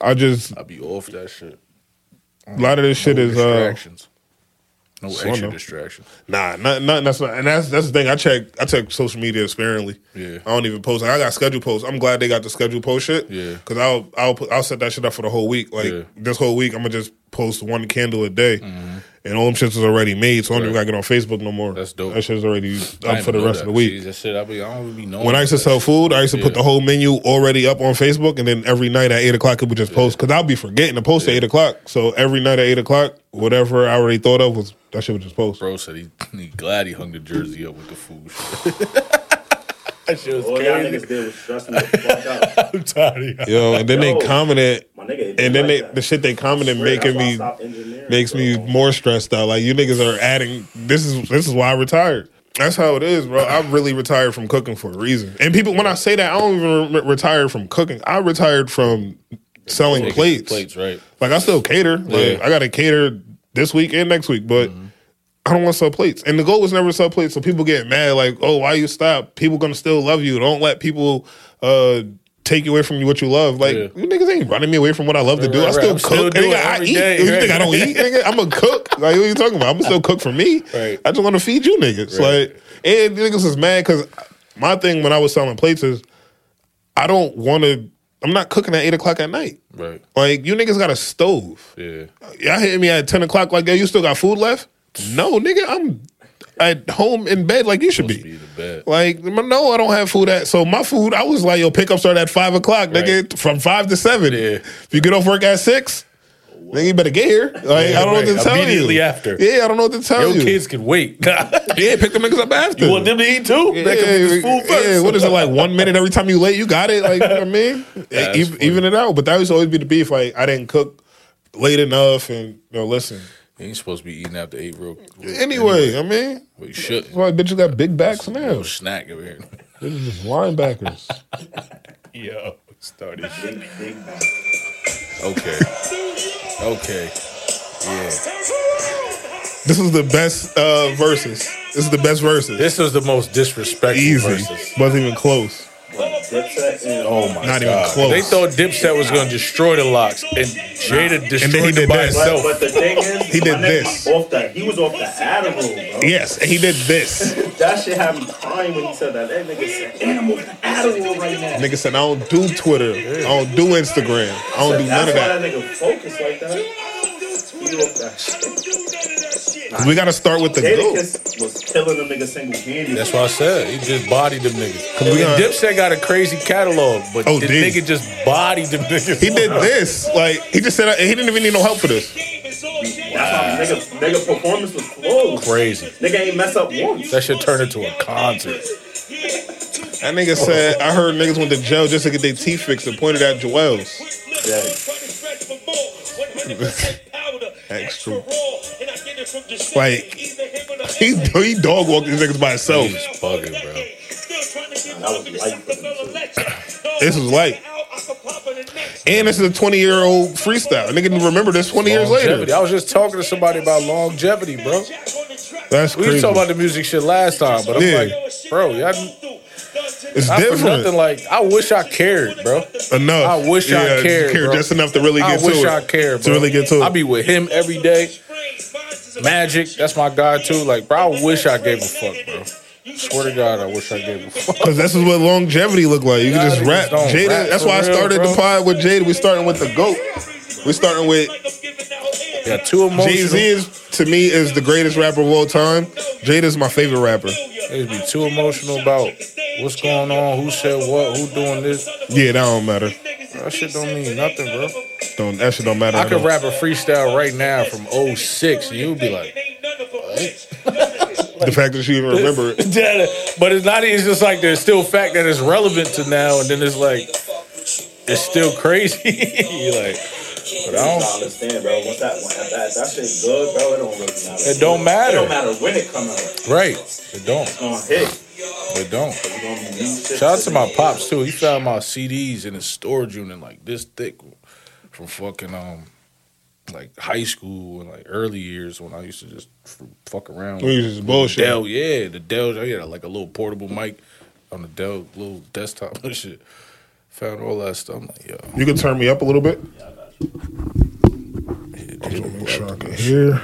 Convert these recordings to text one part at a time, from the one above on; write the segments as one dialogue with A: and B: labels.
A: I just
B: I'll be off that shit.
A: a lot of this shit
B: no
A: is uh,
B: distractions. no
A: so I
B: extra
A: know.
B: distractions.
A: Nah, not, nothing. That's not, and that's that's the thing. I check I check social media sparingly.
B: Yeah.
A: I don't even post. I got schedule posts. I'm glad they got the schedule post shit.
B: Yeah.
A: because I'll I'll put, I'll set that shit up for the whole week. Like
B: Yeah. Mm-hmm.
A: this whole week, I'm gonna just post one candle a day, and all them shits is already made. So I don't even
B: Right.
A: gotta get on Facebook no more.
B: That's dope.
A: That shit's already up
B: I
A: for the
B: know
A: rest
B: that.
A: of the week.
B: See, that shit, I, be, I don't really be knowing.
A: When I used to
B: that
A: sell
B: shit.
A: food, I used to put
B: Yeah.
A: the whole menu already up on Facebook, and then every night at eight o'clock, it would just post because I'll be forgetting to post at eight o'clock. So every night at eight o'clock, whatever I already thought of was that shit would just post.
B: bro said he, he glad he hung the jersey up with the food. that shit was
C: All y'all
B: crazy.
C: niggas did was stress me the fuck out.
B: I'm tired. Of y'all.
A: Yo, and then
C: Yo.
A: they commented,
C: My nigga, it
A: and then
C: like
A: they,
C: that.
A: the shit they commented
C: Swear, that's
A: making
C: why I
A: me
C: stopped engineering,
A: makes me
C: bro.
A: more stressed out. Like you niggas are adding. This is this is why I retired. That's how it is, bro. I really retired from cooking for a reason. And people, when I say that, I don't even re- retire from cooking. I retired from selling plates.
B: plates, right?
A: Like I still cater. Like
B: Yeah. Mm-hmm.
A: I got to cater this week and next week, but. I don't want to sell plates, and the goal was never to sell plates. So people get mad, like, "Oh, why you stop? People gonna still love you. Don't let people uh, take you away from what you love. Like
B: Yeah.
A: you niggas ain't running me away from what I love to do.
B: Right,
A: I
B: right,
A: still
B: I'm
A: cook.
B: still doing
A: nigga,
B: it
A: I
B: every
A: eat.
B: day,
A: You
B: right.
A: think I don't eat? Nigga, I'm a cook. Like what are you talking about? I'm still cook for me.
B: Right.
A: I just want to feed you niggas.
B: Right.
A: Like and niggas is mad because my thing when I was selling plates is I don't want to. I'm not cooking at eight o'clock at night.
B: Right.
A: Like you niggas got a stove.
B: Yeah.
A: Y'all hit me at ten o'clock. Like yo, you still got food left? No, nigga, I'm at home in bed like you should
B: Must
A: be.
B: be the bad.
A: Like no, I don't have food at. So my food, I was like, yo, pickup started at five o'clock, nigga, from five to seven.
B: Yeah.
A: If you get off work at six, nigga, you better get here. Like I don't
B: right.
A: know what to tell you.
B: Immediately after.
A: Yeah, I don't know what to tell
B: Your
A: you.
B: kids can wait.
A: Yeah, pick them niggas up after.
B: you want them to eat too?
A: Yeah,
B: They can pick this food first.
A: yeah, what is it like? One minute every time you late, you got it. Like you know what I mean,
B: That's
A: even,
B: funny.
A: even it out. But that used to always be the beef. Like I didn't cook late enough, and you know, listen.
B: You ain't supposed to be eating after eight, real. real-
A: Anyway, I mean,
B: but you shouldn't.
A: that's why bitches got big backs now.
B: Little snack over here.
A: This is just linebackers.
B: Yo, started.
C: Big, big back.
B: Okay. Okay. Yeah.
A: this is the best uh, verses. This is the best verses.
B: This was the most disrespectful
A: Easy,
B: versus.
A: wasn't even close.
C: Like, Dipset and
B: Oh my
A: Not even
B: god!
A: close.
B: They thought Dipset was going to destroy the locks, and Jada destroyed
A: did
B: it by
A: this.
C: But,
B: itself.
C: but the thing is,
A: He did
C: my nigga
A: this.
C: Off the, he was off the Adderall, bro.
A: Yes, and he did this.
C: That shit had me crying when he said that. That nigga said, "Animal Adderall right now."
A: Nigga said, I don't do Twitter. I don't do Instagram. I don't do none
C: That's
A: of
C: why
A: that.
C: that nigga focused like that. He off that shit.
A: 'Cause We got to start with the goal.
C: Jadakiss was killing them nigga single handed.
B: That's what I said. He just bodied them niggas.
A: we
B: And
A: got-
B: Dipset got a crazy catalog, but
A: Oh,
B: the
A: did he?
B: nigga just bodied them niggas.
A: He did this. Like he just said, he didn't even need no help for this.
C: That's why nigga, nigga performance was close.
B: Crazy.
C: Nigga ain't mess up once.
B: That should turn into a concert.
A: That nigga said, I heard niggas went to jail just to get their teeth fixed and pointed at Joel's. Extra. Like he he dog walked these niggas by himself.
B: He's bugging, bro.
A: This was light. And this is a 20 year old freestyle. A nigga can remember this 20 years
B: Longevity. I
A: later.
B: was just talking to somebody about longevity, bro.
A: That's
B: We was
A: crazy.
B: talking about the music shit last time, but I'm
A: Yeah.
B: like, bro, y'all,
A: It's
B: not for
A: different
B: nothing. Like, I wish I cared, bro.
A: enough.
B: I wish I
A: just
B: cared, bro.
A: just enough to really
B: I
A: get to
B: wish
A: it.
B: I cared,
A: to
B: bro.
A: really get to it.
B: I be with him every day. Magic, that's my guy too. Like, bro, I wish I gave a fuck, bro. Swear to God, I wish I gave a fuck.
A: Cause this is what longevity look like. You can
B: Nah,
A: just
B: niggas
A: rap.
B: don't
A: Jada.
B: rap
A: that's
B: for
A: why I
B: real,
A: started
B: bro.
A: the pod with Jada. We starting with the goat. We starting with
B: Got too emotional.
A: Jay Z. Is to me is the greatest rapper of all time. Jada's my favorite rapper.
B: Niggas be too emotional about what's going on, who said what, who doing this.
A: Yeah, that don't matter.
B: That shit don't mean nothing, bro.
A: Don't that shit don't matter.
B: I
A: at
B: could
A: all.
B: rap a freestyle right now from 06, and you'll be like,
A: The fact that you even remember it.
B: Yeah, but it's not. It's just like there's still fact that it's relevant to now, and then it's like it's still crazy. You're like, but I
C: I
B: don't.
C: don't understand, bro. Once that one at that, that shit good, bro. It don't really matter.
B: It don't matter.
C: It don't matter when it come out. It's
B: Right. It don't.
C: gonna hit.
B: It don't.
C: It's gonna be new shit.
B: Shout out to my pops too. He found my CDs in his storage unit, like this thick, from fucking um, like high school and like early years when I used to just f- fuck around.
A: We was just bullshit.
B: Dell, yeah, the Dell. I had like a little portable mic on the Dell little desktop and shit. Found all that stuff. I'm like, yo.
A: You can turn me up a little bit. I'm gonna make sure I can hear.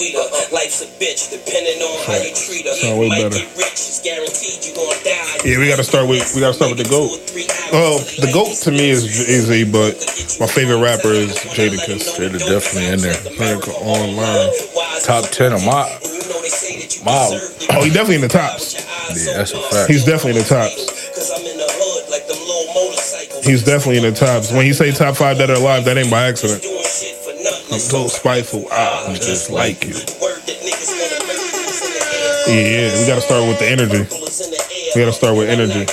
D: We the life's a bitch, depending on how you treat her.
A: Sound way
D: you might
A: better.
D: get rich, it's guaranteed you gonna die.
A: Yeah, we gotta start with- we gotta start with the GOAT. Well, Uh, the GOAT to me is Jay-Z, but my favorite rapper is Jadakiss.
B: Jada definitely in there. Like, online. Top 10 of my- my-
A: Oh, he definitely in the tops.
B: Yeah, that's a fact.
A: He's definitely in the tops. He's definitely in the tops. When you say top five that are alive, that ain't by accident. I'm so spiteful. I'm just like you. Yeah, we gotta start with the energy.
D: We
A: We
D: gotta start with energy.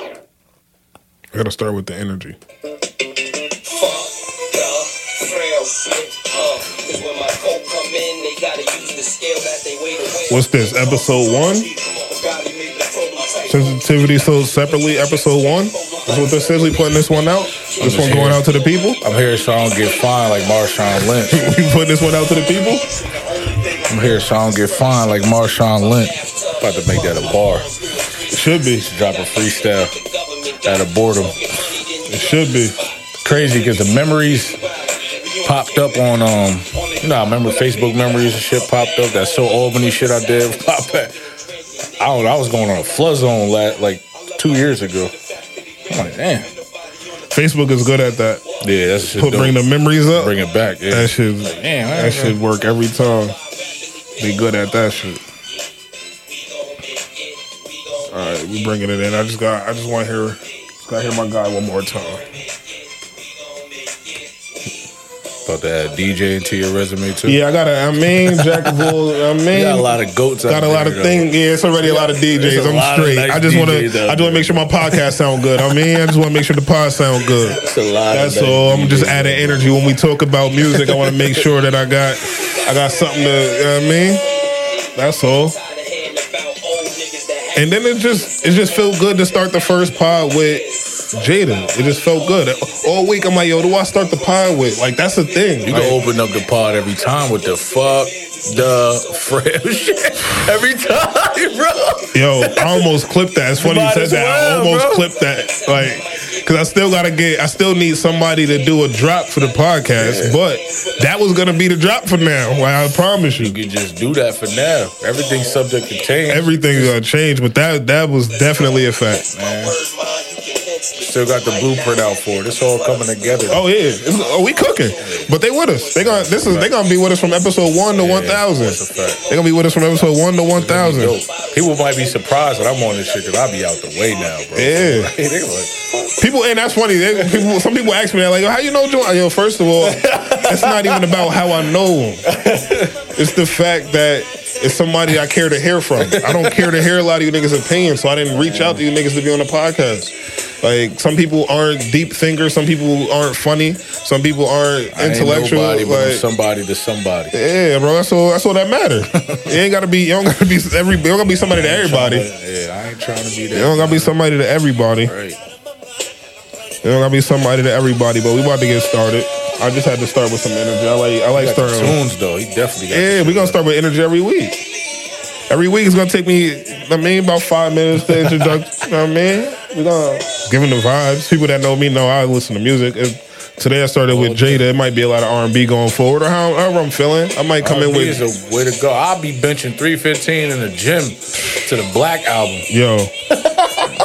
A: We gotta start with the energy.
B: uh,
A: What's this? Episode one? Sensitivity sold separately. Episode one. That's what this is. We putting this one out. This one going out to the people.
B: I'm here so I don't get fined like Marshawn Lynch.
A: We putting this one out to the people.
B: I'm here so I don't get fined like Marshawn Lynch. About to make that a bar.
A: Should be.
B: Drop a freestyle out of boredom.
A: It should be.
B: Crazy because the memories popped up on um. You know, I remember Facebook memories and shit popped up. That so Albany shit I did pop back. I don't. know, I was going on a flood zone la like two years ago. I'm like, damn.
A: Facebook is good at that.
B: Yeah, that's shit.
A: Put,
B: dope.
A: bring the memories up.
B: bring it back. Yeah.
A: That should
B: damn,
A: that should work every time. They good at that shit. All right, we bringing it in. I just got. I just want to hear. Just gotta hear my guy one more time.
B: About to add DJ to your resume too.
A: Yeah, I gotta. I mean, jack of all. I mean,
B: You got a lot of goats. out
A: Got a
B: there,
A: lot of
B: though.
A: things. Yeah, it's already a lot of
B: There's
A: DJs.
B: a
A: I'm
B: lot of
A: straight.
B: nice
A: I just want to.
B: DJs out
A: I just want to make sure my podcast sound good. I mean, I just want to make sure the pod sound good.
B: It's a lot.
A: That's
B: of nice
A: all. I'm just
B: DJs.
A: adding energy when we talk about music. I want to make sure that I got, I got something to. You know what I mean, that's all. And then it just, it just felt good to start the first pod with Jada. It just felt good all week. I'm like, yo, do I start the pod with? Like, that's the thing.
B: You
A: Like,
B: can open up the pod every time with the fuck the fresh every time, bro.
A: Yo, I almost clipped that. It's funny you
B: Might
A: said
B: as
A: that. I
B: well,
A: almost
B: bro.
A: clipped that. Like, because I still got to get, I still need somebody to do a drop for the podcast, but that was going to be the drop for now. Like, I promise you.
B: You can just do that for now. Everything's subject to change.
A: Everything's going to change, but that that was definitely a fact.
B: Still got the blueprint out for it. It's all coming together.
A: Oh, yeah. It's- oh, we cooking. But they with us. They gonna, this is, they going to be with us from episode 1 to 1,000.
B: Yeah, that's a fact.
A: They're going to be with us from episode 1 to
B: Yo,
A: 1,000.
B: People might be surprised that I'm on this shit because I be out the way now, bro.
A: Yeah.
B: Like, they like,
A: People, and that's funny. They, people, some people ask me that, like, "Yo, how you know Joe? Yo, first of all, that's not even about how I know him. It's the fact that it's somebody I care to hear from. I don't care to hear a lot of you niggas' opinions, so I didn't reach out to you niggas to be on the podcast. Like, some people aren't deep thinkers, some people aren't funny, some people aren't
B: I ain't
A: intellectual.
B: nobody, but I'm
A: like,
B: somebody to somebody.
A: yeah, bro, that's all. That's all that matter. You ain't gotta be. You don't gotta be every. You don't gotta be somebody to everybody. You
B: Yeah, I ain't trying to be that.
A: don't gotta be somebody to everybody.
B: Right.
A: It don't gotta be somebody to everybody, but we about to get started. I just had to start with some energy. I like I like
B: Got the
A: starting.
B: tunes though. He definitely got.
A: Yeah,
B: the
A: we're gonna start with energy every week. Every week it's gonna take me I mean about five minutes to introduce you know what I mean? We're gonna give them the vibes. People that know me know I listen to music. If today I started with Jada, it might be a lot of R and B going forward or how- however I'm feeling. I might come in
B: R&B
A: with
B: is a way to go. I'll be benching 315 in the gym to the Black album.
A: yo.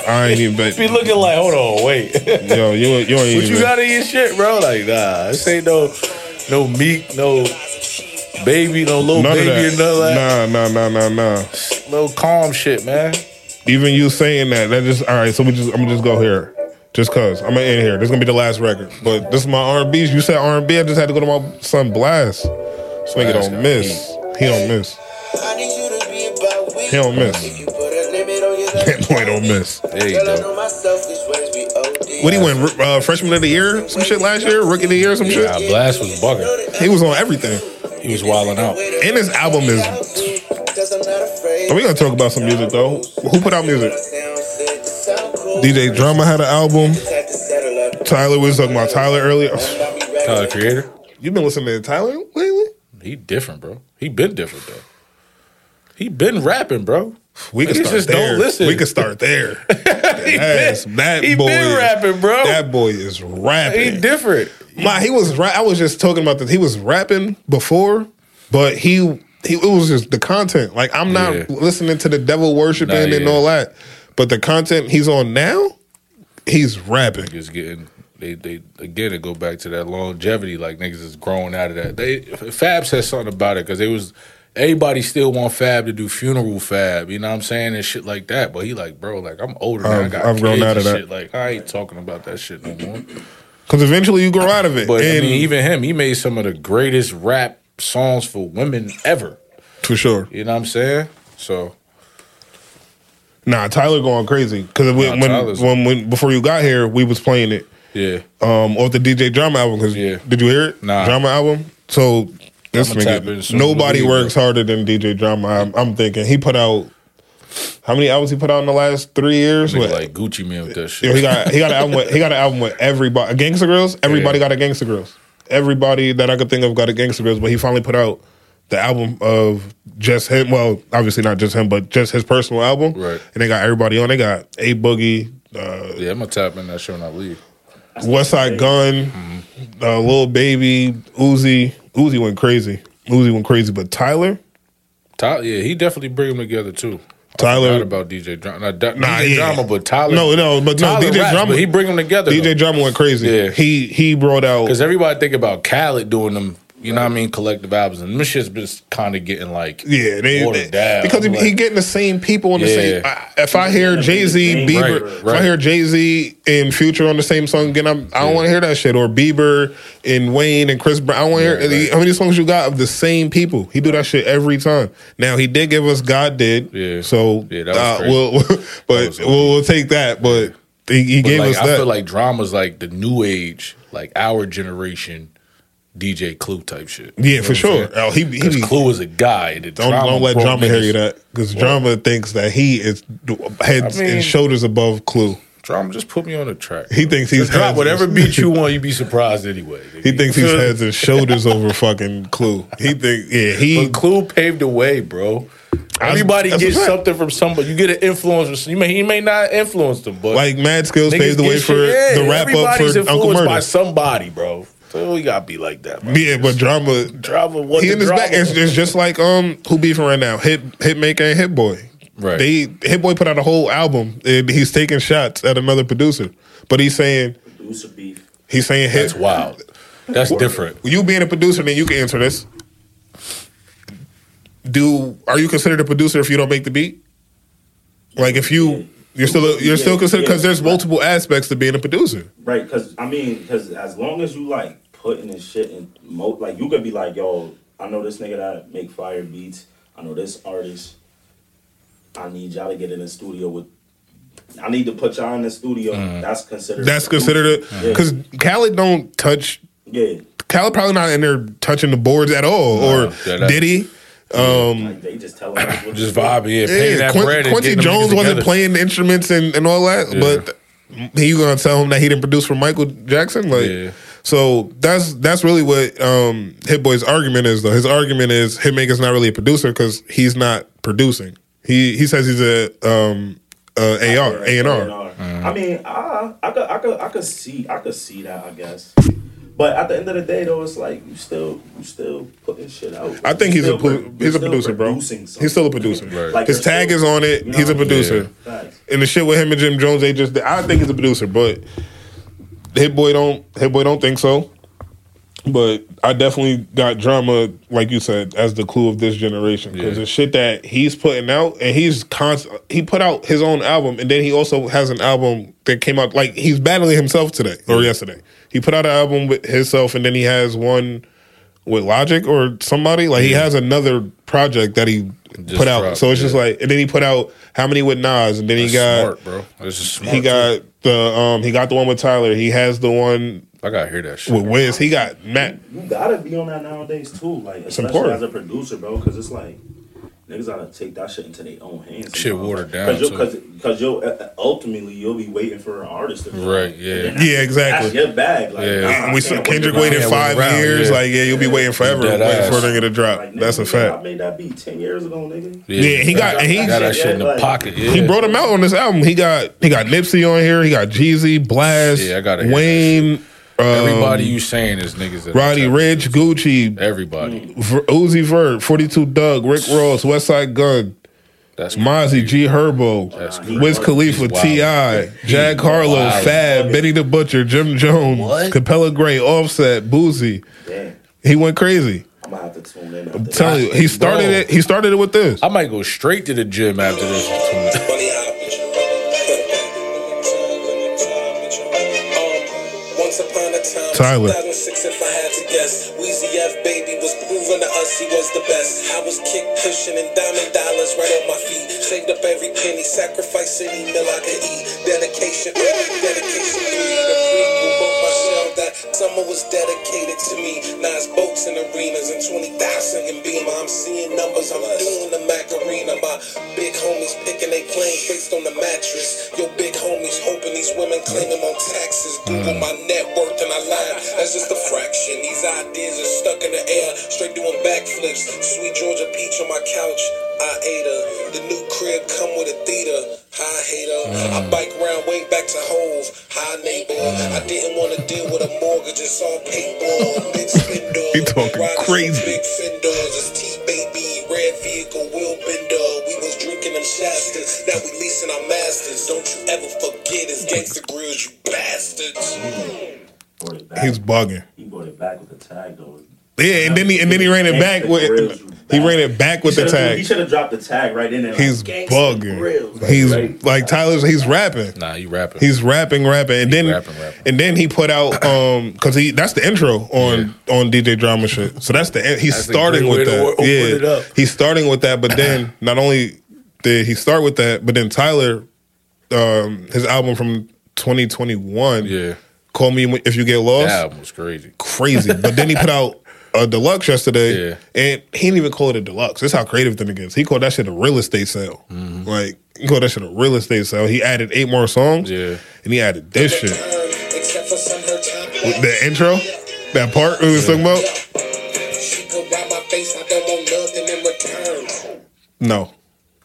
A: I ain't even bet-
B: Be looking like, hold on, wait, what
A: yo, you you ain't even
B: you got in your shit, bro? Like, nah, this ain't no, no meek, no baby, no little
A: none of
B: baby, and none of that.
A: that. Nah, nah, nah, nah, nah.
B: Little calm shit, man.
A: Even you saying that, that just all right. So we just, I'm gonna just go here, just cause I'm gonna end here. This is gonna be the last record, but this is my R&B. You said R&B. I just had to go to my son Blast. This nigga
B: Blast
A: don't
B: got
A: miss. He don't miss.
E: I need you to be about
A: He don't miss.
E: You put a limit on your life.
A: That boy don't miss.
B: There you
E: Girl, I
B: go.
E: know my selfish ways be OD.
A: What he win? Uh, freshman of the year, some shit last year, rookie of the year, some shit.
B: Nah, Blast was bugging.
A: He was on everything.
B: He was wilding out.
A: And his album is.
E: Cause I'm not afraid.
A: Are we gonna talk about some music though? Who put out music?
E: Sound sick, sound cool.
A: DJ Drama had an album.
E: Had to settle up.
A: Tyler we was talking about Tyler earlier.
E: Got me ready.
B: Tyler Creator.
A: You been listening to Tyler lately?
B: He different, bro. He been different though. He been rapping, bro.
A: We can
B: Niggas
A: start
B: just don't
A: there.
B: listen.
A: We can start there. Yes, that
B: he
A: boy
B: been
A: is-
B: rapping, bro.
A: That boy is
B: He
A: rapping.
B: different.
A: Nah, he was. Ra- I was just talking about this. He was rapping before, but he he it was just the content. Like I'm not
B: Yeah.
A: listening to the devil worshiping
B: Nah,
A: and
B: yeah.
A: all that, but the content he's on now, he's rapping.
B: Just getting they they again it go back to that longevity. Like niggas is growing out of that. They Fab said something about it because it was everybody still want Fab to do funeral Fab. You know what I'm saying and shit like that. But he like bro, like I'm older now. i
A: I've-
B: got
A: I've grown
B: kids
A: out
B: and
A: of that.
B: Shit. Like I ain't talking about that shit no more.
A: Because eventually you grow out of it.
B: But I
A: and
B: mean, even him, he made some of the greatest rap songs for women ever.
A: for sure.
B: You know what I'm saying? So
A: Nah, Tyler going crazy because when,
B: Tyler's-
A: when when before you got here, we was playing it
B: yeah,
A: um off the DJ Drama album. 'cause-
B: Yeah.
A: did you hear it?
B: Nah.
A: Drama album. So this
B: I'ma tap in
A: nigga,
B: soon.
A: nobody
B: Believe
A: works harder than DJ Drama. I'm, I'm thinking he put out how many albums he put out in the last three years?
B: nigga
A: What?
B: like Gucci man with that shit.
A: Yeah, he got he got an album with he got an album with everybody. Gangsta Girls. Everybody
B: Yeah.
A: got a Gangsta Girls. Everybody that I could think of got a Gangsta Girls. But he finally put out the album of just him. Well, obviously not just him, but just his personal album.
B: Right.
A: And they got everybody on. They got A Boogie, uh,
B: yeah, I'm gonna tap in that show and I leave.
A: West Side Gun, uh, Little Baby, Uzi. Uzi went crazy. Uzi went crazy. But Tyler,
B: Tyler, yeah, he definitely bring them together too. Not
A: Tyler.
B: about DJ Drama, not da-
A: Nah,
B: DJ
A: yeah.
B: Drama, but Tyler.
A: No, no, but no,
B: Tyler
A: DJ
B: raps,
A: Drama-
B: but he bring them together.
A: DJ Drama went crazy.
B: Yeah.
A: He he brought out
B: because everybody think about Khaled doing them. You know what I mean? Collective albums, and this shit's just kind of getting like
A: Yeah, they,
B: watered
A: they-
B: down.
A: because he, he
B: Like,
A: getting the same people on the
B: Yeah.
A: same. I, if I hear Jay Z, Bieber,
B: Right,
A: if
B: right.
A: I hear Jay Z and Future on the same song again, I'm, I don't want to hear that shit. Or Bieber and Wayne and Chris Brown. I want to
B: Yeah,
A: hear
B: right.
A: how many songs you got of the same people. He do that shit every time. Now he did give us God did.
B: Yeah.
A: So
B: Yeah, that was
A: uh,
B: crazy.
A: we'll,
B: That
A: but
B: was-
A: we'll, we'll take that. But he, he
B: but,
A: gave
B: like,
A: us
B: I
A: that.
B: feel like drama's like the new age, like our generation, DJ Clue type shit. You
A: yeah,
B: know
A: for
B: what I'm
A: sure.
B: saying?
A: Oh, he, he
B: Because
A: be-
B: Clue is a guy. The
A: Don't,
B: drama
A: don't let
B: brought
A: drama hear
B: niggas-
A: you that because drama thinks that he is heads
B: I mean-
A: and shoulders above Clue.
B: Drama, just put me on a track.
A: He
B: bro.
A: thinks he's
B: Just drop
A: heads.
B: whatever beat you want. You'd be surprised anyway.
A: He thinks he's heads and shoulders over fucking Clue. He think yeah he
B: But Clue paved the way, bro. Everybody
A: that's a
B: gets
A: fact.
B: something from somebody. You get an influence. From, you may he may not influence them, but
A: like Mad Skills
B: niggas
A: paved the
B: get
A: way
B: shit-
A: for
B: yeah,
A: the wrap up
B: everybody's
A: for Uncle
B: influenced
A: Murder.
B: by somebody, bro. So we gotta be like that. Bro.
A: yeah, but drama.
B: Drama, what
A: He
B: the
A: in his
B: drama?
A: back. It's, it's just like um who beefing right now. Hit Hitmaker and Hit Boy.
B: Right.
A: They Hit Boy put out a whole album. And he's taking shots at another producer, but he's saying
C: Producer beef.
A: he's saying Hit.
B: That's wild. That's different.
A: you being a producer, then you can answer this. Do are you considered a producer if you don't make the beat? Like if you you're still you're still
C: Yeah,
A: considered because
C: yeah.
A: there's multiple aspects to being a producer.
C: Right, because I mean, because as long as you like putting this shit in mode, like you could be like, yo, I know this nigga that make fire beats. I know this artist. I need y'all to get in the studio with. I need to put y'all in the studio.
B: Mm.
C: That's considered.
A: That's considered a
C: Yeah.
A: because Khaled don't touch.
C: yeah.
A: Khaled probably not in there touching the boards at all,
B: No,
A: or
B: that- that-
A: Diddy. um,
C: like they just tell him like, what
B: Just
C: to do.
B: vibing, yeah. Paying
A: Yeah,
B: that
A: Quin-
B: bread. and
A: Quincy
B: getting them
A: Jones
B: niggas
A: wasn't
B: together.
A: playing instruments and, and all that,
B: Yeah.
A: but he gonna tell him that he didn't produce for Michael Jackson, like.
B: Yeah.
A: So that's that's really what um, Hit Boy's argument is, though. His argument is Hitmaker's not really a producer because he's not producing. He he says he's a um, uh, AR A and R.
B: Uh-huh.
C: I mean, I, I could, I could, I could see, I could see that, I guess. But at the end of the day, though, it's like you still, you still putting shit out.
A: I think he's a
C: You're still
A: pro-
C: pro-
A: he's a
C: you're still
A: producer, bro.
C: producing
A: He's still a producer.
B: Right.
C: Like,
A: His
C: you're
A: tag is
C: still-
A: on it.
C: you know
A: he's a
C: what I mean?
A: producer.
C: Facts.
A: and the shit with him and Jim Jones, they just I think he's a producer, but Hit Boy don't Hit Boy don't think so. But I definitely got drama, like you said, as the clue of this generation because
B: Yeah.
A: the shit that he's putting out and he's constant. He put out his own album, and then he also has an album that came out like he's battling himself today or yesterday. He put out an album with himself, and then he has one with Logic or somebody. Like he has another project that he
B: Just
A: put out.
B: dropped,
A: so it's just
B: yeah.
A: like, and then he put out how many with Nas, and then he
B: That's
A: got
B: smart, bro. That's just smart.
A: he got the um he got the one with Tyler. He has the one
B: I gotta hear that shit.
A: with Wiz. He got Matt.
C: You gotta be on that nowadays too, like especially
A: important.
C: as a producer, bro, because it's like niggas Niggas gotta take that shit into their own hands.
B: Shit watered down,
C: Because
B: too.
C: you'll, cause, cause you'll uh, ultimately you'll be waiting for an artist to come.
B: Right, yeah.
C: And then
A: Yeah, exactly.
C: That's your bag. Like,
B: Yeah.
C: nah, I
A: we
C: can't
A: Kendrick
C: wait
A: waited
B: Yeah,
A: five
B: around,
A: years.
B: yeah.
A: Like, yeah, you'll be waiting forever
B: Dead
A: waiting
B: ass.
A: for a nigga to drop.
C: Like, nigga,
A: That's a
C: I
A: fact.
C: made that beat ten years ago, nigga.
A: Yeah, he got- and he-
B: got that shit in the
C: Yeah, like-
B: pocket. Yeah.
A: He brought him out on this album. He got he got Nipsey on here. He got Jeezy, Blast,
B: Yeah, I gotta hear that
A: Wayne, um,
B: everybody you saying is niggas. that-
A: Roddy Rich, Gucci,
B: Everybody.
A: v- Uzi Vert, Forty Two Doug, Rick Ross, Westside Gun,
B: That's
A: Mozzie, G Herbo,
B: That's crazy.
A: Wiz Khalifa,
B: He's wild.
A: T.I., Jack Harlow,
B: wild.
A: Fab, Benny the Butcher, Jim Jones,
B: What?
A: Capella Gray, Offset, Boozy.
C: Damn,
A: He went crazy.
C: I'm gonna have to tune in. I'm
A: Tell you, he started
B: Bro.
A: it. He started it with this.
B: I might go straight to the gym after this.
D: Money out. Um, Once upon a time,
A: Tyler.
D: 2006, if I had to guess, Weezy F baby was proving to us he was the best. I was kick pushing and diamond dollars right on my feet. Saved up every penny, sacrificed any meal I could eat. Dedication, early dedication, three to free. Who broke my shell that summer was dedicated to me. Nice boats and arenas and 20,000 in Beamer. I'm seeing numbers, I'm doing the Macarena. My big homies picking they plane based on the mattress. Your big homies hoping these women claim them on taxes. Google my net worth and I lie. That's just a fraction. These ideas are stuck in the air, straight doing backflips. Sweet Georgia peach on my couch. I ate her. The new crib come with a theater. Hi hater. I bike round way back to Hove. Hi neighbor. I didn't want to deal with a mortgage. It's all paper. Big spin door.
A: He talking
D: Riders
A: crazy.
D: with Big fenders. It's T baby. Red vehicle. Will bender. We was drinking them Shastas. Now we leasing our masters. Don't you ever forget it's gangster grills, you bastards.
A: He's bugging.
C: He brought it back with the tag though.
A: Yeah, and then he and then he ran it back with he ran it back with the
C: He
A: tag.
C: should have dropped the tag right in there.
A: He's
C: like,
A: bugging. He's like Tyler's. He's rapping.
B: Nah, you rapping.
A: He's rapping, rapping, and then
B: rapping, rapping.
A: and then he put out um because he that's the intro on on DJ Drama shit. So that's the en- he's
B: That's a
A: starting
B: great way
A: with
B: to
A: that.
B: o- open
A: yeah,
B: it up.
A: he's starting with that. But then not only did he start with that, but then Tyler, um, his album from 2021,
B: yeah.
A: Call Me If You Get Lost,
B: That album was crazy.
A: crazy. But then he put out a deluxe yesterday,
B: Yeah.
A: and he didn't even call it a deluxe. That's how creative the nigga is. He called that shit a real estate sale.
B: Mm-hmm.
A: Like he called that shit a real estate sale. He added eight more songs,
B: Yeah.
A: and he added this shit.
D: Except for some her time.
A: The intro, that part we was talking about.
D: She could ride my face. I don't want nothing in return.
A: No,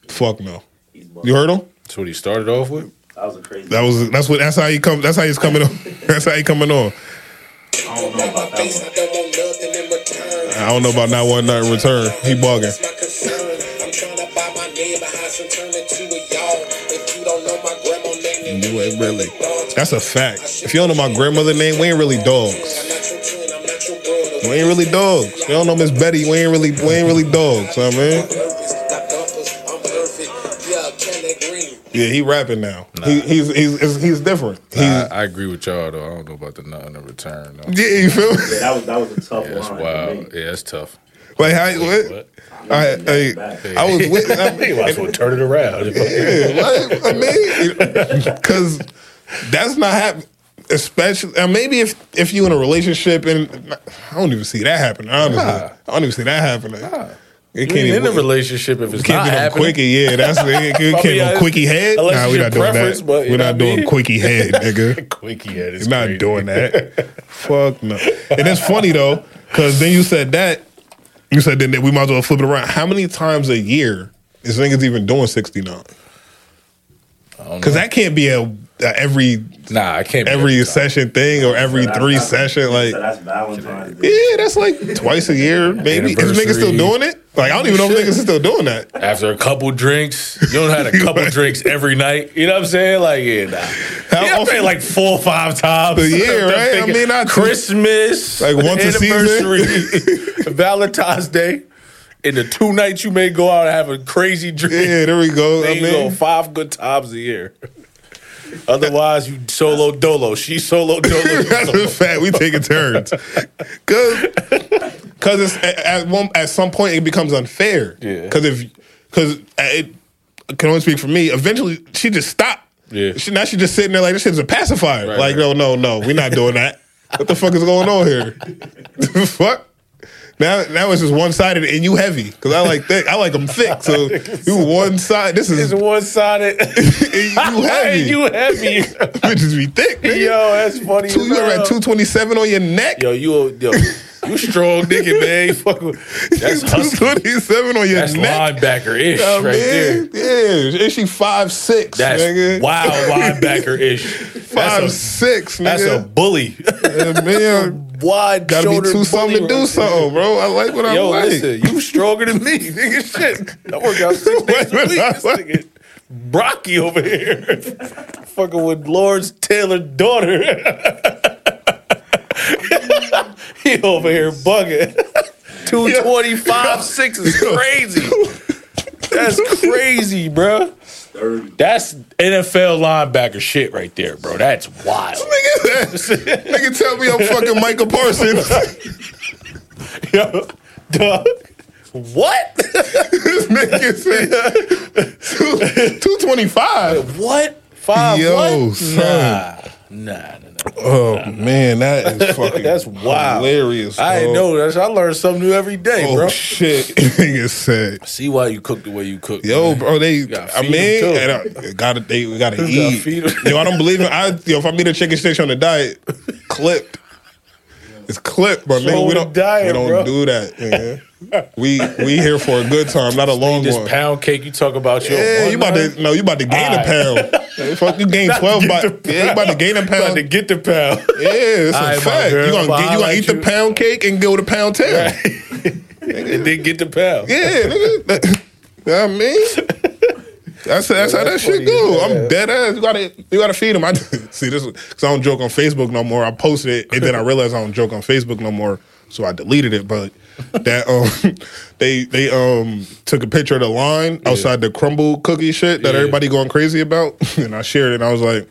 A: fuck no.
C: He's
A: You
C: bugging.
A: heard him?
B: That's what he started off with.
C: That was a crazy.
A: That was that's what that's how he come. That's how he's coming on. That's how he coming on.
C: I don't know
D: Ride my
C: about that
D: face.
C: one.
D: I don't want nothing in return.
A: I don't know about not one nothing in return. He bugging.
D: That's my concern. I'm trying to buy my neighbor house and turn it to a yard. If you don't know my grandma name, then
A: You ain't really.
D: dogs.
A: That's a fact. If you don't know my grandmother name, we ain't really dogs.
D: I'm not your twin. I'm not your brother.
A: We ain't really dogs. We don't know Miss Betty. We ain't really we ain't really dogs. You know what I mean,
D: Purpose, got dumpers, I'm perfect. Yeah, can that green.
A: yeah, he rapping now. He, he's, he's he's he's different. He's,
B: I, I agree with y'all though. I don't know about the nothing in return. Though.
A: yeah, you feel me?
C: Yeah, that was that was a tough
B: Yeah, that's
C: line.
B: wild. Yeah, that's tough.
A: Like how what?
B: What?
A: I I, I was with. I
B: Hey,
A: mean,
B: might as well turn it around.
A: like, I mean, because that's not happening. Especially, uh, maybe if if you in a relationship and I don't even see that happening. Honestly,
B: Nah.
A: I don't even see that happening. It
B: You ain't in a
A: even-
B: relationship if it's
A: Can't
B: not
A: be no
B: happening.
A: quickie, yeah. That's it. Can't
B: I mean,
A: be no
B: I-
A: quickie head.
B: unless
A: Nah,
B: it's
A: we
B: your
A: not doing
B: preference,
A: that.
B: but you
A: We're
B: know
A: not
B: what I
A: doing
B: mean?
A: quickie head, nigga.
B: Quickie head is
A: We're not
B: crazy.
A: doing that. Fuck no. And it's funny though, because then you said that. You said then that we might as well flip it around. How many times a year is niggas even doing sixty nine?
B: don't
A: Because that can't be a, a every
B: Nah, I can't. be
A: every
B: that guy.
A: session thing or every
C: That-
A: three
C: that's-
A: session like.
C: so that's Valentine's Day.
A: Yeah, that's like twice a year, maybe. Is niggas still
B: Anniversary.
A: doing it? Like I don't even know if
B: Shit.
A: niggas is still doing that.
B: After a couple drinks, you don't have a couple drinks every night. You know what I'm saying? Like, yeah, nah.
A: How
B: yeah, I
A: often-
B: played like four or five times.
A: A year,
B: I'm
A: right? I
B: thinking
A: mean, I-
B: Christmas,
A: Like, once a season?
B: anniversary, Valentine's Day, and the two nights you may go out and have a crazy drink.
A: Yeah, there we go.
B: There
A: I
B: you go,
A: mean,
B: five good times a year. Otherwise, you solo dolo. She solo dolo. you
A: That's
B: solo.
A: a fact. We taking turns, cause, cause it's at, at one at some point it becomes unfair.
B: Yeah.
A: Cause if, cause it I can only speak for me. Eventually, she just stopped.
B: Yeah.
A: She, now she just sitting there like this shit's a pacifier.
B: Right,
A: like
B: right.
A: no, no, no, we're not doing that. what the fuck is going on here? The fuck. Now that was just one sided, and you heavy because I like thick. I like them thick. So you one side. This is
B: It's one sided.
A: you heavy.
B: you heavy.
A: bitches be thick. Nigga.
B: yo, that's funny.
A: Two,
B: as
A: you ever
B: hell.
A: at two twenty seven on your neck.
B: Yo, you a- yo, you strong nigga, man. You fuck with, that's
A: two
B: hustler.
A: twenty seven on your
B: That's
A: neck.
B: linebacker ish
A: Yeah,
B: right there.
A: man. Yeah, and she five six.
B: That's
A: nigga.
B: wild linebacker ish.
A: Five
B: That's, a-
A: six. Nigga.
B: that's a bully.
A: Yeah, man.
B: Wide
A: Gotta be
B: shoulder.
A: two something to do something, bro. I like what I
B: Yo,
A: like.
B: listen, you stronger than me, nigga. Shit, I work out six days a week. This nigga Brocky over here, fucking with Lawrence Taylor's daughter. he over here bugging. Two twenty five six is crazy. That's crazy, bro.
A: Um,
C: Thirty.
B: That's NFL linebacker shit right there, bro. That's wild.
A: Nigga, nigga, tell me I'm fucking Michael Parsons.
B: Yo, dog. What?
A: this nigga said two twenty five.
B: What? Five
A: Yo,
B: what?
A: son.
B: Nah, nah, nah, nah.
A: Oh man, that is fucking
B: That's wild.
A: hilarious.
B: I
A: bro.
B: ain't know that. I learn something new every day,
A: Oh
B: bro.
A: shit, nigga said.
B: See why you cook the way you cook.
A: Yo,
B: man.
A: bro, they.
B: gotta
A: I
B: feed 'em,
A: mean,
B: too.
A: and I, gotta they we gotta
B: gotta
A: eat.
B: feed 'em.
A: yo, I don't believe it. I yo, if I meet a chicken station on the diet, clipped. It's clipped, but
B: wrong
A: nigga, we
B: with
A: don't
B: the diet,
A: we don't
B: bro?
A: do that. Nigga. we we here for a good time, not a long
B: this
A: one.
B: pound cake you talk about. Your
A: Yeah,
B: one
A: you about
B: night?
A: to no, you about to gain
B: Alright.
A: a pound. Hey, Fuck, you gain twelve.
B: Get
A: By,
B: the
A: yeah, you about to gain a
B: About
A: pound.
B: to
A: Yeah,
B: get the pound.
A: it's a
B: Alright, my
A: fact. You
B: girl,
A: gonna
B: if
A: get,
B: I
A: you gonna
B: like
A: eat the
B: you-
A: pound cake and go to pound town.
B: and then get the pound.
A: Yeah, nigga. That, you know what I mean, that's that's how that shit go. I'm dead ass. You gotta you gotta feed him. I see this because I don't joke on Facebook no more. I posted it and then I realized I don't joke on Facebook no more, so I deleted it. But that um they they um took a picture of the line outside the crumble cookie shit that
B: Yeah.
A: everybody going crazy about, and I shared it. and I was like.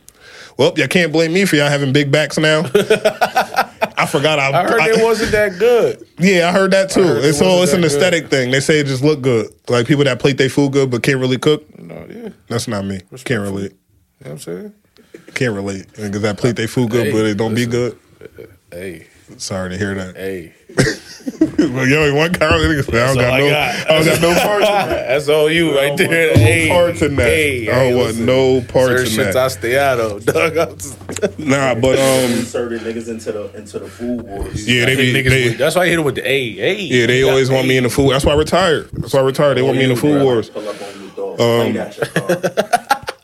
A: Well, you all can't blame me for y'all having big backs now. I forgot I,
B: I heard it wasn't that good.
A: yeah, I heard that too.
B: heard it
A: it's all
B: wasn't
A: it's an
B: that good.
A: aesthetic thing. They say it just look good. Like people that plate they food good but can't really cook.
B: No, yeah. You know
A: That's not me. Can't relate.
B: what I'm saying?
A: Can't relate. Because that plate they food good
B: Hey,
A: but it don't be good.
B: Hey,
A: Sorry to hear that.
B: hey.
A: Well, yo, one Carol nigga said, I don't
B: That's all
A: got
B: I
A: no
B: got.
A: I don't got no parts.
B: That's all you right
C: don't
B: there.
C: want no
B: Hey,
A: parts in that.
B: Hey,
A: I don't
B: hey,
A: want
B: listen.
A: no parts
B: Certain
A: in
B: shits
A: that.
B: I stay out of. Dog, I'm just-
A: Nah, but um
C: Inserted niggas into the into the food wars.
A: yeah, they
B: I
A: be
B: hit niggas
A: they,
B: with- that's why I hit him with the A. Hey,
A: yeah, they always want me in the food. That's why I retired. That's why I retired.
B: Oh,
A: They want me in the food wars. Um,
C: Pull up on you, dog. Play that shit,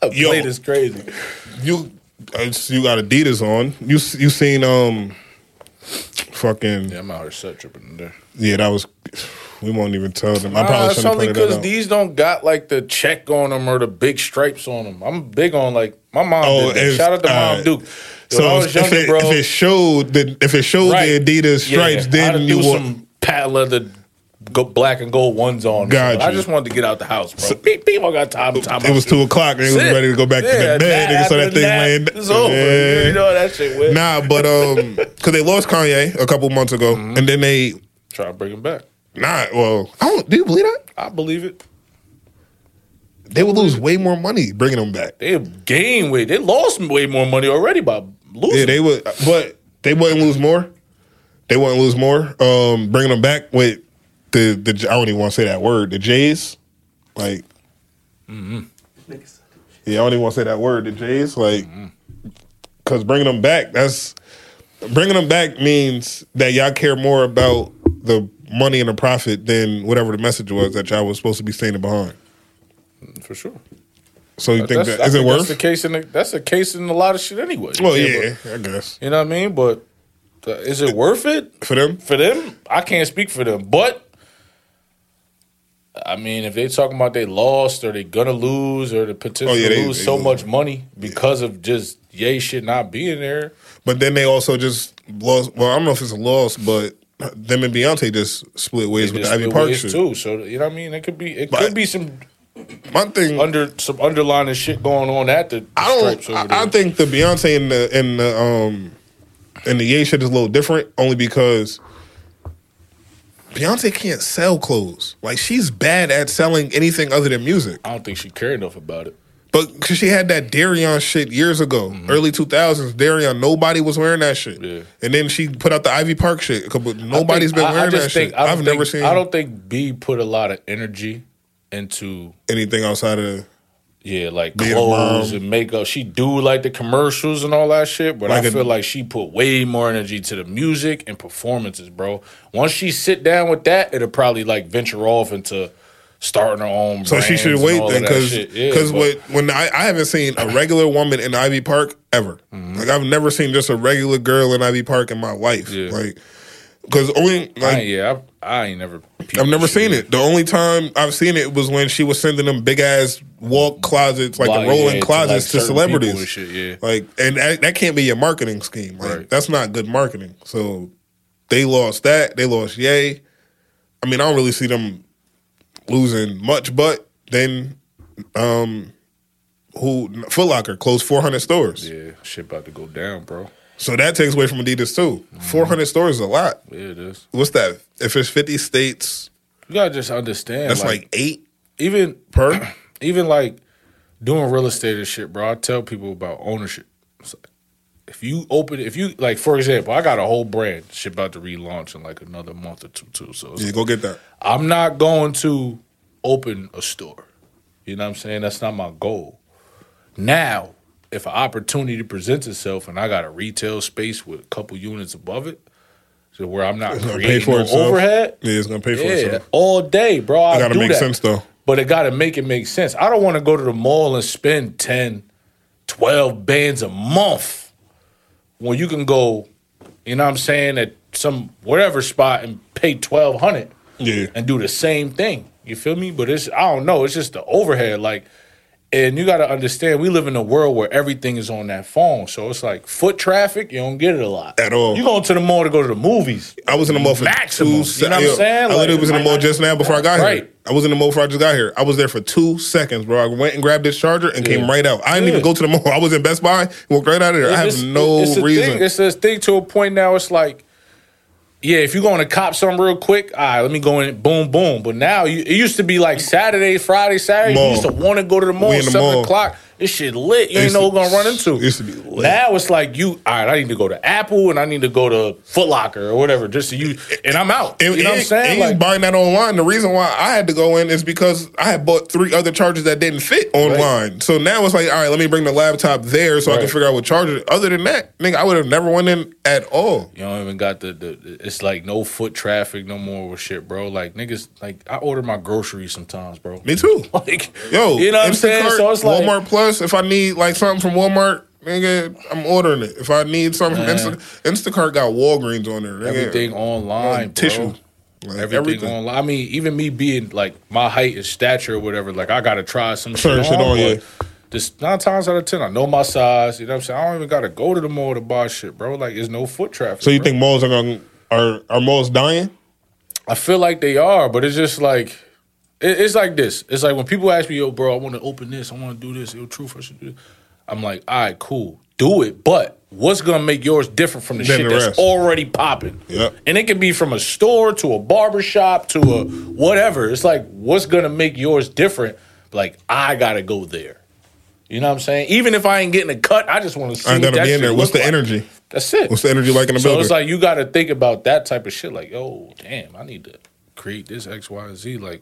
C: dog.
A: Yo,
B: Plate is crazy.
A: you it's- you got Adidas on. You s- you seen um fucking
B: I'm out here set tripping in there.
A: Yeah, that was. We won't even tell them. I
B: Nah,
A: probably
B: it's
A: shouldn't
B: only
A: have pointed that
B: because
A: out.
B: these don't got like the check on them or the big stripes on them. I'm big on like my mom.
A: Oh,
B: did that.
A: it's-
B: Shout out to mom
A: alright.
B: Duke. Yo, when I
A: so
B: was
A: if,
B: younger,
A: it,
B: bro.
A: if it showed the if it showed
B: right.
A: the Adidas stripes,
B: Yeah, I'd
A: then you
B: do
A: would.
B: some pat leather, go black and gold ones on.
A: Got
B: I
A: you.
B: just wanted to get out the house, bro. Beep, beep, I got time. time
A: It was two o'clock. They was
B: Sit.
A: ready to go back to
B: Yeah,
A: their bed.
B: nap
A: Nigga saw that
B: after
A: thing
B: nap.
A: laying.
B: It's over.
A: Yeah.
B: You know that shit went.
A: Nah, but um, because they lost Kanye a couple months ago,
B: Mm-hmm.
A: and then they
B: Try to bring him back.
A: not. Well, I don't. Do you believe that
B: I believe it.
A: they would lose way more money bringing them back?
B: They gained weight. They lost way more money already by losing.
A: Yeah, they would, but they wouldn't lose more. They wouldn't lose more. Um, bringing them back with the the I don't even want to say that word. The Jays, like,
C: Niggas.
A: yeah, I don't even want to say that word. The Jays, like,
B: Mm-hmm.
A: because bringing them back, that's bringing them back means that y'all care more about the money and the profit than whatever the message was that y'all was supposed to be standing behind.
B: for sure.
A: So you think
B: That's-
A: that is
B: I
A: it
B: think
A: worth?
B: That's the case in the, that's the case in a lot of shit anyway.
A: well, yeah, I guess
B: you know what I mean. But uh, is it worth it
A: for them.
B: for them? I can't speak for them, but I mean, if they talking about they lost or they gonna lose or the potential
A: Oh, yeah,
B: to
A: they-
B: lose
A: they
B: so
A: lose.
B: much money because of just yay shit not being there.
A: But then they also just lost. Well, I don't know if it's a loss, but them and Beyonce just split ways with
B: Just
A: the Ivy
B: the
A: Park
B: ways
A: shit.
B: too. So you know what I mean. It could be it
A: But-
B: could be some
A: My thing,
B: under some underlining shit going on at the, the
A: I
B: strips
A: don't.
B: over
A: I, I
B: there.
A: think the Beyonce and the and the um and the Ye shit is a little different, only because Beyonce can't sell clothes. Like she's bad at selling anything other than music.
B: I don't think she cared enough about it.
A: But cause she had that Darion shit years ago, early two thousands. Darion, nobody was wearing that shit.
B: Mm-hmm. Yeah.
A: And then she put out the Ivy Park shit. But nobody's
B: think-
A: been
B: I- I
A: wearing
B: just
A: that
B: think-
A: shit.
B: I don't
A: I've
B: think-
A: never seen
B: I don't think B put a lot of energy into
A: anything outside of the,
B: yeah, like
A: Being a
B: clothes
A: mom.
B: and makeup. She do like the commercials and all that shit, but
A: Like
B: I
A: a-
B: feel like she put way more energy to the music and performances, bro. Once she sit down with that, it'll probably like venture off into starting her own.
A: so she
B: brands
A: should
B: and
A: wait
B: all of
A: then
B: that
A: because
B: shit. Yeah, but-
A: when, when I, I haven't seen a regular woman in Ivy Park ever.
B: Mm-hmm.
A: Like I've never seen just a regular girl in Ivy Park in my life.
B: Yeah.
A: Like because only
B: I
A: like
B: ain't- yeah, I, I ain't never. peeped
A: I've never
B: this shit.
A: seen it. The only time I've seen it was when she was sending them big ass walk closets, like
B: Like,
A: the rolling
B: yeah, to,
A: closets to,
B: like, certain people
A: celebrities.
B: and shit, yeah.
A: Like, and that, that can't be your marketing scheme. Like,
B: Right.
A: that's not good marketing. So they lost that. They lost Yay. I mean, I don't really see them losing much, but then, um, who Foot Locker closed 400 stores.
B: Yeah, shit about to go down, bro.
A: So that takes away from Adidas too.
B: Mm-hmm.
A: 400 stores is a lot.
B: Yeah, it is.
A: What's that? If it's 50 states,
B: You gotta just understand.
A: that's
B: like
A: like eight
B: even
A: per.
B: even like doing real estate and shit, bro. I tell people about ownership. It's like, if you open, if you like, for example, I got a whole brand shit about to relaunch in like another month or two, too. So it's
A: Yeah, go get that.
B: I'm not going to open a store. You know what I'm saying? That's not my goal. Now, if an opportunity presents itself and I got a retail space with a couple units above it, so where I'm not
A: It's gonna
B: creating no
A: itself.
B: overhead,
A: Yeah, it's gonna pay for
B: yeah,
A: itself.
B: all day, bro. I
A: It gotta
B: do
A: make
B: that.
A: sense though.
B: But it gotta make it make sense. I don't want to go to the mall and spend 10, 12 bands a month when you can go, you know what I'm saying, at some whatever spot and pay twelve hundred
A: Yeah,
B: and do the same thing. You feel me? But it's I don't know. It's just the overhead, like, and you got to understand we live in a world where everything is on that phone. So it's like foot traffic. You don't get it a lot
A: At all.
B: You going to the mall to go to the movies?
A: I was in the mall for
B: Maximum,
A: two.
B: you know what I'm
A: yeah,
B: saying?
A: I
B: Like,
A: literally was in the
B: it
A: mall
B: might-
A: just now before I got here.
B: Right.
A: I was in the mall before I just got here. I was there for two seconds, bro. I went and grabbed this charger and
B: Yeah.
A: came right out. I didn't even
B: Yeah.
A: go to the mall. I was in Best Buy, walked right out of there. I have
B: It's-
A: no
B: it's a
A: reason.
B: Thing, it's this thing to a point now. It's like, yeah, if you're going to cop something real quick, all right, let me go in. Boom, boom. But now you, it used to be like Saturday, Friday, Saturday.
A: Mall.
B: You used to want to go to the mall
A: We in the
B: seven
A: mall.
B: o'clock. This shit lit.
A: It
B: You ain't
A: used
B: know
A: to-
B: who gonna run into.
A: it used to be lit.
B: Now it's like you. All right, I need to go to Apple and I need to go to Foot Locker or whatever. Just to use, and I'm out.
A: And,
B: you know what I'm
A: and-
B: saying?
A: and
B: Like,
A: buying that online. The reason why I had to go in is because I had bought three other chargers that didn't fit online. So now it's like, all right, let me bring the laptop there so I can
B: Right.
A: figure out what charger. Other than that, nigga, I would have never went in at all.
B: You don't even got the, the it's like no foot traffic no more with shit, bro. Like niggas like I order my groceries sometimes, bro.
A: Me too.
B: Like
A: Yo,
B: you know what I'm saying?
A: Instacart,
B: So it's like
A: Walmart Plus. If I need like something from Walmart, nigga, I'm ordering it. If I need something from
B: Man.
A: Insta- Instacart, got Walgreens on there. Nigga.
B: everything online, bro.
A: tissue, Like,
B: Everything, online. I mean, even me being like my height and stature or whatever, like I gotta try some shit
A: Certain
B: on.
A: shit on, yeah.
B: but Just nine times out of ten, I know my size. You know what I'm saying? I don't even gotta go to the mall to buy shit, bro. Like, there's no foot traffic.
A: So you
B: bro.
A: think malls are going are are malls dying?
B: I feel like they are, but it's just like it- it's like this. It's like when people ask me, "Yo, bro, I want to open this. I want to do this. Yo, truth, I should do this." I'm like, "All right, cool, do it." But what's gonna make yours different from the
A: Than
B: shit
A: the
B: that's
A: rest.
B: already popping?
A: Yep.
B: And it can be from a store to a barber shop to a whatever. It's like, what's gonna make yours different? Like, I gotta go there. You know what I'm saying? Even if I ain't getting a cut, I just want to see.
A: I ain't
B: what
A: gonna
B: that
A: be in
B: shit
A: there. What's
B: look
A: the
B: like.
A: energy?
B: That's it.
A: What's the energy like in the
B: So
A: building?
B: it's like you got to think about that type of shit. Like, yo, damn, I need to create this X, Y, and Z. Like,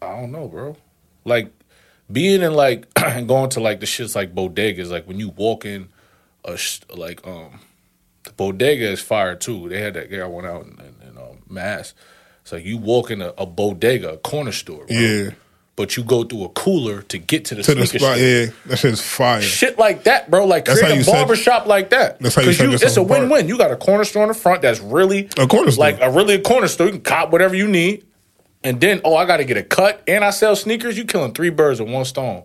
B: I don't know, bro. Like being in like going to like the shits like bodegas. Like when you walk in a sh- like um the bodega is fire too. They had that guy went out in, in, in um, mass. It's like you walk in a, a bodega, a corner store. bro.
A: yeah,
B: But you go through a cooler to get to the
A: to the
B: sneaker
A: spot.
B: store
A: Yeah, that shit's fire.
B: shit like that, bro. Like
A: That's how
B: create
A: you
B: a
A: set-
B: barbershop like that.
A: That's how you
B: 'Cause
A: set yourself
B: It's a
A: apart.
B: win-win. You got a corner store on the front that's really
A: A corner store.
B: like a really a corner store. You can cop whatever you need, and then oh, I got to get a cut, and I sell sneakers. You killing three birds with one stone.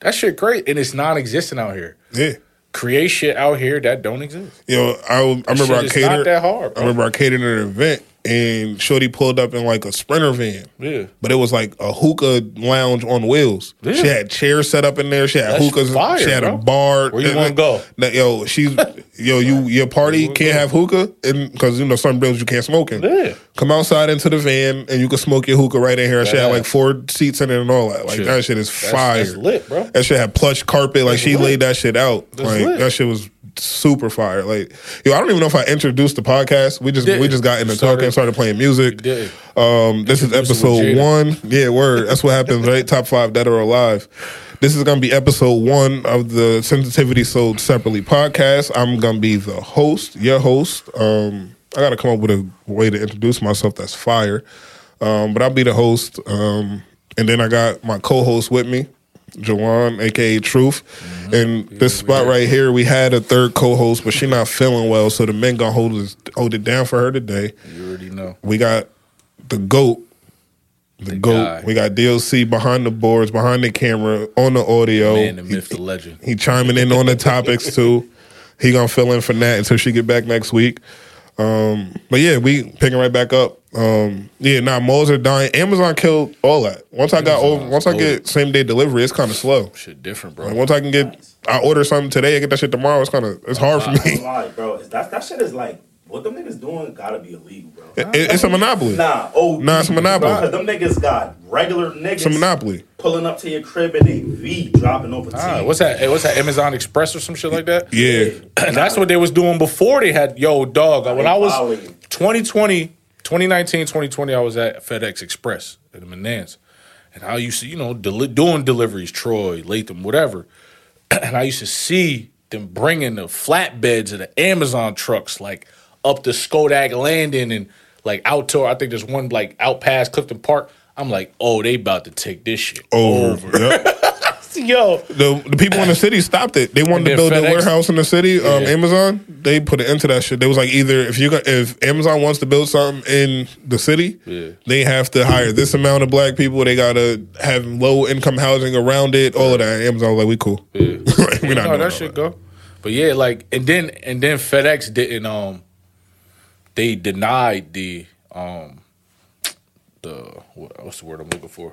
B: That shit great, and it's non-existent out here.
A: Yeah.
B: Create shit out here that don't exist.
A: Yo, I, I remember
B: shit
A: I
B: is
A: catered.
B: not that hard,
A: I
B: bro.
A: remember I catered at an event and Shorty pulled up in like a sprinter van.
B: Yeah.
A: But it was like a hookah lounge on wheels.
B: Yeah.
A: She had chairs set up in there. She had
B: That's
A: hookahs.
B: fire,
A: she had
B: bro.
A: a bar.
B: Where you
A: And,
B: wanna
A: uh,
B: go?
A: that- yo, she's yo, you your party can't have hookah and because you know some bills you can't smoke in.
B: Yeah.
A: Come outside into the van and you can smoke your hookah right in here. She had
B: Yeah.
A: like four seats in it and all that. Like
B: Shit.
A: that shit is
B: That's-
A: fire.
B: that's lit, bro.
A: That shit had plush carpet. Like she
B: lit.
A: laid that shit out.
B: That's
A: like
B: lit.
A: that shit was super fire. Like yo, I don't even know if I introduced the podcast. We just
B: did.
A: we just got into
B: Started-
A: talking, started playing music.
B: did.
A: Um, this is
B: Introduced it with
A: episode
B: Jada.
A: one. Yeah, word. That's what happens, right? Top five dead or alive. This is gonna be episode one of the Sensitivity Sold Separately podcast. I'm gonna be the host, your host. Um, I gotta come up with a way to introduce myself that's fire. Um, but I'll be the host. Um, and then I got my co-host with me, Jawan, aka Truth.
B: Mm-hmm.
A: And this spot right here, we had a third co-host, but she not feeling well, so the men gonna hold us, hold it down for her today.
B: You already know.
A: We got the goat, the, goat.
B: guy.
A: We got DLC behind the boards, behind the camera, on the audio.
B: Man, the
A: He-
B: myth, the legend.
A: he chiming in on the topics too. He gonna fill in for Nat until she get back next week. Um, but yeah, we picking right back up. Um, yeah, nah, malls are dying. Amazon killed all that. Once I got over,
B: Amazon's
A: once I
B: cool.
A: get same day delivery, it's kind of slow.
B: Shit different,
A: Like
B: bro.
A: once I can get, I order something today, I get that shit tomorrow. It's kind of it's hard for
C: I'm
A: me.
C: lying, bro. It's- That, that shit is like, what them niggas doing gotta be illegal, bro.
A: It- it's a monopoly.
C: Nah, oh,
A: Nah, it's a monopoly.
C: Because them niggas got regular niggas
A: It's a monopoly.
C: pulling up to your crib in a V, dropping over.
B: Ah,
C: tea.
B: what's that? Hey, What's that? Amazon Express or some shit like that?
A: Yeah,
B: That's what they was doing before they had yo dog. When I was
C: Wow.
B: 2020, 2019, 2020, I was at FedEx Express in Manans. And I used to, you know, deli- doing deliveries, Troy, Latham, whatever. And I used to see them bringing the flatbeds of the Amazon trucks, like up to Skodak Landing and like out to, I think there's one like out past Clifton Park. I'm like, oh, they about to take this shit.
A: over. Yep.
B: Yo,
A: the the people in the city stopped it. They wanted to
B: And then
A: build a
B: FedEx?
A: warehouse in the city. Um,
B: Yeah.
A: Amazon they put it into that shit. They was like either if you got, if Amazon wants to build something in the city,
B: Yeah.
A: they have to hire this amount of black people. They gotta have low income housing around it. All of that. Amazon was like we cool. Like, we not
B: no,
A: doing all
B: that should go. But yeah, like and then and then FedEx didn't um they denied the um the what, what's the word I'm looking for?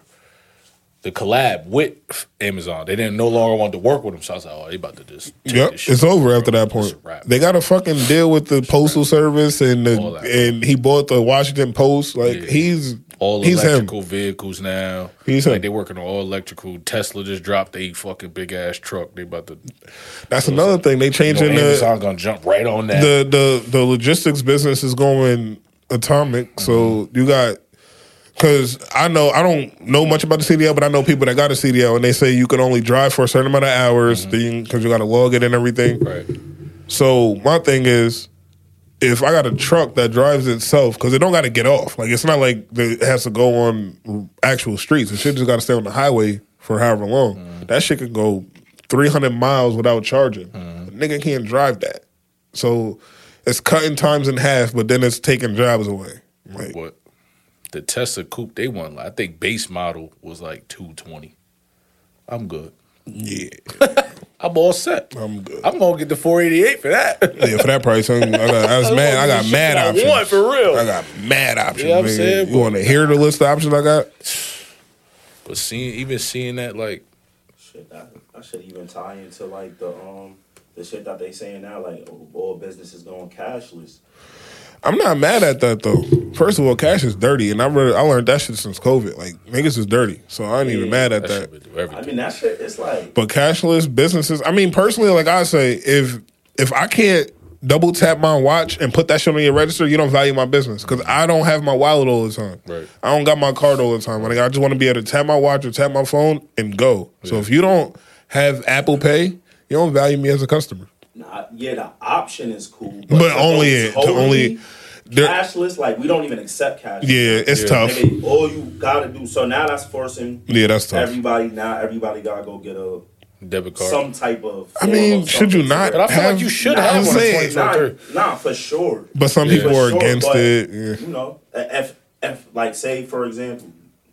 B: The collab with Amazon. They didn't no longer want to work with them. So I was like, oh, they about to just take
A: Yep,
B: this shit.
A: it's over after that
B: It's
A: point.
B: a wrap.
A: They got to fucking deal with the postal service and
B: All
A: the,
B: that.
A: and he bought the Washington Post. Like
B: Yeah.
A: he's
B: all
A: he's him.
B: electrical vehicles now.
A: He's
B: like
A: him.
B: they working on all electrical. Tesla just dropped they fucking big ass truck. They about to
A: That's another thing. They
B: you know,
A: changing the
B: Amazon gonna jump right on that.
A: the the the logistics business is going atomic. So
B: Mm-hmm.
A: you got because I know I don't know much about the CDL, but I know people that got a CDL and they say you can only drive for a certain amount of hours because you got to log it and everything.
B: Mm-hmm. right.
A: So my thing is. If I got a truck that drives itself, because it don't got to get off. Like it's not like the, it has to go on actual streets. It shit just got to stay on the highway for however long.
B: Mm.
A: That shit could go 300 miles without charging.
B: Mm.
A: A nigga can't drive that. So it's cutting times in half, but then it's taking jobs away. Like,
B: what the Tesla coupe they won. Like, I think base model was like two twenty. I'm good.
A: yeah,
B: I'm all set.
A: I'm good.
B: I'm gonna get the 488 for that.
A: yeah, for that price, I'm, I, got, I was mad. I got mad
B: I
A: options.
B: want, for real.
A: I got mad options.
B: Yeah, I'm
A: man.
B: saying,
A: you want to hear the list of options I got?
B: but seeing even seeing that like
C: Shit, that, that should even tie into like the um the shit that they saying now, like oh, all businesses going cashless.
A: I'm not mad at that though. First of all, cash is dirty, and I re- I learned that shit since COVID. Like niggas is dirty, so I ain't even
C: Yeah,
A: mad at
B: that,
A: that.
B: shit would do
C: I
B: everything.
C: mean, that shit is like
A: But cashless businesses, I mean, personally, like I say, if if I can't double tap my watch and put that shit on your register, you don't value my business because I don't have my wallet all the time.
B: Right.
A: I don't got my card all the time. Like I just want to be able to tap my watch or tap my phone and go. So if you don't have Apple Pay, you don't value me as a customer.
C: nah, yeah, the option is cool,
A: But,
C: to
A: only
C: go
A: it, to only. there-
C: cashless. Like we don't even accept cash.
A: yeah, it's
B: Yeah.
A: tough.
C: Nigga, all you gotta do. So now that's forcing
A: Yeah, that's tough.
C: everybody. Now everybody gotta go get a
B: Debit card.
C: some type of.
A: I mean, should you not?
B: But I feel like
A: have-
B: you should
A: Nah,
B: have
A: I'm
B: one in
A: saying-
C: Nah,
B: 2023.
C: nah, for sure.
A: But some
B: Yeah.
A: people
B: For
A: are
C: sure,
A: against
C: but,
A: it. yeah.
C: You know, if if like say for example,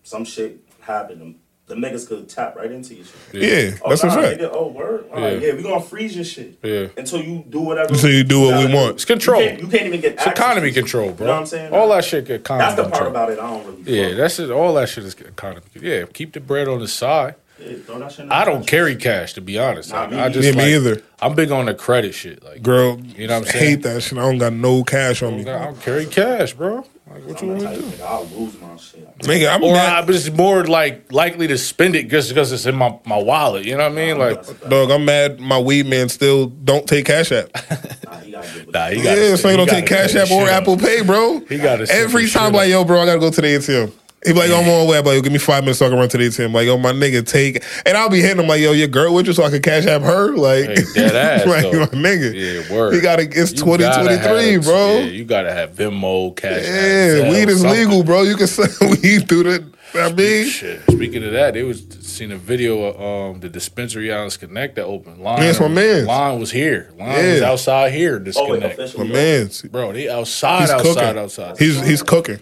C: some shit happened, the- the niggas could tap right into your shit.
A: Yeah,
C: Oh,
A: that's
C: nah,
A: a fact.
C: Nigga, oh word. All right,
B: Yeah.
C: yeah, we gonna freeze your shit.
B: Yeah.
C: Until you do whatever.
A: So you do what we
C: gotta
A: want.
B: It's control.
C: You can't, you can't even get
B: It's
C: access.
B: economy control, bro.
C: You know what I'm saying?
B: All that shit get economy
C: That's the part
B: control.
C: about it. I don't really. fuck
B: Yeah,
C: with.
B: that's it. All that shit is economy. Yeah, keep the bread on the side.
C: Yeah, throw that shit in the
B: I don't
C: trash.
B: carry cash to be honest.
C: Nah,
B: Like,
C: me
B: I just
A: neither. Yeah, me
B: like,
A: either.
B: I'm big on the credit shit. Like,
A: Girl,
B: You know what I'm saying?
A: hate that shit. I don't got no cash on me.
B: I don't carry cash, bro. Like, what you
C: I'm
B: want
C: the
B: me to
C: type of
B: do?
C: nigga, I'll lose my shit.
A: Nigga, I'm
B: Or
A: mad,
B: I'm just more like likely to spend it just because it's in my, my wallet. You know what I mean? Like,
A: dog. I'm mad. My weed man still don't take Cash App.
C: Nah, he gotta get with
B: nah,
C: it.
B: he got.
A: Yeah, so he don't take Cash App or Apple Pay, bro.
B: He gotta set
A: every
B: his
A: time
B: shit
A: like,
B: up.
A: yo, bro, I gotta go to the ATM. He be like, I'm on the way. I'm like, yo, give me five minutes so I can run to the ATM. Like, yo, my nigga, take. And I'll be hitting him like, yo, your girl with you so I can Cash App her. Like,
B: Hey, dead ass,
A: like
B: though.
A: my nigga.
B: Yeah, word.
A: He gotta. It's
B: You gotta
A: 2023,
B: have-
A: bro.
B: Yeah, you gotta have Venmo, Cash. App,
A: Yeah,
B: Zelle,
A: weed is
B: something.
A: legal, bro. You can sell weed through the. I mean,
B: Shit. Speaking of that, they was seen a video of um, the dispensary out in Disconnect that opened. Line,
A: Yeah, it's my mans.
B: Line was here. Line was
A: Yeah.
B: outside here.
C: Oh, wait,
B: Disconnect,
A: my
C: officially.
A: man,
B: bro. They outside,
A: he's
B: outside,
A: cooking.
B: outside.
A: He's he's cooking.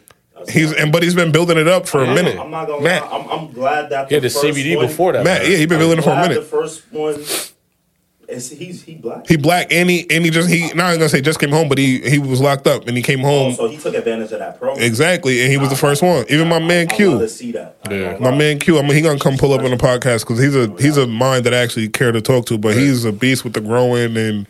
A: He's and but he's been building it up for a
C: I'm not-
A: minute.
C: I'm not gonna
A: Matt,
C: lie. I'm, I'm glad that
B: he had the
C: first
B: CBD
C: one-
B: before that.
A: Matt,
B: man.
A: yeah, he been building it for a
C: glad
A: minute.
C: The first one, is he's he black.
A: He black and he and he just he not gonna say just came home, but he he was locked up and he came home
C: so he took advantage of that program.
A: exactly and he was the first one. Even my man
C: I love to
A: Q,
C: see that.
B: Yeah.
A: my man Q. I mean, he gonna come pull up on the podcast because he's a he's a mind that I actually care to talk to, but he's a beast with the growing and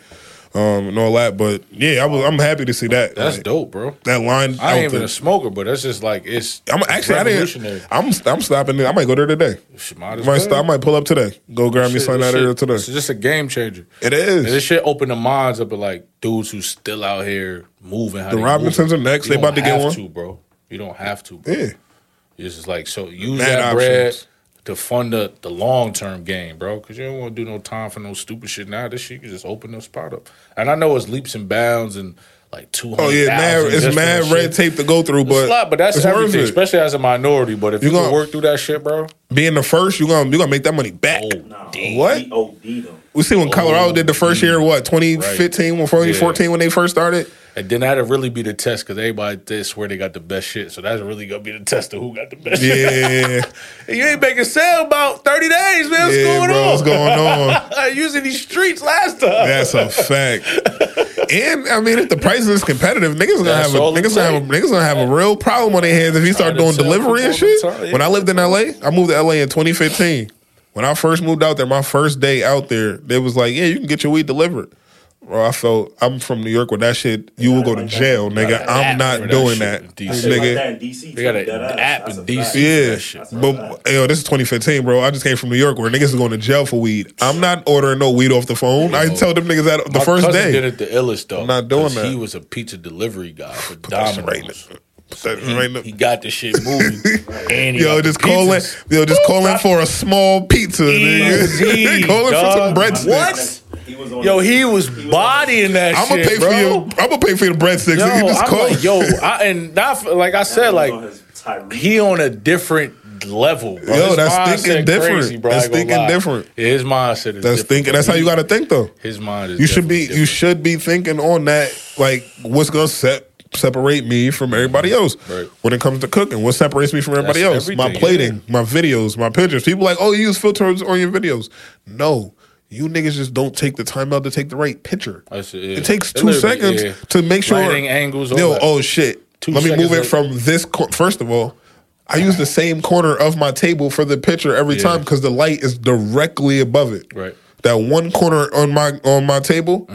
A: um and all that. But yeah, I was, I'm happy to see that.
B: That's
A: like,
B: dope, bro.
A: That line.
B: I ain't
A: out
B: even
A: there.
B: a smoker, but that's just like it's.
A: I'm actually I
B: revolutionary.
A: didn't. I'm I'm stopping there. I might go there today.
B: Shit, might as
A: Might
B: well.
A: stop, I might pull up today. Go grab me
B: Shit,
A: something
B: this
A: out of
B: shit-
A: here today.
B: It's just a game changer.
A: It
B: And this
A: is.
B: shit opened the minds up of like dudes who still out here moving. How
A: The
B: they
A: Robinsons
B: moving.
A: are next.
B: You
A: They about
B: don't
A: to get
B: have
A: one.
B: to, bro. You don't have to. Bro.
A: Yeah.
B: It's just like so use
A: Mad
B: that bread
A: options.
B: to fund the, the long term game, bro. Because you don't want to do no time for no stupid shit now. This shit you can just open the spot up. And I know it's leaps and bounds and like two hundred.
A: Oh yeah, mad, it's mad red tape to go through,
B: But,
A: but
B: it's a lot, but that's
A: it's worth
B: everything,
A: it.
B: especially as a minority. But if you,
A: You
B: can
A: gonna-
B: work through that shit, bro,
A: Being the first, you gonna you gonna make that money back.
B: oh,
C: Nah,
B: damn.
A: What?
C: He OD'd him.
A: We see when Colorado did the first year, what 2015, when 2014, when they first started.
B: And then that'll really be the test because everybody did swear they got the best shit. So that's really gonna be the test of who got the best. shit.
A: Yeah,
B: And you ain't making sale about thirty days, man. What's
A: yeah,
B: going
A: bro,
B: on?
A: what's going on?
B: I used in these streets last time.
A: That's a fact. And I mean, if the price is competitive, niggas gonna
B: That's
A: have a
B: all it
A: niggas gonna have a, niggas gonna have a real problem on their hands if you start
B: Trying
A: doing
B: to sell
A: delivery and
B: people all
A: shit.
B: the time,
A: When
B: yeah.
A: I lived in LA, I moved to LA in 2015. When I first moved out there, my first day out there, they was like, "Yeah, you can get your weed delivered." Bro, I felt I'm from New York. With that shit, you will go to
C: like that.
A: jail, nigga.
B: an app
A: I'm
B: for
A: not
B: that
A: doing
B: shit
A: that,
B: in DC.
C: Shit like
A: nigga.
C: that in DC.
B: They got
C: too,
B: an
C: deadass.
B: app
C: That's
B: in
C: a fact.
B: DC.
A: Yeah,
B: that shit.
A: but yo, this is 2015, bro. I just came from New York where niggas is going to jail for weed. I'm not ordering no weed off the phone. I tell them niggas that the
B: My
A: first
B: cousin
A: day.
B: did it the illest though.
A: I'm not doing
B: 'cause
A: that.
B: He was a pizza delivery guy for
A: That's right.
B: Domino's.
A: That's right.
B: He got the shit moving. and he
A: Yo,
B: got
A: just
B: the pizzas.
A: calling. Yo, just calling for a small pizza,
B: Easy,
A: nigga. calling for some
B: dog.
A: breadsticks.
B: What?
C: He was on
B: Yo,
C: the-
B: he was
C: on the-
B: bodying that
A: I'm gonna
B: shit,
A: pay
B: bro.
A: for your. I'm gonna pay for your breadsticks.
B: Yo,
A: you just
B: I'm
A: call.
B: like, yo, I, and not for, like I
C: He
B: said,
C: was
B: like
C: on his Tyreek.
B: he on a different level, bro.
A: Yo,
B: His
A: that's
B: mindset
A: thinking different.
B: Crazy, bro. I
A: That's
B: ain't gonna
A: thinking
B: lie.
A: different.
B: Yeah, his mindset is
A: that's
B: different,
A: thinking.
B: bro.
A: That's how you gotta think, though.
B: His mind is.
A: You should be.
B: definitely
A: You
B: different.
A: should be thinking on that. Like, what's gonna set separate me from everybody else
B: Right.
A: when it comes to cooking? What separates me from everybody
B: That's
A: else? My
B: everything,
A: plating, my videos, my pictures. People like, oh, you use filters on your videos. No. You niggas just don't take the time out to take the right picture.
B: That's it, yeah.
A: It takes
B: It
A: two
B: literally-
A: seconds
B: yeah.
A: to make sure
B: Lighting, angles, all
A: Yo,
B: that.
A: oh shit.
B: Two
A: Let me
B: seconds
A: move it
B: of-
A: from this. Cor- First of all, I use the same corner of my table for the picture every
B: Yeah.
A: time because the light is directly above it.
B: Right.
A: That one corner on my on my table,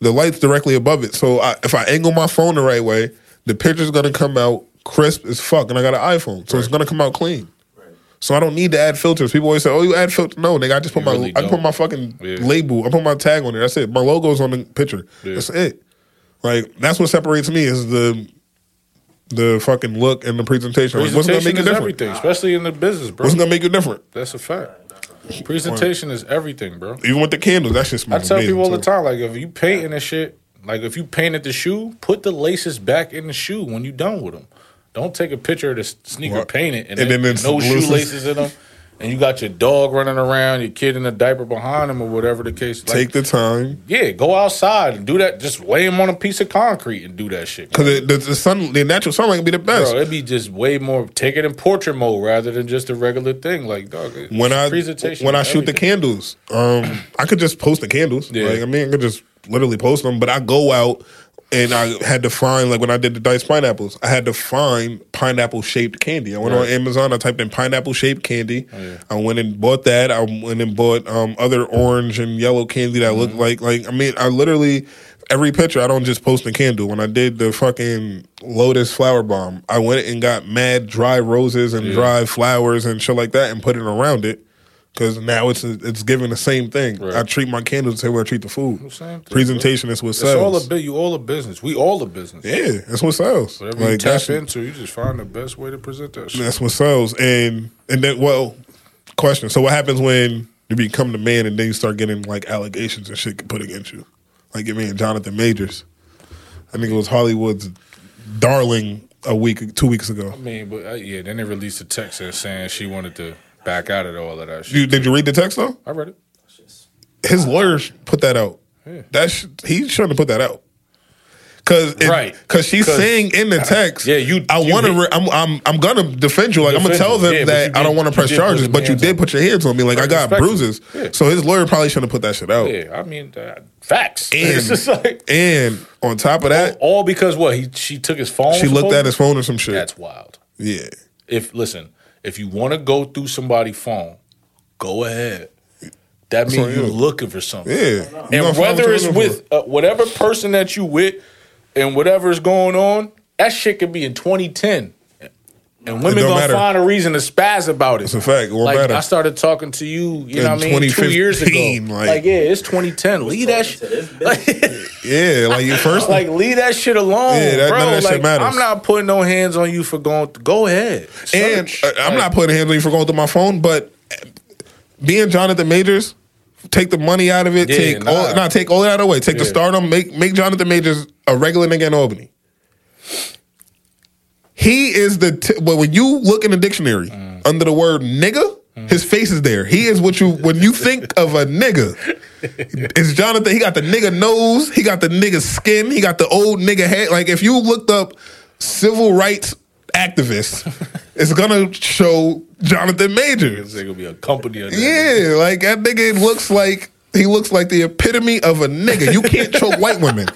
A: the light's directly above it. So I, if I angle my phone the right way, the picture's gonna come out crisp as fuck, and I got an iPhone, so it's gonna come out clean. So I don't need to add filters. People always say, "Oh, you add filters." No, nigga, I just put my
B: really
A: I put
B: don't.
A: my fucking
B: Yeah.
A: label. I put my tag on there. That's it. My logo's on the picture.
B: Yeah.
A: That's it. Like that's what separates me is the the fucking look and the presentation. Like, what's gonna make
B: Presentation
A: you
B: is
A: different?
B: everything, especially in the business, bro.
A: What's gonna make you different?
B: That's a fact. Presentation is everything, bro.
A: Even with the candles, that shit
B: I
A: smells.
B: tell people all the
A: amazing, too.
B: time, like if you painting and shit, like if you painted the shoe, put the laces back in the shoe when you done with them. Don't take a picture of the s- sneaker
A: Right.
B: painted and,
A: And
B: then
A: then it's
B: no
A: loose.
B: shoelaces in them. and you got your dog running around, your kid in a diaper behind him, or whatever the case. Like,
A: Take the time
B: yeah, go outside and do that. Just lay him on a piece of concrete and do that shit.
A: because the, the sun, the natural sunlight can be the best.
B: Bro, it'd be just way more. Take it in portrait mode rather than just a regular thing. Like dog,
A: when I
B: presentation
A: when I
B: and
A: shoot the
B: everything.
A: candles, um, I could just post the candles.
B: Yeah.
A: Like I mean, I could just literally post them. But I go out and I had to find like when I did the diced pineapples, I had to find pineapple shaped candy. I went on
B: Right. Oh,
A: Amazon, I typed in pineapple shaped candy.
B: yeah.
A: I went and bought that. I went and bought um, other orange and yellow candy that
B: Mm-hmm.
A: looked like like I mean, I literally. Every picture, I don't just post a candle. When I did the fucking lotus flower bomb, I went and got mad dry roses and dry flowers and shit like that, and put it around it. Because now it's it's giving the same thing.
B: Right.
A: I treat my candles the same way I treat the food.
B: same thing,
A: Presentation is what
B: It's all
A: sells.
B: a bit. You all a business. We all a business.
A: yeah, that's what sells.
B: Whatever you
A: Like
B: tap
A: that's,
B: into, you just find the best way to present that shit.
A: that's what sells. And and then well, question. So what happens when you become the man and then you start getting like allegations and shit put against you? Like your man Jonathan Majors. I think it was Hollywood's darling a week, two weeks ago.
B: I mean, but uh, yeah, then they released a text and saying she wanted to back out of all of that shit.
A: You, did you read the text though?
B: I read it.
A: his lawyers put that out. That sh- he shouldn't have put that out. Cause it-
B: Right.
A: cause she's
B: 'Cause-
A: saying in the text,
B: Yeah, you-
A: I
B: you
A: want to.
B: hit-
A: Re- I'm, I'm, I'm gonna defend you. Like I'm gonna
B: Defend
A: tell
B: you.
A: them
B: Yeah, but
A: that
B: you
A: I don't
B: did-
A: want to
B: you
A: press
B: did put
A: charges,
B: them
A: but you
B: hands
A: did
B: on.
A: put your hands on me. Like I got
B: Respectfully.
A: bruises.
B: Yeah.
A: So his lawyer probably shouldn't have put that shit out.
B: Yeah, I mean, uh, facts. it's just
A: And
B: like
A: and on top of that,
B: all because what he she took his phone.
A: she looked
B: supposedly?
A: at his phone or some shit.
B: That's wild.
A: yeah,
B: If listen, if you want to go through somebody's phone, go ahead. That
A: on
B: means you're
A: you.
B: looking for something.
A: yeah. You gonna
B: And
A: find what
B: whether
A: you're
B: it's
A: looking
B: with uh, whatever person that you with and whatever is going on, that shit could be in 2010. And women
A: don't
B: gonna
A: matter.
B: find a reason to spaz about it. It's
A: a fact. It won't
B: like
A: matter.
B: I started talking to you, you
A: In
B: know what I mean, two years ago.
A: 2015,
B: Like,
A: like-
B: yeah, it's 2010. Leave that
C: To
B: shit.
C: this bitch.
A: for. yeah, like your first
B: Like leave that shit alone,
A: Yeah, that-
B: bro.
A: none of that shit
B: like
A: matters.
B: I'm not putting no hands on you for going. Go ahead.
A: And
B: Search.
A: uh, I'm not putting hands on you for going through my phone, but being Jonathan Majors, take the money out of it.
B: Yeah,
A: take
B: nah.
A: all, nah, take all that out of the way. Take the
B: Yeah.
A: stardom. Make make Jonathan Majors a regular nigga in Albany. He is the t- but when you look in the dictionary
B: Mm.
A: under the word nigga, his face is there. He is what you when you think of a nigga. It's Jonathan. He got the nigga nose. He got the nigga skin. He got the old nigga head. Like if you looked up civil rights activists, it's gonna show Jonathan Majors.
B: This nigga be a company. of that nigga.
A: Yeah, like that nigga looks like he looks like the epitome of a nigga. You can't choke white women.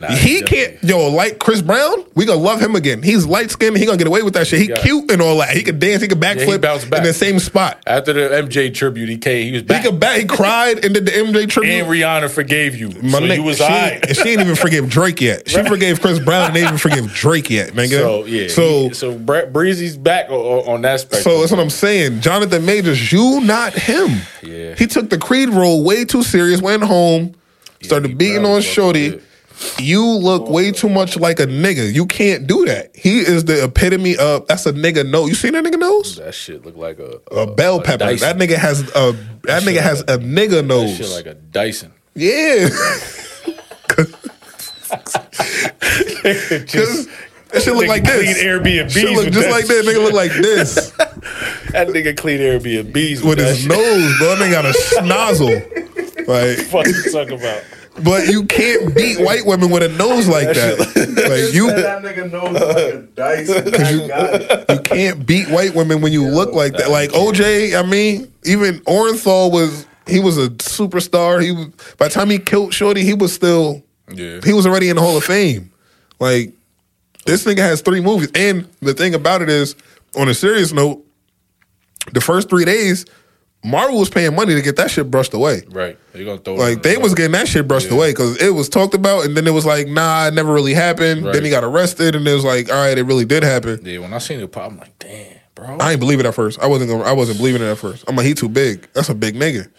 B: Nah,
A: He
B: definitely.
A: can't yo like Chris Brown. We gonna love him again. He's light skinned. He gonna get away with that shit. He
B: Yeah.
A: cute and all that. He could dance. He could
B: he
A: backflip
B: bounced back.
A: in the same spot.
B: After the MJ tribute, he came. He was
A: He
B: back.
A: could back. He cried and did the MJ tribute.
B: and Rihanna forgave you.
A: My
B: so
A: nigga,
B: you was
A: she,
B: high.
A: and she didn't even forgive Drake yet. She forgave Chris Brown and they didn't forgive Drake yet, nigga.
B: So yeah.
A: So
B: he- so Bre- Breezy's back o- o- on that spectrum.
A: so that's what I'm saying. Jonathan Majors, you not him.
B: Yeah.
A: He took the Creed role way too serious, went home, started
B: he
A: beating
B: probably
A: on
B: fucking
A: Shorty.
B: did.
A: You look way too much like a nigga. You can't do that. He is the epitome of that's a nigga nose. You seen that nigga nose?
B: that shit look like a
A: A bell
B: a
A: pepper. that
B: Dyson.
A: nigga has a that
B: shit
A: nigga has
B: like a-
A: a nigga
B: That
A: nose.
B: shit like a Dyson.
A: Yeah. Cause that shit look
B: Nigga
A: like this.
B: Clean Airbnbs.
A: Shit look
B: with
A: just like that.
B: shit.
A: Nigga look like this
B: That nigga clean Airbnbs with
A: with
B: that
A: his
B: shit.
A: nose, bro. Nigga got a schnozzle. Like,
B: Fuck you talking about?
A: but you can't beat white women with a nose like that. Like you,
C: that nigga knows like a dice. I got it.
A: you can't beat white women when you look like that. Like OJ, I mean, even Orenthal was he was a superstar. He was, by the time he killed Shorty, he was still
B: Yeah.
A: he was already in the Hall of Fame. Like this nigga has three movies, and the thing about it is, on a serious note, the first three days, Marvel was paying money to get that shit brushed away.
B: Right. They gonna throw it in
A: Like
B: the
A: they was
B: garbage.
A: getting that shit brushed away because it was talked about, and then it was like, nah, it never really happened.
B: Right.
A: Then he got arrested, and it was like, all right, it really did happen.
B: Yeah. When I seen the pop, I'm like, damn, bro.
A: I ain't believe it at first. I wasn't gonna. I wasn't believing it at first. I'm like, he too big. That's a big nigga.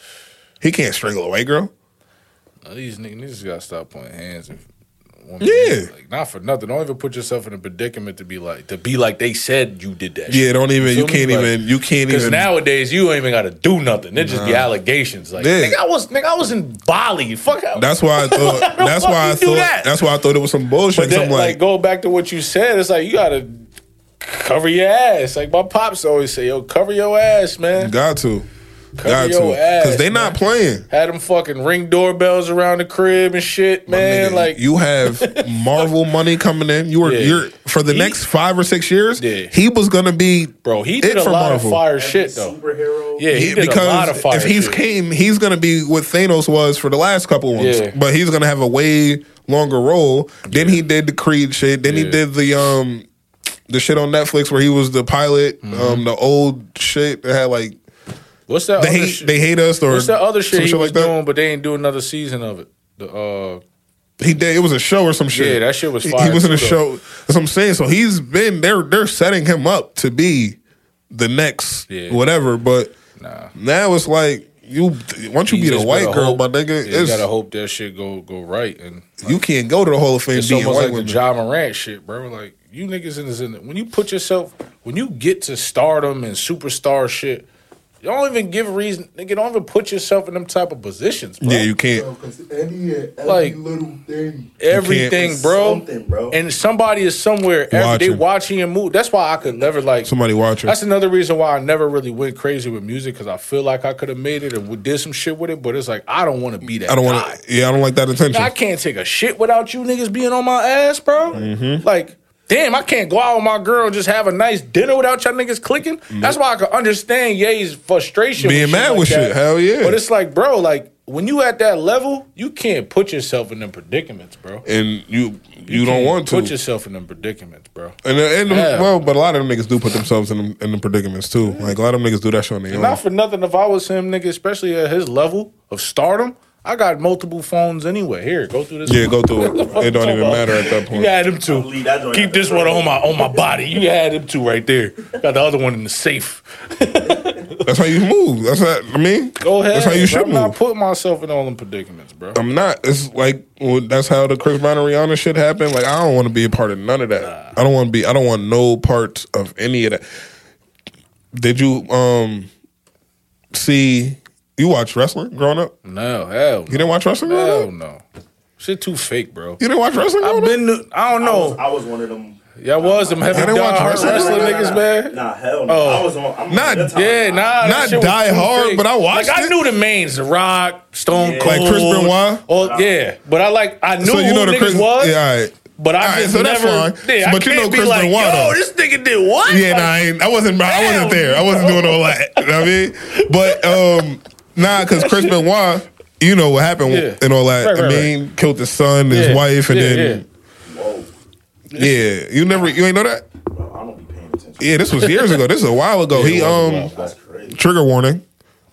A: He can't strangle a white girl.
B: These niggas niggas gotta stop putting hands. And,
A: Yeah.
B: Like, not for nothing. Don't even put yourself in a predicament to be like to be like they said you did that.
A: Yeah, don't even. You,
B: feel me?
A: can't
B: Like,
A: even. You can't
B: Because
A: even.
B: nowadays you ain't even gotta do nothing. It just be allegations. Like
A: Yeah.
B: nigga, I was nigga, I was in Bali. Fuck. I-
A: That's why I thought.
B: the
A: that's
B: fuck
A: why
B: you
A: I
B: do
A: thought.
B: that?
A: That's why I thought it was some bullshit.
B: But
A: So
B: then,
A: I'm
B: like,
A: like,
B: go back to what you said. It's like you gotta cover your ass. Like my pops always say, yo, cover your ass, man.
A: Got to.
B: Cover
A: Got
B: your
A: to. Because
B: ass,
A: they not playing.
B: Had them fucking ring doorbells around the crib and shit, man.
A: Nigga,
B: like
A: you have Marvel money coming in. You were
B: Yeah.
A: you're for the
B: He-
A: next five or six years.
B: Yeah.
A: He was gonna be
B: bro, he
A: it
B: did a
A: for
B: lot
A: Marvel.
B: of fire
C: Every
B: shit though.
C: Superhero.
B: Yeah, he
A: Yeah,
B: did a lot of
A: because
B: fire.
A: if he's
B: shit.
A: came, he's gonna be what Thanos was for the last couple ones.
B: Yeah.
A: But he's gonna have a way longer role. Then he did the Creed shit. Then he
B: Yeah.
A: did the um the shit on Netflix where he was the pilot.
B: Mm-hmm.
A: Um, the old shit that had like
B: what's that?
A: they
B: other
A: hate
B: shit?
A: they hate us or
B: what's that other shit
A: some
B: he
A: shit
B: was
A: like that.
B: doing? But they didn't do another season of it. The uh,
A: He did. It was a show or some shit.
B: Yeah, that shit was
A: He- He
B: fire
A: was in
B: too,
A: a
B: though.
A: show. That's what I'm saying. So he's been. They're they're setting him up to be the next
B: Yeah.
A: whatever. But
B: nah.
A: now it's like you once you,
B: You
A: be the
B: just
A: white
B: gotta
A: girl,
B: hope-
A: my nigga,
B: yeah, you
A: it's,
B: gotta
A: you,
B: hope that shit go go right and
A: can't go to the Hall of Fame
B: It's
A: being
B: almost
A: white
B: like
A: women.
B: the John Morant shit, bro. Like you niggas in this, in when you put yourself, when you get to stardom and superstar shit, you don't even give reason. Nigga, don't even put yourself in them type of positions, bro.
A: yeah, you can't.
F: Because any, and every
B: Like-
F: little thing.
B: everything,
A: It's
B: bro.
C: something, bro.
B: And somebody is somewhere. Every, they
A: Watching.
B: watching your move. That's why I could never like
A: Somebody watch her.
B: That's another reason why I never really went crazy with music because I feel like I could have made it and did some shit with it, but it's like I don't want to be that.
A: I don't
B: want
A: want to. Yeah, I don't like that attention.
B: I can't take a shit without you niggas being on my ass, bro.
A: Mm-hmm.
B: Like, damn, I can't go out with my girl and just have a nice dinner without y'all niggas clicking. That's why I could understand Ye's frustration.
A: Being mad
B: like
A: with shit,
B: that.
A: hell yeah.
B: But it's like, bro, like when you at that level, you can't put yourself in them predicaments, bro.
A: And you you, don't
B: can't
A: want to.
B: put yourself in them predicaments, bro.
A: and uh, and
B: Yeah.
A: well, but a lot of them niggas do put themselves in them, in the predicaments too. Like a lot of them niggas do that shit on their own.
B: Not for nothing. If I was him, nigga, especially at his level of stardom, I got multiple phones anyway. Here, go through this.
A: yeah, go
B: one.
A: through it. It don't even matter at that point.
B: You had him
C: I
B: too.
C: believe that joint
B: Keep
C: out the
B: this one on my on my body. You had him two right there. Got the other one in the safe.
A: That's how you move. That's how I mean.
B: Go ahead.
A: That's how you
B: bro.
A: should
B: I'm
A: move.
B: not putting myself in all them predicaments, bro.
A: I'm not. It's like well, that's how the Chris Brown and Rihanna shit happened. Like I don't want to be a part of none of that. I don't want to be. I don't want no part of any of that. Did you um see? You watch wrestling growing up? You
B: No, hell, no.
A: didn't watch wrestling growing
B: hell
A: up.
B: no. Shit too fake, bro.
A: You didn't watch wrestling growing
B: I've
A: up.
B: been. to- I don't
C: I was,
B: know.
C: I was one of them.
B: Y'all was them heavy
A: I didn't watch
B: dog
A: wrestling.
B: wrestling, niggas, man.
C: Nah, hell no.
B: Oh.
C: I was on. I'm
A: Nah,
C: on that time.
B: Yeah, nah. that
A: Not
B: shit was
A: Die
B: too
A: Hard, but I watched
B: Like,
A: it.
B: I knew the mains, The Rock, Stone
C: Yeah.
B: Cold,
A: Like Chris Benoit?
B: Oh yeah, but I like I knew who niggas was.
A: Yeah, all right.
B: But I
A: All right,
B: just
A: so that's
B: never.
A: fine. But
B: Yeah, I
A: you
B: can't
A: know
B: be
A: Chris
B: like,
A: Benoit,
B: yo,
A: though.
B: this nigga did what?
A: Yeah, nah, I, ain't, I wasn't. I wasn't there. I wasn't doing all that. You know what I mean, but um, nah, because Chris Benoit, you know what happened
B: Yeah.
A: and all that.
B: Right, right,
A: I mean, killed his son, his
B: Yeah,
A: wife, and
B: yeah,
A: then
C: Whoa,
A: yeah. you never, you ain't know that.
C: bro, I don't be paying attention.
A: Yeah, this was years ago. This is a while ago. he um,
C: That's crazy.
A: trigger warning.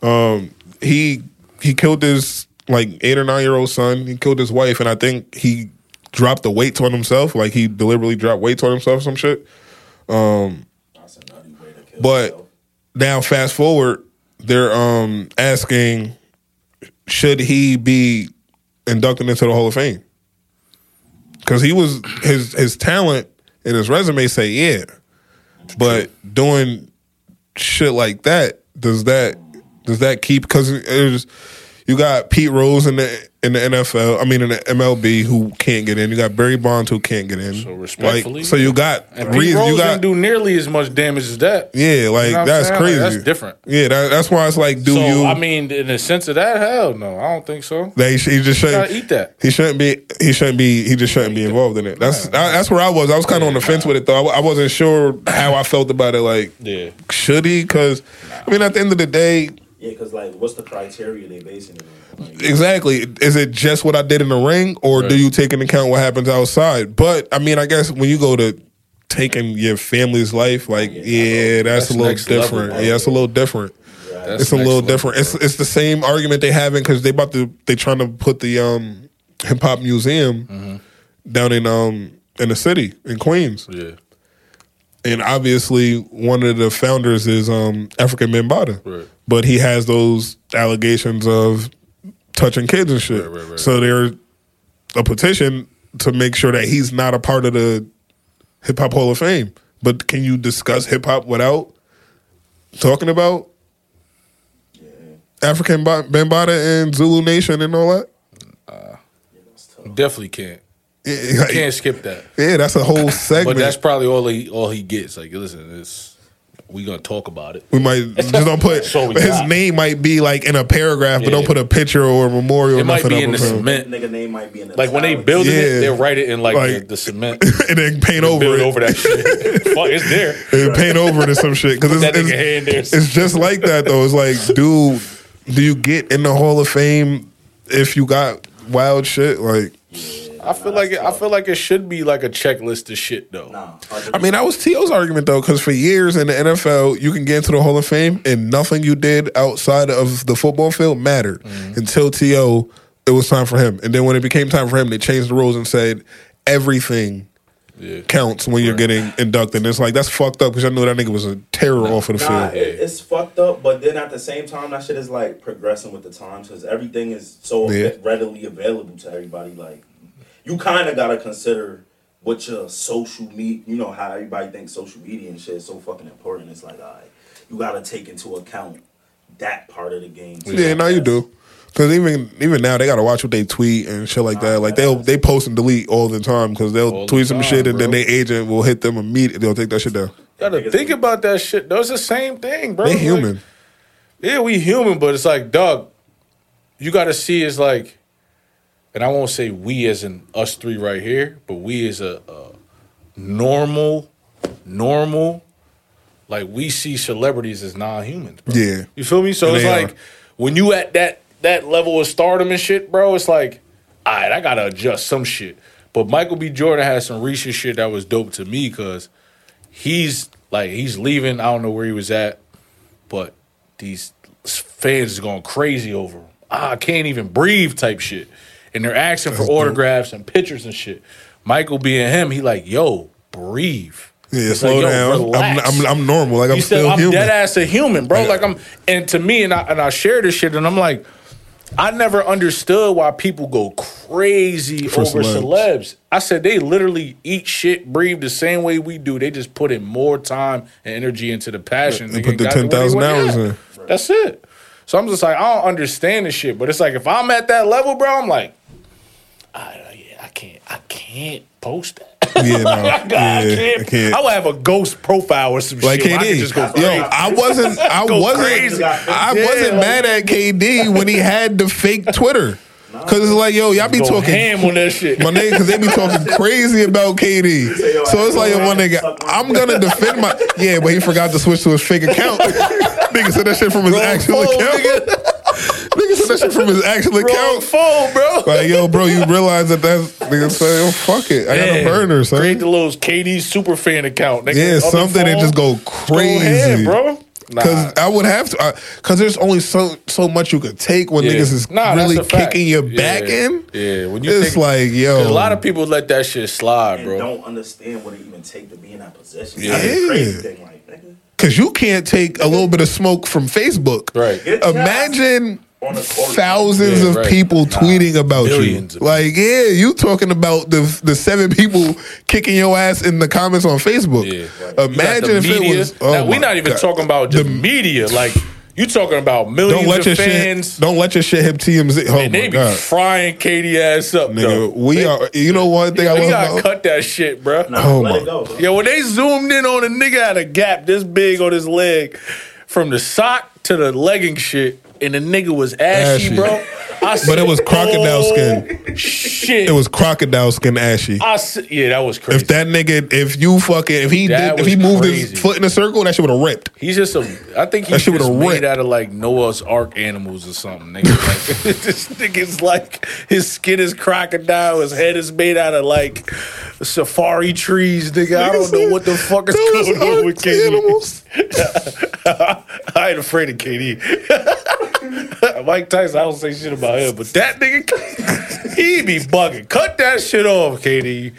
A: Um, he he killed his like eight or nine year old son. He killed his wife, and I think he dropped the weights on himself. Like he deliberately dropped weights on himself, or some shit.
C: That's a nutty way to kill.
A: But
C: yourself.
A: now, fast forward, they're um asking, should he be inducted into the Hall of Fame? Because he was his his talent and his resume say yeah, but doing shit like that does that does that keep? Because there's you got Pete Rose in the in the NFL, I mean in the MLB who can't get in. You got Barry Bonds who can't get in.
B: So respectfully,
A: like, so you got
B: And Pete
A: reason.
B: Rose
A: You got
B: didn't do nearly as much damage as that.
A: yeah, like
B: what I'm
A: that's
B: saying? Like,
A: crazy.
B: that's different.
A: Yeah, that, that's why it's like, do
B: so
A: you?
B: I mean, in the sense of that, hell no, I don't think so.
A: that he, sh- he just shouldn't
B: gotta eat that.
A: He shouldn't be. He shouldn't be. He just shouldn't be involved in it. That's I, that's where I was. I was kind of on the fence with it though. I, wa- I wasn't sure how I felt about it. Like,
B: Yeah.
A: should he? Because I mean, at the end of the day,
C: yeah, because like, what's the criteria they basing it on? Like,
A: exactly. Is it just what I did in the ring, or do
B: Right.
A: you take into account what happens outside? But I mean, I guess when you go to taking your family's life, like, yeah, that's,
B: That's
A: a little
B: next level,
A: different.
B: bro.
A: yeah, that's a little different.
B: That's
A: it's a
B: next
A: little
B: level,
A: different.
B: bro.
A: It's it's the same argument they having because they about to they trying to put the um hip hop museum
B: Mm-hmm.
A: down in um in the city in Queens,
B: yeah,
A: and obviously one of the founders is um African Mambata,
B: Right.
A: but he has those allegations of touching kids and shit.
B: Right, right, right.
A: So there's a petition to make sure that he's not a part of the hip hop Hall of Fame. But can you discuss hip hop without talking about
C: yeah,
A: African Ba- Bambata and Zulu Nation and all that.
C: yeah, that's tough.
B: definitely can't.
A: Yeah, like,
B: Can't skip that.
A: yeah, that's a whole
B: But
A: segment.
B: that's probably all he all he gets. Like, listen, it's we gonna talk about it.
A: we might just don't put
B: So we
A: his
B: got-
A: name might be like in a paragraph, but
B: Yeah.
A: don't put a picture or a memorial. or
B: It might
A: nothing
B: be
A: up
B: in the
A: of him.
B: cement.
C: Nigga name might be in the
B: Like when they
C: italics.
B: building
A: Yeah.
B: it, they write it in like, the,
A: Like-
B: the cement.
A: and then paint over
B: build
A: it.
B: over that shit. Fuck, it's there.
A: And paint over it or some shit. Because
B: That
A: it's, it's,
B: nigga hand there.
A: it's just like that though. It's like, dude, do you get in the Hall of Fame if you got wild shit? Like,
B: I feel like it, I feel like it should be like a checklist of shit though.
C: Nah,
A: I mean, that was T.O.'s argument though, because for years in the NFL, you can get into the Hall of Fame and nothing you did outside of the football field mattered
B: Mm-hmm.
A: until T.O. It was time for him, and then when it became time for him, they changed the rules and said everything. Counts when you're getting inducted. And it's like that's fucked up because I know that nigga was a terror off of the
C: Nah,
A: field.
C: it, it's fucked up, but then at the same time, that shit is like progressing with the times because everything is so
A: Yeah.
C: readily available to everybody. Like, you kind of gotta consider what your social media, you know, how everybody thinks social media and shit is so fucking important. It's like, all right, you gotta take into account that part of the game. too.
A: Yeah, now you do. Cause even even now they gotta watch what they tweet and shit like that. Like they'll they post and delete all the time because they'll
B: the
A: tweet some
B: time,
A: shit and then
B: bro.
A: they agent will hit them immediately. They'll take that shit down.
B: Gotta think about that shit. That's the same thing, bro.
A: They
B: Like,
A: human.
B: yeah, we human, but it's like, dog, you gotta see is like, and I won't say we as in us three right here, but we as a, a normal, normal, like we see celebrities as non-humans, bro.
A: Yeah.
B: You feel me? So
A: They
B: it's like
A: are.
B: when you at that that level of stardom and shit, bro, it's like, all right, I gotta adjust some shit. But Michael B. Jordan had some recent shit that was dope to me because he's like he's leaving. I don't know where he was at, but these fans is going crazy over him. Ah, I can't even breathe type shit. And they're asking for autographs and pictures and shit. Michael being him, he like, yo, breathe.
A: Yeah,
B: It's
A: slow
B: like, yo,
A: down. I'm,
B: relax.
A: I'm I'm normal. Like I'm
B: You said
A: still
B: I'm
A: human.
B: dead ass a human, bro. Like I'm, and to me, and I and I share this shit, and I'm like, I never understood why people go crazy
A: For
B: over
A: celebs.
B: celebs. I said they literally eat shit, breathe the same way we do. They just put in more time and energy into the passion.
A: They
B: nigga,
A: put the
B: got to where they
A: 10,000
B: were at.
A: hours in.
B: That's it. So I'm just like, I don't understand this shit. But it's like if I'm at that level, bro, I'm like, I, yeah, I can't, I can't post that.
A: Yeah, no.
B: I,
A: yeah,
B: can't,
A: I can't.
B: I would have a ghost profile or some
A: Like
B: shit. where I could
A: KD,
B: just go
A: yo,
B: crazy.
A: I wasn't, I
B: Go
A: wasn't,
B: crazy.
A: I
B: Yeah,
A: wasn't
B: like-
A: mad at KD when he had the fake Twitter, cause it's like, yo, y'all be
B: go
A: talking
B: ham on that shit.
A: My nigga, because they be talking crazy about KD. So it's like, yo, my nigga, I'm gonna defend my. Yeah, but he forgot to switch to his fake account. nigga said that shit from his actual
B: phone,
A: account. Nigga. said that shit from his actual
B: Wrong
A: account.
B: phone, bro.
A: Like, yo, bro, you realize that that's. Nigga said, yo, fuck it. I got a
B: Yeah.
A: burner,
B: Create
A: son.
B: the little KD super fan account. Nigga,
A: Yeah,
B: On the
A: something that
B: phone.
A: just go
B: Go
A: crazy.
B: ahead, bro.
A: Cause I would have to, because there's only so so much you could take when
B: Yeah.
A: niggas is
B: Nah, that's
A: really
B: a fact.
A: kicking your
B: Yeah.
A: back in.
B: Yeah, when you
A: It's
B: think-
A: like, yo,
B: a lot of people let that shit slide,
C: And
B: bro.
C: don't understand what it even take to be in that position.
B: Yeah.
C: That's the crazy
A: Yeah.
C: thing, like, nigga.
A: Cause you can't take a little bit of smoke from Facebook.
B: Right.
C: Get your
A: Imagine
C: On the court.
A: thousands
B: Yeah,
A: of
B: right.
A: people tweeting about
B: Billions
A: you.
B: of
A: Like, yeah, you talking about the the seven people kicking your ass in the comments on Facebook.
B: Yeah. You got
A: Imagine
B: the
A: if it
B: media.
A: was. oh
B: now,
A: my
B: we're not even
A: God.
B: talking about just media. Like you talking about 1000000s
A: Don't let
B: of
A: your
B: fans.
A: shit. Don't let your shit hit TMZ. Oh
B: and
A: my
B: they be
A: god,
B: frying Katie ass up,
A: nigga,
B: though.
A: we are. You know one thing I
B: We
A: love
B: gotta
A: about.
B: cut that shit, bro.
C: Nah,
A: Oh
C: let
A: my-
C: it go. bro.
B: Yo, when they zoomed in on a nigga had a gap this big on his leg, from the sock to the legging shit, and the nigga was ashy,
A: Ashy.
B: bro. I
A: But it was crocodile
B: skin. Shit.
A: It was crocodile skin ashy.
B: I said, yeah, that was crazy.
A: If that nigga, if you fucking, if he
B: That
A: did, if he
B: was
A: moved
B: crazy.
A: his foot in a circle, that shit would have ripped.
B: He's just a. I think
A: That
B: he's
A: shit
B: just
A: would've
B: made
A: ripped.
B: out of like Noah's Ark animals or something. Nigga. Like, this nigga's like his skin is crocodile, his head is made out of like safari trees. Nigga, I don't know what the fuck is
A: Those
B: going on
A: aren't
B: with KD.
A: animals.
B: I ain't afraid of KD. Mike Tyson, I don't say shit about him, but that nigga, he be bugging. Cut that shit off, KD.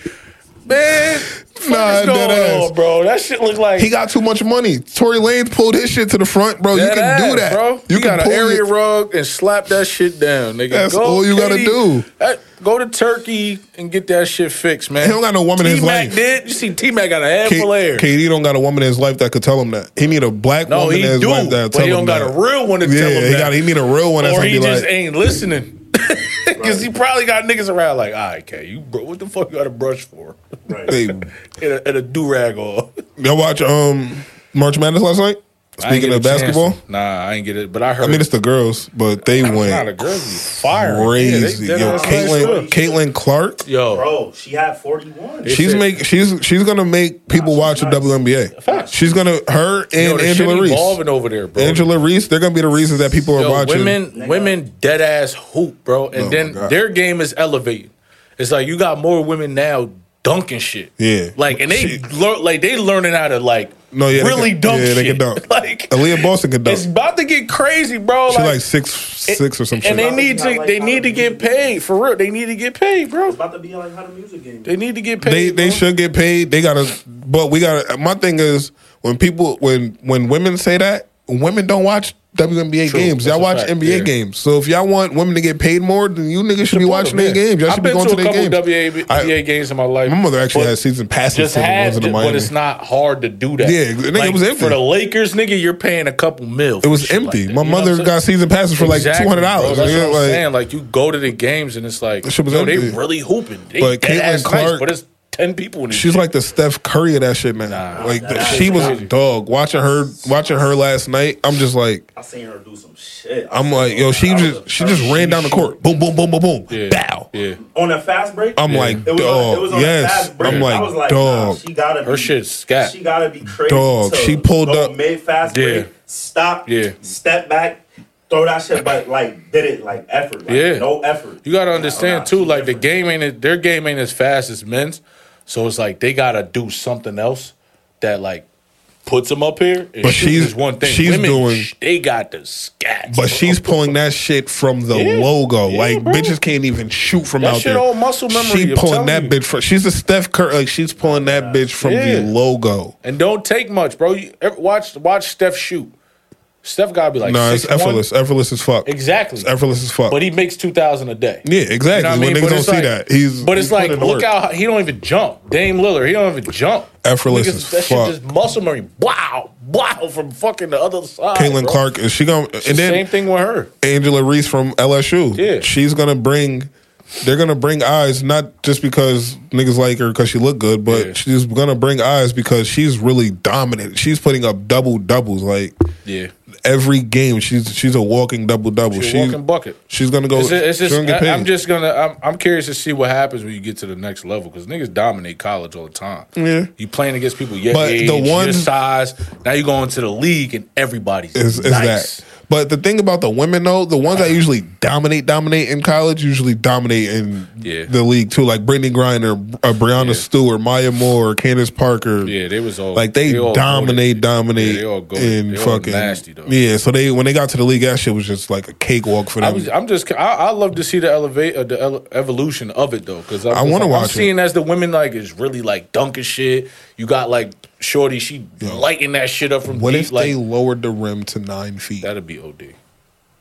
B: Man,
A: Nah,
B: what's going
A: dead ass.
B: on, bro? That shit look like
A: Ah, He got too much money. Tory Lanez pulled his shit to the front, bro. you
B: Dead
A: can
B: ass,
A: do that,
B: bro.
A: You,
B: You,
A: can
B: got an
A: pull
B: area
A: your-
B: rug and slap that shit down, nigga.
A: That's all you gotta do.
B: that- go to Turkey and get that shit fixed, man.
A: He don't got no woman in his
B: T-Mac
A: life.
B: Did you see T Mac got a
A: K-
B: handful of hair?
A: KD don't got a woman in his life that could tell him that. He need a black
B: no,
A: woman
B: he
A: in his
B: do,
A: life that
B: but
A: tell
B: he
A: him
B: don't got
A: that.
B: a real one to
A: yeah,
B: tell him
A: he
B: that.
A: got. He need a real one that's
B: or
A: gonna
B: he
A: be
B: just
A: like,
B: ain't listening. Because he probably got niggas around like, all right, K, you bro, what the fuck you got a brush for?
C: Right.
A: Hey,
B: and a, and a do rag on.
A: y'all watch um March Madness last night?
B: I ain't
A: Speaking
B: get
A: of
B: a chance.
A: basketball,
B: nah, I ain't get it. But I heard.
A: I mean it's the girls, but they
B: not a
A: went
B: girl. be Fire.
A: crazy. Yo, Caitlin,
C: stuff.
A: Caitlin Clark,
B: Yo,
C: Bro, she had 41.
A: she's
B: said-
A: make she's she's gonna make people
C: she's
A: watch the
C: not.
A: WNBA.
C: Facts.
A: She's gonna her
B: yo
A: and
B: the
A: Angela
B: shit
A: Reese.
B: evolving over there, bro.
A: Angela Reese, they're gonna be the reasons that people are
B: Yo,
A: watching.
B: women, women dead ass hoop, bro. And
A: Oh my
B: then
A: God.
B: their game is elevating. It's like you got more women now dunking shit.
A: Yeah.
B: Like and
A: She-
B: they learn like they learning how to like
A: No, yeah, they
B: really
A: can-
B: dunk
A: yeah,
B: shit.
A: they can dunk.
B: like
A: Aaliyah Boston can dunk.
B: it's about to get crazy, bro.
A: She's like six six or some shit.
B: and they need to they need to get paid for real. They need to get paid, bro.
C: It's about to be like how the music game.
B: They need to get paid.
A: they they
B: bro.
A: should get paid. They gotta, but we gotta. My thing is when people when when women say that, women don't watch WNBA
B: True.
A: games.
B: That's
A: Y'all
B: a
A: watch
B: fact,
A: NBA
B: yeah.
A: games. So if y'all want women to get paid more, then you niggas should be
B: Support
A: watching
B: them,
A: their
B: yeah.
A: games. Y'all
B: I've
A: should be
B: been
A: going to,
B: a
A: their
B: couple
A: games.
B: WNBA
A: I-
B: games in my life.
A: my mother actually
B: but
A: had season passes
B: just
A: for the
B: had
A: ones in the
B: to,
A: Miami.
B: but it's not hard to do that.
A: Yeah, nigga, it was empty.
B: for the Lakers, nigga. You're paying a couple mil.
A: it was empty. my mother got season passes for like two hundred dollars.
B: That's what I'm
A: Like,
B: saying. Like you go to the games and it's like,
A: That shit was
B: yo, they
A: empty.
B: really hooping. They
A: But
B: but
A: Caitlin
B: ass Clark,
A: Clark-
B: but it's ten people in this.
A: she's
B: shit.
A: like the Steph Curry of that shit, man. like the, she was a dog. Watching her, watching her last night, I'm just like.
C: I seen her do some shit.
A: I'm like, yo, she
C: I was
A: just she
C: a-
A: just ran down the court. Boom, boom, boom, boom, boom.
B: yeah,
A: Bow.
B: Yeah,
C: on that fast break.
A: I'm like,
C: it was on, it was
A: dog.
C: on that
A: Yes.
C: fast break.
A: I'm
C: I
A: like,
C: was like, nah,
A: dog.
C: she gotta be,
B: her shit's scat.
C: She gotta be crazy.
A: Dog,
C: to
A: she pulled
C: go
A: up-
C: mid fast
B: Yeah.
C: break, stop,
B: Yeah.
C: step back, throw that shit, but like did it like effort, like,
B: Yeah.
C: no effort.
B: You gotta
C: Nah, nah,
B: understand too,
C: she
B: like the
C: different.
B: game ain't their game ain't as fast as men's, so it's like they gotta do something else that like puts them up here. And
A: But
B: shooting
A: she's-
B: is one thing.
A: she's
B: Women,
A: doing-
B: sh- they got the scat.
A: But she's pulling that shit from the
B: Yeah.
A: logo.
B: Yeah,
A: like
B: bro.
A: bitches can't even shoot from
B: That
A: out
B: shit
A: there.
B: all muscle memory,
A: She
B: I'm
A: pulling
B: telling
A: that
B: you.
A: bitch from. She's a Steph Curry. Like she's pulling that bitch from
B: Yeah.
A: the logo.
B: and don't take much, bro. You ever, watch watch Steph shoot. Steph gotta be like
A: Nah, it's
B: 6'1".
A: effortless. Effortless as fuck.
B: Exactly.
A: It's effortless as fuck.
B: But he makes two thousand a day.
A: yeah, exactly.
B: You know what I
A: when
B: mean?
A: niggas
B: But
A: don't
B: it's
A: see
B: like-
A: that, he's
B: But it's
A: he's
B: like,
A: putting in the
B: look
A: work.
B: out! how- He don't even jump. Dame Lillard, he don't even jump.
A: Effortless
B: Niggas-
A: as
B: that
A: fuck.
B: shit just muscle memory. Wow, wow, from fucking the other side.
A: Caitlin
B: bro.
A: Clark is she gonna? And then
B: Same thing with her.
A: Angela Reese from LSU.
B: Yeah.
A: She's gonna bring they're gonna bring eyes not just because niggas like her because she look good, but
B: Yeah.
A: she's gonna bring eyes because she's really dominant. She's putting up double doubles like
B: Yeah,
A: every game. She's she's a walking double double.
B: She's a
A: She-
B: walking bucket.
A: She's gonna go.
B: it's, ju- it's
A: she's
B: just
A: gonna get
B: I, am
A: paid.
B: just gonna I'm, I'm curious to see what happens when you get to the next level because niggas dominate college all the time.
A: Yeah.
B: you playing against people your
A: But the
B: age, your
A: ones-
B: size. Now you going to the league and everybody's
A: is, is
B: nice. Uh-huh.
A: that. But the thing about the women though, the ones that usually dominate, dominate in college, usually dominate in
B: Yeah.
A: the league too. Like Brittany Griner, uh, Brianna Stewart, Maya Moore, Candace Parker.
B: Yeah, they was all
A: Like they,
B: all
A: dominate,
B: goated.
A: dominate,
B: Yeah, they all goated.
A: and
B: They all
A: fucking
B: nasty though.
A: yeah. So they when they got to the league, that shit was just like a cakewalk for
B: I
A: them.
B: was, I'm just. I, I love to see the elevate uh, the ele- evolution of it though, because
A: I wanna watch
B: I'm
A: it.
B: seeing as the women like is really like dunking shit. You got like Shorty, she lighting that shit up from
A: what
B: deep.
A: if
B: like,
A: they lowered the rim to nine feet
B: that'd be OD.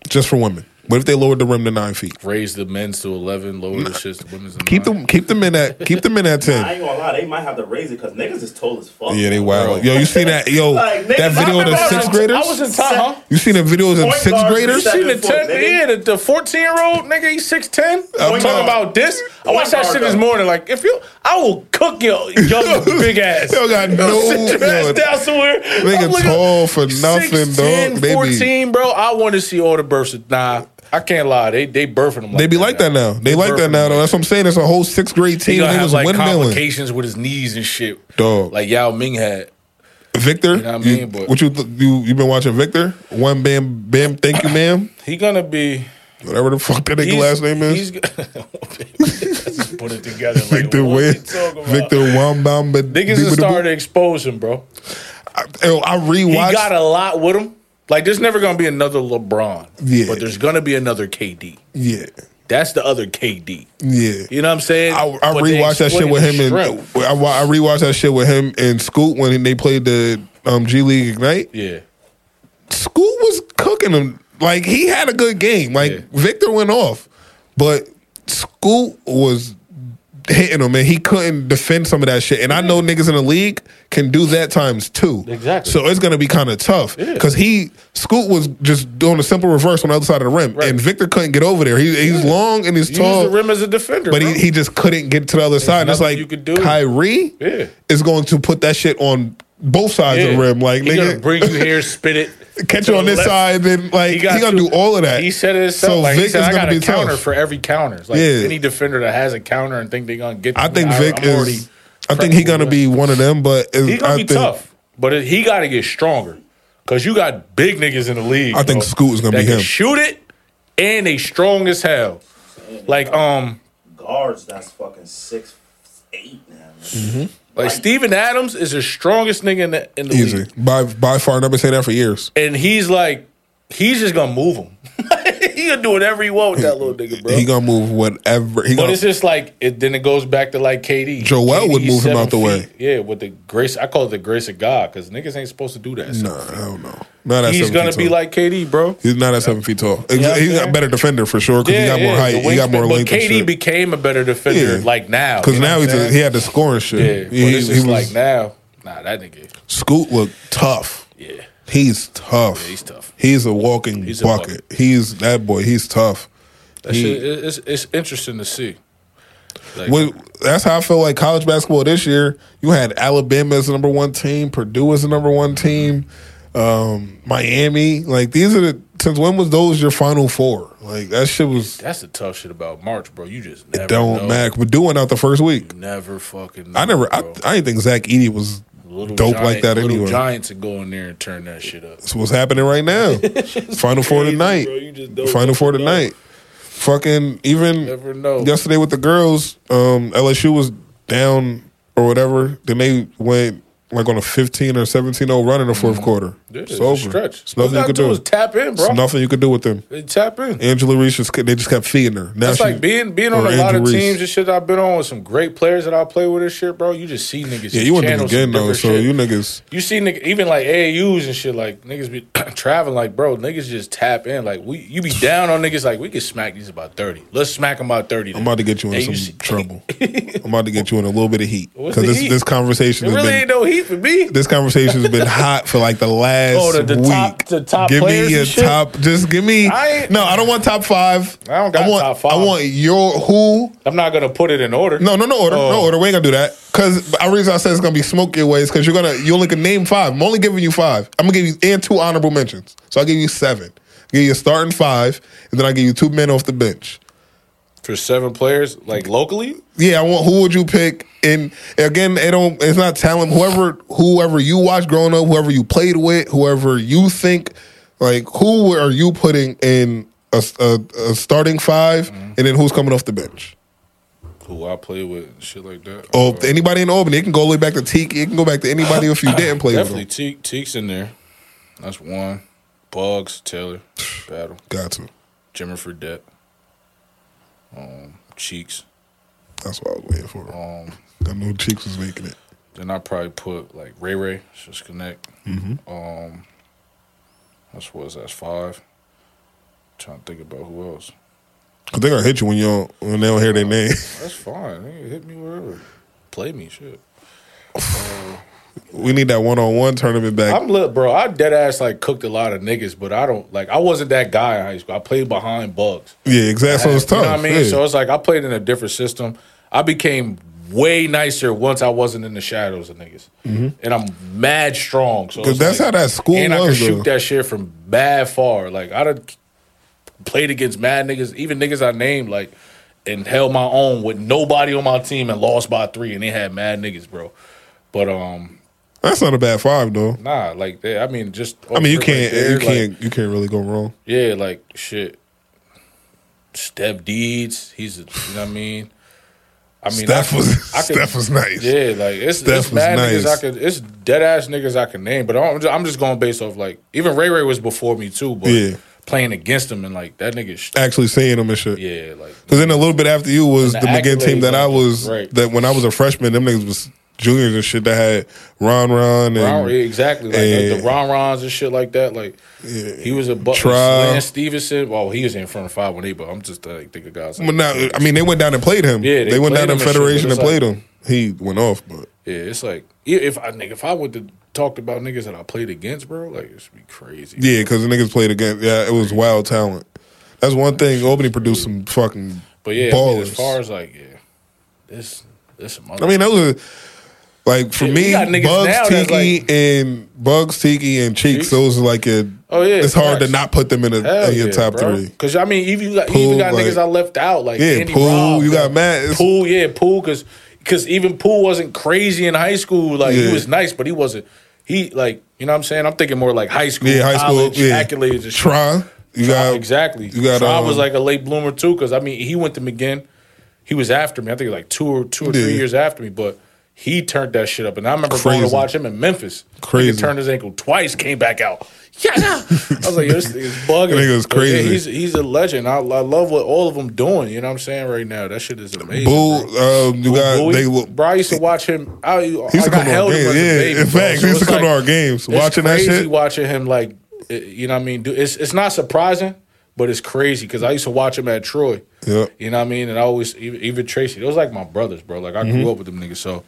A: just for women? What if they lowered the rim to nine feet?
B: Raise the men's to eleven, lower the shits to women's. to
A: Keep
B: nine.
A: them, keep them in at, keep them in at
C: I
A: ten.
C: ain't gonna lie, they might have to raise it because niggas is tall as fuck.
A: Yeah, they
C: bro.
A: wild. Yo, you seen that? Yo,
C: Like,
A: that
C: niggas,
A: video
C: I
A: of the
C: remember I
A: sixth
C: was-
A: graders.
B: I was in time, huh?
A: you seen the videos of
C: Point
A: sixth
C: guards,
A: graders?
B: You seen the
C: Seven foot,
B: ten,
C: nigga.
B: yeah, the, the fourteen year old nigga, he's six ten. I'm
A: Point
B: talking
A: guard.
B: about this. I watched that
C: guard,
B: shit this
C: though.
B: morning. Like, if you, I will cook your young big ass.
A: Yo, got no-
B: sit your
A: yo,
B: ass down somewhere.
A: nigga
B: I'm looking-
A: tall for nothing,
B: 6'10",
A: dog. They be-
B: 14, bro. I want to see all the births. Nah, I can't lie. They they birthing them. Like
A: They be like that now. They like
B: birthing
A: that
B: them
A: now. Though. That's what I'm saying. It's a whole sixth grade
B: He
A: team.
B: gonna
A: They
B: have
A: was
B: like
A: windmilling.
B: complications with his knees and shit,
A: Dog.
B: Like Yao Ming had.
A: Victor, you
B: know what I mean? But-
A: what you th- you you been watching Victor? One bam bam. Thank you, ma'am.
B: He gonna be.
A: Whatever the fuck that nigga
B: he's-
A: last name is.
B: he's g- Let's put it together. Like,
A: Victor
B: what
A: Wayne.
B: you talking about?
A: Victor Wambam.
B: Niggas is starting to expose him, bro.
A: Yo, I rewatched.
B: He got a lot with him. Like, there's never gonna be another LeBron.
A: Yeah.
B: But there's gonna be another KD.
A: yeah,
B: That's the other KD.
A: yeah.
B: You know what I'm saying?
A: I, I
B: But they
A: rewatched that shit
B: exploited
A: with
B: his
A: him and
B: strength.
A: I, wa- I rewatched that shit with him and Scoot when they played the um, G League Ignite.
B: yeah.
A: Scoot was cooking him. Like he had a good game. Like
B: Yeah.
A: Victor went off, but Scoot was hitting him, and he couldn't defend some of that shit. And I know niggas in the league can do that times two.
G: Exactly.
A: So it's gonna be kind of tough because he Scoot was just doing a simple reverse on the other side of the rim, and Victor couldn't get over there. He, he's long and he's
B: Use
A: tall,
B: the rim as a defender,
A: but
B: bro.
A: he, he just couldn't get to the other side. And it's
B: nothing
A: like
B: you could do.
A: Kyrie
B: Yeah.
A: is going to put that shit on. Both sides
B: Yeah.
A: of the rim, like
B: he gonna
A: nigga,
B: bring you here, spit it.
A: catch
B: to
A: you
B: the
A: on this
B: left.
A: side, then like he, gonna do
B: two-
A: all of that.
B: He said it himself. like, he
A: Vic
B: said,
A: is
B: I
A: gonna
B: got
A: be
B: a
A: tough.
B: counter for every counter. It's Like
A: Yeah.
B: any defender that has a counter and think they're gonna get.
A: I
B: to
A: think
B: me,
A: Vic
B: I'm already
A: is. I think he gonna be one of them, but is,
B: He's gonna
A: I
B: be
A: think,
B: tough, but it, he got to get stronger because you got big niggas in the league.
A: I think
B: bro,
A: Scoot is gonna
B: that
A: be
B: can
A: him.
B: Shoot it, and they strong as hell. Like um,
C: Guards that's fucking six eight now. man.
A: Mm-hmm.
B: like Steven Adams is the strongest nigga in the, in the
A: Easy
B: league,
A: by by far. and I've been saying that for years.
B: and he's like, he's just gonna move him. he gonna do whatever he want with that little nigga, bro.
A: He gonna move whatever. He
B: But
A: gonna,
B: it's just like it. Then it goes back to like KD.
A: Joel
B: KD
A: would move him
B: seven
A: out the way.
B: Yeah, with the grace. I call it the grace of God because niggas ain't supposed to do that. So
A: nah, I don't know. Not at
B: he's
A: seven
B: gonna
A: feet
B: be
A: tall.
B: like KD, bro.
A: He's not at seven feet tall. He's
B: know what I'm
A: got
B: saying?
A: better defender for sure because he got more height.
B: the
A: He got
B: wingspan.
A: more length.
B: But KD became a better defender
A: Yeah.
B: like now.
A: because
B: you know
A: now
B: what
A: he's
B: I'm
A: a,
B: saying?
A: he had the scoring shit.
B: Yeah, but
A: he,
B: it's
A: he
B: just
A: was
B: like now. Nah, that nigga.
A: Scoot looked tough.
B: Yeah.
A: He's tough.
B: he's tough.
A: He's a walking
B: He's a
A: bucket.
B: bucket.
A: He's that boy. He's tough.
B: That
A: He-
B: shit, it- it's, it's interesting to see. Like,
A: Well, that's how I feel like college basketball this year. You had Alabama as the number one team, Purdue as the number one team, um, Miami. Like these are the since when was those your final four? Like that shit was
B: that's the tough shit about March, bro. You just never
A: don't
B: know.
A: matter. Purdue went out the first week.
B: Never fucking.
A: I
B: know,
A: never. I,
B: bro.
A: I didn't think Zach Eady was
B: Little
A: dope
B: giant-
A: like that
B: little
A: anyway.
B: Giants would go in there and turn that shit up.
A: That's what's happening right now. final four
B: crazy,
A: tonight.
B: bro. You just don't
A: Final four
B: fucking know.
A: tonight. Fucking even
B: Never know.
A: yesterday with the girls, um, LSU was down or whatever. Then they went like on a 15 or 17 0 run in the 4th quarter.
B: Yeah,
A: it's
B: Mm-hmm. it's a
A: over.
B: stretch.
A: It's
B: All
A: nothing
B: you
A: you
B: gotta
A: could
B: do
A: do.
B: is tap in, bro.
A: It's nothing you could do with them.
B: They tap in.
A: Angela Reese, just, they just kept feeding her. Now
B: That's
A: she-
B: like being being
A: or
B: on a lot
A: Angela
B: of
A: Reese.
B: teams and shit. I've been on with some great players that I play with and shit, bro. You just see niggas.
A: Yeah, you went to the
B: channel some
A: game though,
B: different
A: so
B: shit.
A: you niggas.
B: You see, nigga, even like AAUs and shit, like niggas be traveling, like bro, niggas just tap in, like we, you be down on niggas, like we can smack these about thirty. Let's smack them about thirty.
A: I'm about to get you in
B: Hey,
A: some
B: you see-
A: trouble. I'm about to get you in a little bit of heat
B: What's
A: because
B: the
A: this
B: heat?
A: this conversation
B: It
A: has
B: really
A: been
B: ain't no heat for me.
A: this conversation has been hot for like the last
B: Oh, the- the
A: week.
B: top- the top
A: give
B: players
A: me your
B: and shit?
A: top. Just give me.
B: I ain't-
A: no, I don't want top five.
B: I don't got
A: want,
B: top five.
A: I want your who.
B: I'm not gonna put it in order.
A: No, no, no order. No
B: Oh.
A: order. We ain't gonna do that. Cause the reason I said it's gonna be smoke your ways because you're gonna you only can name five. I'm only giving you five. I'm gonna give you and two honorable mentions. So I'll give you seven. give you a starting five, and then I will give you two men off the bench.
B: for seven players, like locally,
A: Yeah, I want. Who would you pick? And again, it don't. It's not talent. Whoever, whoever you watch growing up, whoever you played with, whoever you think, like who are you putting in a, a, a starting 5
B: Mm-hmm.
A: and then who's coming off the bench?
B: who I play with, and shit like that.
A: Or
B: Uh,
A: if anybody in Albany, it can go all the way back to Tiki. It can go back to anybody if you didn't play with
B: definitely
A: them.
B: Teak, Teak's in there. That's one. Bugs Taylor battle.
A: Got to.
B: Jimmer Fredette. Um, Cheeks.
A: That's what I was waiting for.
B: Um,
A: I knew Cheeks was making it.
B: Then I probably put like Ray Ray, just connect. Um, that's what that's five. trying to think about who else.
A: Cause they gonna hit you when you don't, when they don't hear their name.
B: That's fine. Nigga, hit me wherever. Play me, shit.
A: we need that one on one tournament back.
B: I'm lit, bro. I dead ass like cooked a lot of niggas, but I don't like. I wasn't that guy in high school. I played behind Bugs.
A: yeah, exactly. So it's
B: You
A: tough.
B: know what I mean?
A: Yeah.
B: So it's like I played in a different system. I became way nicer once I wasn't in the shadows of niggas, and I'm mad strong. So
A: Mm-hmm. 'Cause
B: it's
A: that's
B: like-
A: how that school
B: and I
A: was,
B: could shoot
A: though.
B: that shit from bad far. Like I done played against mad niggas, even niggas I named like, and held my own with nobody on my team and lost by three, and they had mad niggas, bro. But um,
A: That's not a bad five though.
B: nah, like that. I mean, just
A: I mean, you
B: right
A: can't,
B: there,
A: you
B: like-
A: can't, you can't really go wrong.
B: Yeah, like shit. Steph Deeds, he's a, you know what I mean. I mean,
A: Steph
B: I could-
A: was,
B: I could-
A: Steph was nice.
B: yeah, like it's,
A: Steph
B: it's
A: was
B: mad niggas
A: nice.
B: I could, it's dead ass niggas I can name, but I'm just, I'm just going based off like even Ray Ray was before me too, but
A: Yeah.
B: playing against him and like that nigga, sh-
A: Actually seeing them and shit.
B: yeah, like
A: Cause then a little bit after you was the,
B: And the
A: McGinn team
B: accolades
A: that I
B: and-
A: was
B: right.
A: that when I was a freshman, them niggas was juniors and shit that had Ron Ron and
B: Ron, yeah, exactly. Like the- the
A: and-
B: Ron Rons and shit like that. Like he was a butler.
A: Trial.
B: Lance Stevenson. Well, he was in front of five one eight, but I'm just uh, thinking guys.
A: But now, I mean, they went down and played him.
B: Yeah,
A: they,
B: they
A: went
B: played
A: down to
B: him and shit,
A: Federation and
B: but it's
A: played him. He went off, but
B: yeah, it's like yeah, if I nigga, if I went to talk about niggas that I played against, bro, like it's be crazy.
A: yeah, because the niggas played against. Yeah, it was wild talent. That's one thing. Albany produced some fucking
B: But yeah, I mean, as
A: ballers.
B: far as like yeah, this this some other.
A: I mean, those are like for
B: Yeah, we
A: me,
B: got niggas
A: Bugs
B: now that's
A: Tiki and Bugs Tiki and Cheeks.
B: Cheeks?
A: Those are like your.
B: Oh, yeah,
A: it's hard to
B: facts.
A: not put them in, a,
B: Hell
A: in your
B: yeah,
A: top
B: bro.
A: three.
B: Cause I mean, even you got, you
A: Poole,
B: even got
A: like-
B: niggas I left out like
A: Yeah,
B: Andy
A: Poole.
B: Robb,
A: you got
B: bro.
A: Matt. It's-
B: Poole, yeah, Poole, because because even Poole wasn't crazy in high school. Like
A: Yeah.
B: he was nice, but he wasn't. He like you know what I'm saying. I'm thinking more like high school,
A: Yeah, high school.
B: college,
A: yeah,
B: accolades, and shit.
A: Tron. You
B: Tron,
A: got
B: exactly.
A: You got.
B: Tron
A: um,
B: was like a late bloomer too, because I mean he went to McGinn. He was after me. I think like two or two or
A: Yeah.
B: three years after me, but he turned that shit up. And I remember going
A: Crazy.
B: to watch him in Memphis.
A: Crazy.
B: He turned his ankle twice, came back out. Yeah, I was like, yo, this nigga's bugging.
A: That nigga's
B: But, yeah,
A: crazy.
B: he's he's a legend. I, I love what all of them doing. You know what I'm saying right now. That shit is amazing. bro.
A: Boo. Um, you got.
B: Bowie.
A: They will.
B: bro, I used to watch him. I, he
A: He used to
B: I
A: come to our
B: held him
A: games.
B: as
A: Yeah,
B: a baby.
A: in
B: bro.
A: fact, he used
B: So it's
A: to come to
B: like-
A: our games.
B: it's
A: Watching that
B: crazy
A: shit.
B: watching him like, uh, you know what I mean? Do- It's it's not surprising, but it's crazy because I used to watch him at Troy.
A: Yeah.
B: You know what I mean? And I always even, even Tracy, those like my brothers, bro. Like I
A: Mm-hmm.
B: grew up with them niggas, so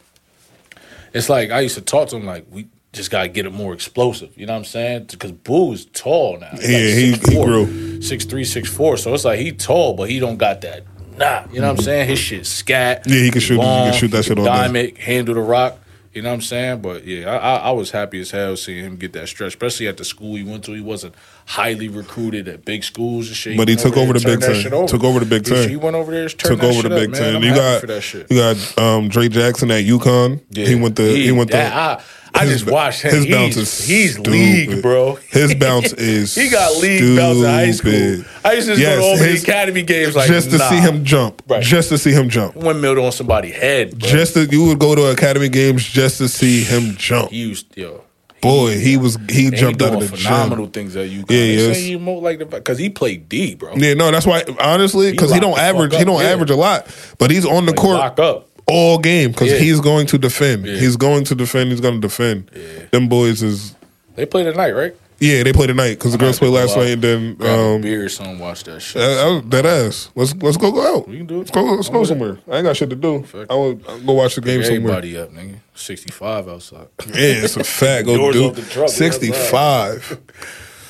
B: it's like I used to talk to him like we just gotta get it more explosive. You know what I'm saying? Because Boo is tall now. He's
A: Yeah, he- he
B: grew six three, six four. So it's like he tall, but he don't got that. Nah, you know what I'm saying? His shit scat.
A: Mm-hmm. Yeah, he can shoot- he can shoot that shit all day.
B: Diamond handle the rock. You know what I'm saying? But yeah, I, I, I was happy as hell seeing him get that stretch, especially at the school he went to. He wasn't highly recruited at big schools and shit.
A: But he
B: went
A: took
B: there
A: over
B: and
A: the Big
B: turned that
A: Ten.
B: shit over.
A: Took over the Big
B: He-
A: Ten.
B: He went over there, and turned
A: Took over the Big Ten. You got
B: for that shit.
A: you got um, Dre Jackson at UConn. He went to he, went to.
B: that- I, I
A: his
B: just
A: ba-
B: watched him.
A: his
B: he's,
A: bounce is
B: he's
A: stupid.
B: league, bro.
A: His bounce is
B: he got league bounce in high school.
A: stupid.
B: I used to just go to all
A: his-
B: the academy games like
A: just to
B: nah.
A: see him jump.
B: Right.
A: Just to see him jump.
B: windmilled on somebody's head. Bro.
A: Just to, you would go to academy games just to see him jump.
B: he used yo.
A: Boy, he was he
B: And he
A: jumped out
B: doing
A: of the
B: phenomenal
A: gym.
B: things that you.
A: Yeah, he is.
B: you more like the because he played D, bro.
A: Yeah, no, that's why honestly because he,
B: locked
A: don't
B: the fuck
A: average he
B: up,
A: don't
B: yeah.
A: average a lot, but he's on the
B: Like,
A: court
B: lock up.
A: all game because
B: Yeah.
A: he's going to defend.
B: Yeah.
A: He's going to defend. He's going to defend. Them boys is
B: They play tonight, right?
A: yeah. They play tonight because the
B: gonna
A: girls
B: have to
A: played last
B: go out.
A: night. And then
B: Grab a
A: um,
B: beer or something. Watch that shit.
A: uh, uh, that ass. Let's let's go go out.
B: We can do it.
A: Let's go. Let's
B: I'm
A: go
B: with it.
A: somewhere. I ain't got shit to do.
B: Fuck.
A: I will I'll go watch the game somewhere.
B: Everybody up, nigga. Sixty five outside.
A: Yeah, it's a fact. Go
B: Doors
A: do
B: off the truck,
A: sixty five.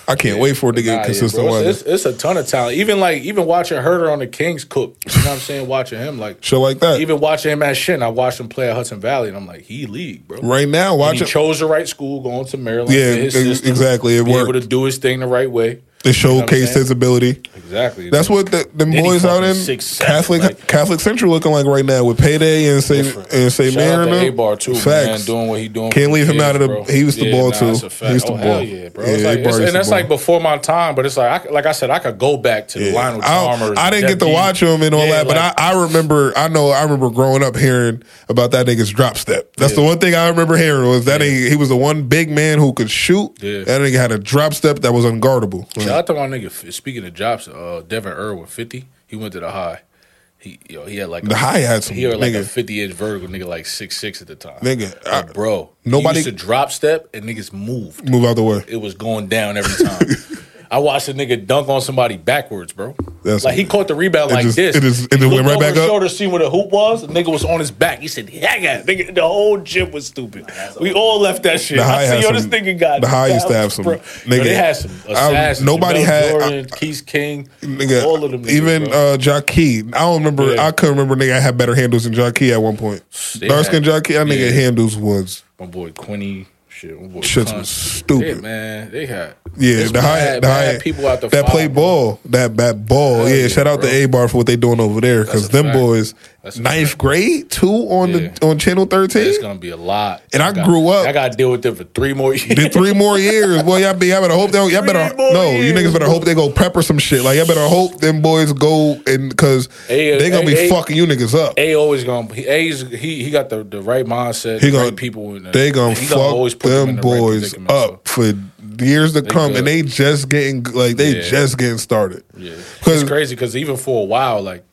A: I can't wait for it to get
B: Nah, yeah,
A: consistent
B: bro.
A: weather.
B: It's, it's, it's a ton of talent. Even like even watching Herder on the Kings cook. You know what I'm saying? Watching him like
A: Shit like that.
B: even watching him at Shin, I watched him play at Hudson Valley, and I'm like, he league, bro.
A: right now,
B: And
A: watch
B: he
A: it.
B: chose the right school, going to Maryland.
A: Yeah,
B: fit his
A: ex-
B: system,
A: exactly. It
B: be able
A: worked.
B: to do his thing the right way.
A: They
B: what I'm
A: showcased
B: saying?
A: his ability.
B: Exactly.
A: That's what the them
B: Then he
A: boys out
B: fucking
A: in
B: six, seven,
A: Catholic
B: like-
A: Catholic Central looking like right now with payday and say
B: Different.
A: and say
B: Shout out to
A: Mariner.
B: A-Bar too,
A: Facts.
B: man, doing what he doing.
A: Can't
B: for
A: leave
B: the
A: him out of the-
B: bro.
A: he was the ball, too.
B: it's a fact.
A: He was the
B: oh,
A: ball.
B: Hell yeah, bro. It's
A: Yeah,
B: like,
A: A-Bar
B: it's,
A: is
B: and
A: the
B: that's like
A: ball.
B: before my time, but it's like, I, like I said, I could go back to the Lionel Chalmers.
A: I, I didn't get to
B: Debbie.
A: watch him and all
B: Yeah,
A: that, but
B: like-
A: I, I remember. I know. I remember growing up hearing about that nigga's drop step. That's the
B: Yeah.
A: one thing I remember hearing was that nigga, he was the one big man who could shoot.
B: Yeah.
A: That nigga had a drop step that was unguardable.
B: Shout out to my nigga. Speaking of jobs, uh, Devin Irwin, fifty. He went to the high. He yo, he had like
A: The
B: a-
A: high had some
B: He had like a
A: nigga.
B: fifty inch vertical, nigga, like six six at the time.
A: Nigga,
B: Like,
A: I-
B: bro,
A: nobody-
B: nobody used to drop step and niggas moved.
A: Move out the way.
B: It was going down every time. I watched a nigga dunk on somebody backwards, bro.
A: That's-
B: like he caught the rebound
A: It
B: like
A: just-
B: this.
A: it is- it
B: He
A: just
B: looked
A: went right
B: over
A: back
B: his
A: up?
B: Shoulder, seen where the hoop was. The nigga was on his back. He said, "Yeah, nigga." The whole gym was stupid. We all left that shit.
A: The high
B: I said,
A: has
B: "Yo,
A: some-
B: this nigga got
A: the high used to
B: bounced,
A: have some-
B: bro.
A: nigga,
B: Yo, they had some
A: I-
B: assassins.
A: nobody
B: Jamel
A: had-
B: Jordan, Keith King,
A: Nigga,
B: all of them. niggas,
A: even
B: bro.
A: uh, Jockey. I don't remember.
B: Yeah.
A: I couldn't remember. Nigga had better handles than Jockey at one point.
B: They
A: Dark skin
B: had-
A: Jockey. That nigga
B: yeah.
A: handles was
B: my boy Quinny. Shit, my boy
A: shits
B: Kun.
A: was
B: Yeah,
A: stupid.
B: man, they had
A: Yeah,
B: it's
A: the high,
B: bad-
A: the high
B: bad people out the
A: that
B: farm,
A: play
B: bro.
A: ball, that that ball.
B: Hell
A: yeah,
B: yeah,
A: shout out
B: bro.
A: to A Bar for what they doing over there because
B: a
A: them
B: fact.
A: boys
B: That's a
A: ninth
B: fact.
A: grade two on
B: Yeah.
A: the on channel thirteen.
B: It's gonna be a lot.
A: And I
B: got-
A: grew up-
B: I got to deal with them for three more years.
A: Did three more years, boy. Y'all, be, y'all better hope they. Y'all
B: Three
A: better
B: more
A: no. You
B: years,
A: niggas better hope they go prep or some shit. Like y'all better hope them boys go and because
B: Hey, uh,
A: they gonna
B: hey,
A: be
B: hey.
A: fucking you niggas up.
B: A always gonna he A's he he got the, the right mindset.
A: He
B: the
A: gonna,
B: right people. In the,
A: they gonna
B: he
A: fuck
B: put
A: them
B: in the right
A: boys
B: predicament, so.
A: up for years to come, and
B: good.
A: they just getting like they
B: Yeah.
A: just getting started.
B: Yeah,
A: Cause
B: it's crazy because even for a while, like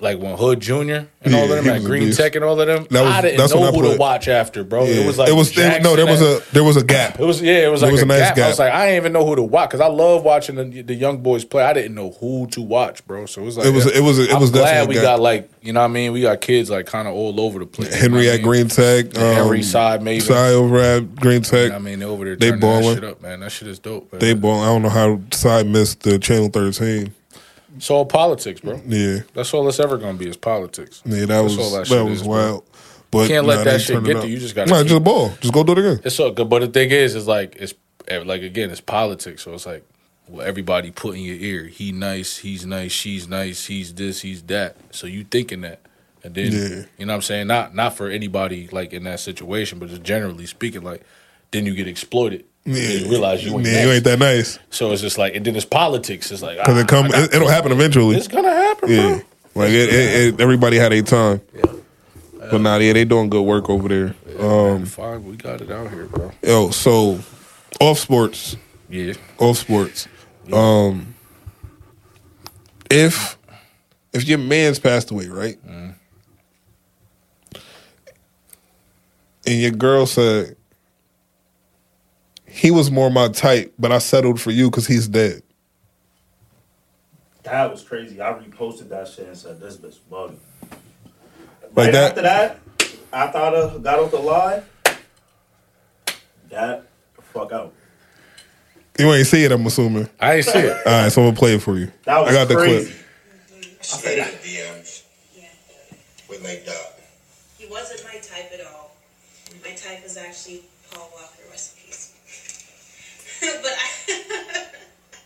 B: like when Hood Junior and
A: Yeah,
B: all of
A: he
B: them, at
A: was a
B: Green
A: beast.
B: Tech and all of them.
A: That was-
B: I didn't
A: that's when
B: know
A: I
B: who to
A: put-
B: watch after, bro.
A: Yeah.
B: It was like
A: it was
B: Jackson
A: no, there was
B: and-
A: a there was a gap.
B: It was yeah, it was
A: It
B: like
A: was
B: a,
A: a nice
B: gap. I
A: gap.
B: was like, I didn't even know who to watch because I love watching the, the young boys play. I didn't know who to watch, bro. So it was like
A: It was- it was- it
B: I'm
A: was
B: glad
A: definitely
B: we
A: a gap.
B: got like you know what I mean. We got kids like kind of all over the place.
A: Henry
B: you know
A: at
B: what I mean?
A: Green Tech, um,
B: Henry side Maven.
A: Cy over at Green
B: You
A: Tech.
B: know what I mean, They're over there
A: They
B: turning that
A: balling.
B: shit up, man. That shit is dope. Man.
A: They ball. I don't know how Cy missed the Channel Thirteen.
B: it's all politics, bro.
A: Yeah,
B: That's all that's ever gonna be is politics.
A: yeah, that
B: all
A: was
B: that
A: that,
B: shit
A: was
B: is, bro.
A: wild. But
B: Can't
A: they
B: let that shit
A: turned
B: get
A: it
B: to
A: up.
B: you. You just gotta
A: nah,
B: keep-
A: just ball. Just go do it again.
B: It's all good, but the thing is, it's like it's eh, like again, it's politics. So it's like well, everybody put in your ear. He nice, he's nice, she's nice, he's this, he's that. So you thinking that, and then
A: Yeah.
B: you know what I'm saying. Not not for anybody like in that situation, but just generally speaking, like then you get exploited. Yeah.
A: Yeah.
B: You realize you ain't,
A: yeah, you
B: nice.
A: ain't that nice
B: So it's just like, and then it's politics. It's like
A: because
B: ah,
A: it come.
B: I got-
A: It, it'll happen eventually.
B: it's gonna happen,
A: Yeah,
B: bro.
A: like it, it, it, everybody had a time. But nah, yeah, they doing good work over there. Um,
B: Fine, we got it out here, bro.
A: yo, so off sports,
B: Yeah,
A: off sports. Um, if if your man's passed away, right, and your girl said he was more my type, but I settled for you because he's dead.
C: That was crazy. I reposted that shit and said, "This bitch bugging."
A: Like
C: right
A: that-
C: after that, I thought I got off the line. That fuck out.
A: You ain't see it, I'm assuming.
B: I ain't see it.
A: All right, so I'm gonna play it for you.
C: That was
A: I got the
C: crazy.
A: clip.
D: Straight in the DMs. We linked up.
G: He wasn't my type at all. My type was actually Paul Walker recipes. but I,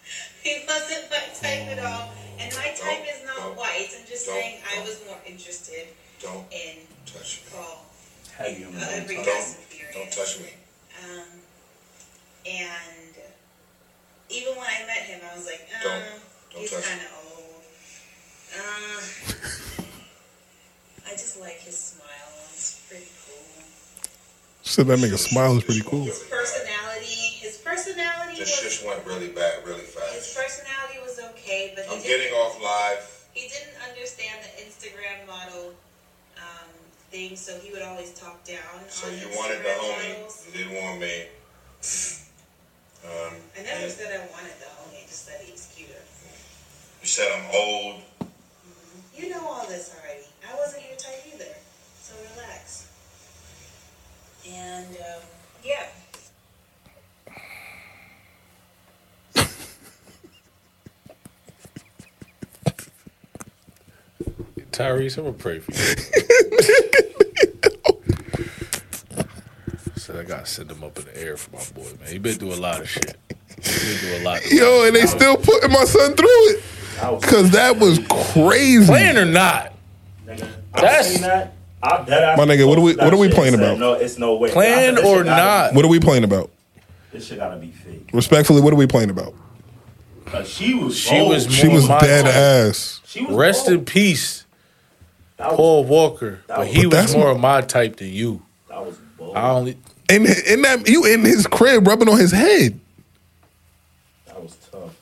G: he wasn't my type at all. And my type is not white. I'm just saying I was more interested
D: Don't
G: in
D: touch me.
G: Paul.
C: Had you in
G: Uh,
C: my
G: every
C: mind.
G: dress
D: Don't
G: experience.
D: touch me.
G: Um, and even when I met him, I was like, uh,
D: Don't- don't
G: he's
D: touch
G: kind of old. Uh, I just like his smile. It's pretty cool.
A: Shit, that nigga smile is pretty cool.
G: His personality, his personality
D: This
G: was,
D: just went really bad, really
G: his
D: fast.
G: personality was okay, but
D: I'm
G: he
D: getting
G: didn't,
D: off live.
G: he didn't understand the Instagram model um, thing, so he would always talk down.
D: So
G: on
D: you
G: Instagram
D: wanted the homie.
G: models.
D: You didn't want me. Um,
G: I never said I wanted the homie, I just said he was cuter.
D: you said I'm old.
G: You know all this already. I wasn't your type either, so relax. And um, yeah.
B: Tyrese, I'm gonna pray for you. Said I gotta send him up in the air for my boy, man. He been through a lot of shit. He been through a lot. Of
A: Yo, and they still putting my son through it
C: That was
A: because that was crazy.
B: playing or not,
C: Nigga,
B: That's-
C: I seen that. I bet I
A: My nigga, what are we-
C: posted that
A: what are we
C: shit
A: playing
C: and said,
A: about?
C: No, it's no way. I said,
B: playing
C: this
B: or
C: shit gotta-
B: not.
A: What are we playing about?
C: This shit gotta be fake.
A: Respectfully, what are we playing about?
C: Cause she was.
B: She
C: bold.
B: was-
A: She
B: More
A: was
B: my
A: dead
B: type.
A: ass.
C: She was.
B: Rest
C: bold.
B: in peace,
C: That was,
B: Paul Walker. But he
A: But
B: was
A: that's
B: more
A: my-
B: of my type than you.
C: that was bold.
B: I only
A: And in that you in his crib rubbing on his head.
C: That was tough.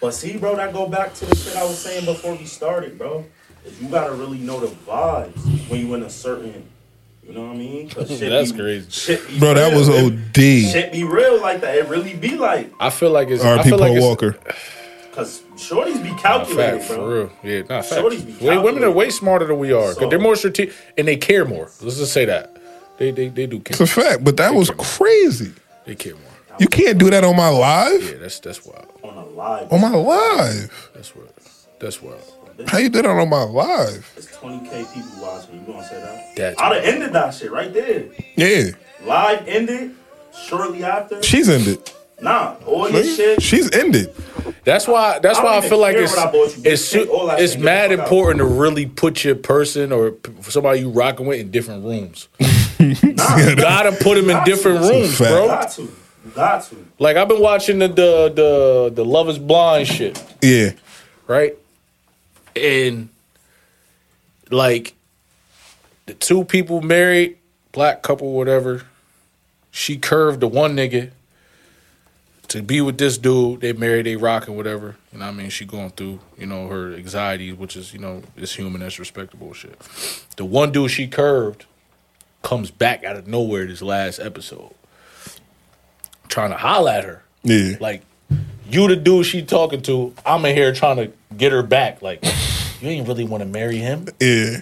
C: But see, bro, that go back to the shit I was saying before we started, bro. If you gotta really know the vibes when you in a certain, you know what I mean? 'Cause shit
B: That's
C: be-
B: crazy.
C: shit be
A: Bro, that
C: real.
A: was
C: It-
A: OD.
C: Shit be real like that. It really be like,
B: I feel like it's I
A: R.P.
B: feel like
A: Paul
B: it's-
A: Walker.
C: cause shorties be
B: Nah,
C: calculated,
B: fact,
C: bro.
B: for real. Yeah, not fact.
C: Shorties be
B: Wa- women are way smarter than we are. 'cause
C: So-
B: they're more strategic and they care more. Let's just say that. They they, they do
A: It's a
B: care.
A: fact, but that was crazy.
B: They care more.
A: You can't do that on my
B: Yeah,
A: live.
B: that's that's wild.
C: On a live,
A: On Oh my live.
B: That's wild. That's wild.
A: How you did that on my live?
C: it's 20k people watching. You gonna say that?
B: That's
C: I'd have ended that shit right there.
A: Yeah,
C: Live ended shortly after.
A: she's ended.
C: Nah, all this
A: Nigga,
C: shit.
A: She's ended.
B: That's why. That's
C: I don't
B: why I
C: even
B: feel like
C: care
B: it's
C: what I bought you, bitch.
B: it's su-
C: Take all that
B: it's
C: shit, get
B: mad
C: the fuck out.
B: important to really put your person or p- somebody you rocking with in different rooms.
C: Nah,
B: Gotta put them in different
C: That's a
B: rooms,
A: fact.
C: You
B: bro.
C: got to. You got to.
B: Like I've been watching the the the the Love Is Blind shit,
A: Yeah,
B: right? And like the two people married, black couple, whatever. She curved the one nigga. to be with this dude. They married, they rocking, whatever. You know what I mean? She going through, you know, her anxieties, which is, you know, it's human, that's respectable and shit. The one dude she curved comes back out of nowhere this last episode. Trying to holla at her.
A: Yeah.
B: Like, you the dude she talking to, I'm in here trying to get her back. Like, you ain't really want to marry him.
A: yeah.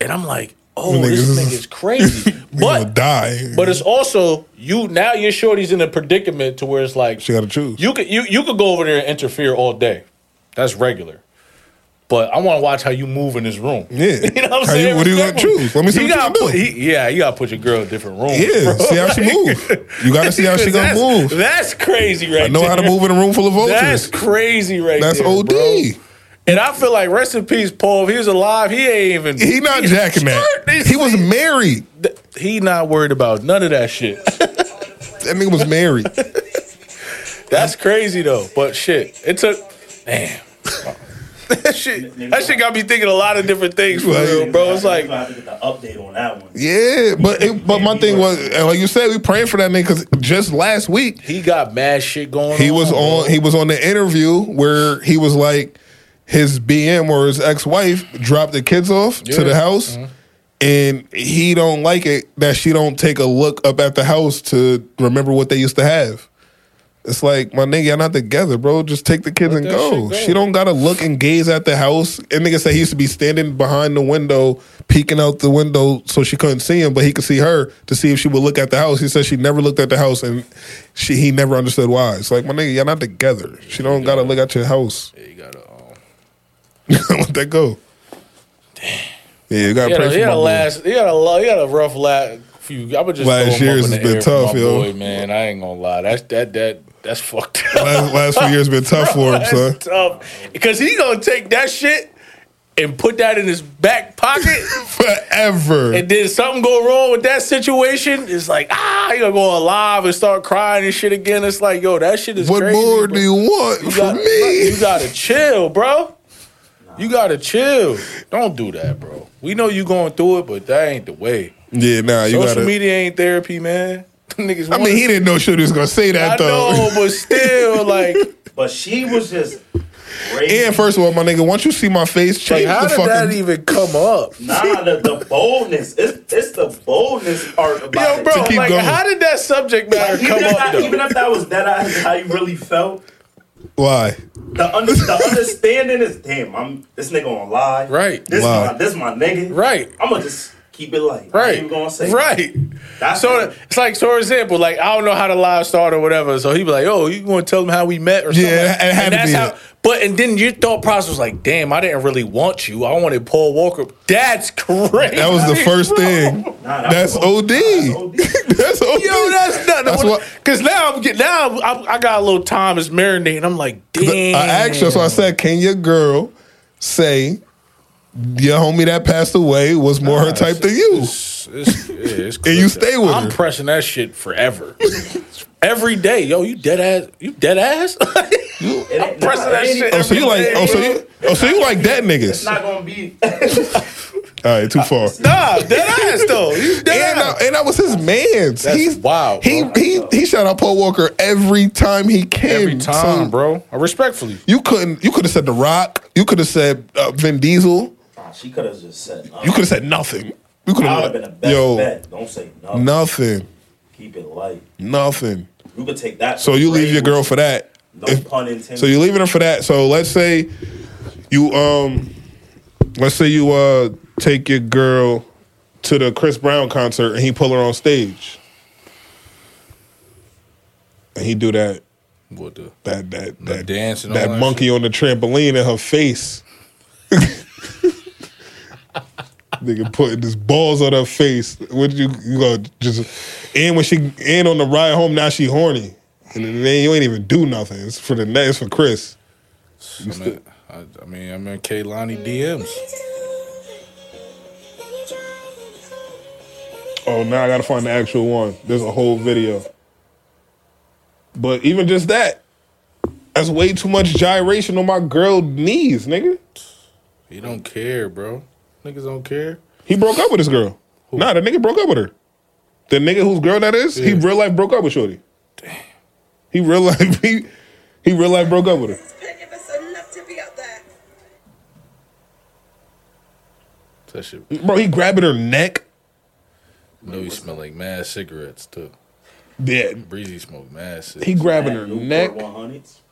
B: And I'm like, oh,
A: Niggas
B: this
A: is-
B: nigga's crazy.
A: We gonna
B: but
A: die.
B: but it's also you now your shorty's in a predicament to where it's like
A: she gotta choose.
B: you could you you could go over there and interfere all day. That's regular. But I want to watch how you move in this room.
A: Yeah.
B: you know what I'm
A: How you-
B: saying.
A: what are you gonna
B: Respectful.
A: choose? Let me see
B: You
A: what you
B: gotta
A: gonna
B: put-
A: do.
B: he- yeah, you gotta put your girl in different rooms.
A: yeah,
B: bro.
A: see how she move. You gotta see how she gonna
B: That's-
A: move.
B: That's crazy, right?
A: I know how to
B: there.
A: move in a room full of
B: That's
A: vultures.
B: crazy, right?
A: That's,
B: there,
A: OD.
B: bro. And I feel like rest in peace, Paul. If he was alive, he ain't even
A: He not jacking that. He was married.
B: Th- he not worried about none of that shit.
A: That nigga was married.
B: That's crazy though. But shit, it took man. that shit, that shit got me thinking a lot of different things for real, bro. It's like
C: You gonna have to get the update on that one.
A: Yeah, but it, but my thing was like you said, we praying for that nigga because just last week
B: he got mad shit going.
A: he was
B: bro.
A: on he was on the interview where he was like his BM or his ex wife dropped the kids off to the
B: Yeah.
A: house, and he don't like it that she don't take a look up at the house to remember what they used to have. It's like my nigga, y'all not together, bro. Just take the kids and
B: that
A: go.
B: shit go.
A: She don't gotta look and gaze at the house. And nigga said he used to be standing behind the window, peeking out the window so she couldn't see him, but he could see her to see if she would look at the house. He said she never looked at the house, and she he never understood why. It's like my nigga, y'all not together. She don't gotta look at your house.
B: He got a, um,
A: Let that go. Yeah, you gotta
B: he had
A: pray
B: a, he
A: for
B: had
A: my
B: a
A: boy.
B: last. He had a lo- he had a rough last few. I would just
A: Last
B: last
A: years
B: years
A: has
B: has
A: been tough,
B: my
A: yo.
B: Boy, man, I ain't gonna lie. That's that that that's fucked up.
A: last, last few years been tough for him, son.
B: That's tough because he gonna take that shit and put that in his back pocket.
A: Forever.
B: And then something go wrong with that situation, it's like, ah, you gonna go alive and start crying and shit again. It's like, yo, that shit is
A: what
B: crazy.
A: more
B: bro.
A: do you want
B: You
A: from
B: gotta,
A: me?
B: You gotta chill, bro. You gotta chill. Don't do that, bro. We know you going through it, but that ain't the way.
A: Yeah, nah, you
B: Social
A: gotta.
B: media ain't therapy, man. Niggas
A: I
B: wanna-
A: mean, he didn't know Shorty was gonna say that
B: I
A: though.
B: know, but still, like,
C: But she was just crazy.
A: And first of all, my nigga, once you see my face, change
B: like how
A: the
B: did that
A: fucking.
B: even come up?
C: Nah, the, the boldness. It's, it's the boldness part about
B: Yo, bro,
C: it.
A: keep
B: like,
A: going.
B: how did that subject matter
C: Even
B: come
C: if,
B: up?
C: I, even
B: Though?
C: if that was that eyes, how you really felt,
A: Why?
C: the, under, the understanding is damn. I'm this nigga gonna lie.
B: Right.
C: This
A: Wow.
C: my this my nigga.
B: Right.
C: I'm gonna just keep it light. I ain't
B: Right,
C: even gonna say
B: right.
C: That's
B: So it's like, so for example, like I don't know how the live start or whatever. So he be like, "Oh, you want to tell him how we met or something?"
A: Yeah,
B: like-
A: it had
B: and
A: to be
B: how.
A: it.
B: But and then your thought process was like, "Damn, I didn't really want you. I wanted Paul Walker." That's crazy.
A: That was the first thing.
C: Nah,
A: That's OD. That's OD.
B: Yo, that's not
A: That's what-
B: Because now I'm getting now I'm, I, I got a little time is marinating. I'm like, damn.
A: I asked her, so I said, "Can your girl say your homie that passed away was more
B: Ah,
A: her type than you?"
B: It's- it's- yeah, it's
A: And you stay with
B: I'm
A: her.
B: pressing that shit forever. Every day, yo, you dead ass. You dead ass.
C: It ain't-
B: pressing
C: nah,
B: that shit.
C: it ain't even-
A: Oh, so you like? Oh, so you? Oh, so you like that niggas?
C: It's not gonna be.
A: All right, too far.
B: nah, dead ass though. You dead
A: And
B: ass.
A: I, and I was his man's.
B: That's
A: He's
B: wild,
A: He
B: bro.
A: he he shout out Paul Walker every time he can.
B: Every time,
A: So
B: bro. I respectfully.
A: You couldn't. You could have said The Rock. You could have said uh, Vin Diesel.
C: Nah, she could have just said. Nah.
A: You could have said nothing. You could
C: I would have
A: have
C: been a best
A: yo
C: bet. Don't say nothing.
A: nothing,
C: Keep it light.
A: nothing.
C: You could take that.
A: So you leave your girl for that.
C: No
A: If-
C: pun intended.
A: so you leaving her for that. So let's say you um, let's say you uh take your girl to the Chris Brown concert and he pull her on stage, and he do that
B: What the?
A: that that
B: The
A: that
B: dance and all
A: that
B: that
A: monkey on the trampoline in her face. Nigga putting his balls on her face. What you you gonna just and when she and on the ride home now she horny and then you ain't even do nothing. It's for the next it's for Chris.
B: I mean, I, I mean, I'm in Kaylani DMs.
A: Oh now I gotta find the actual one. There's a whole video. But even just that, that's way too much gyration on my girl knees, nigga.
B: He don't care, bro. Niggas don't care.
A: He broke up with his girl. Nah, the nigga broke up with her. The nigga whose girl that is, he
B: Yeah.
A: real life broke up with Shorty. Damn. He real life he he real life broke up with her.
G: This pen give us enough to be out there.
B: That shit.
A: Bro, he grabbing her neck.
B: No, he smell like mad cigarettes too.
A: Yeah,
B: Breezy smoked mad
A: he
B: cigarettes.
A: grabbing her neck.
C: One hundreds.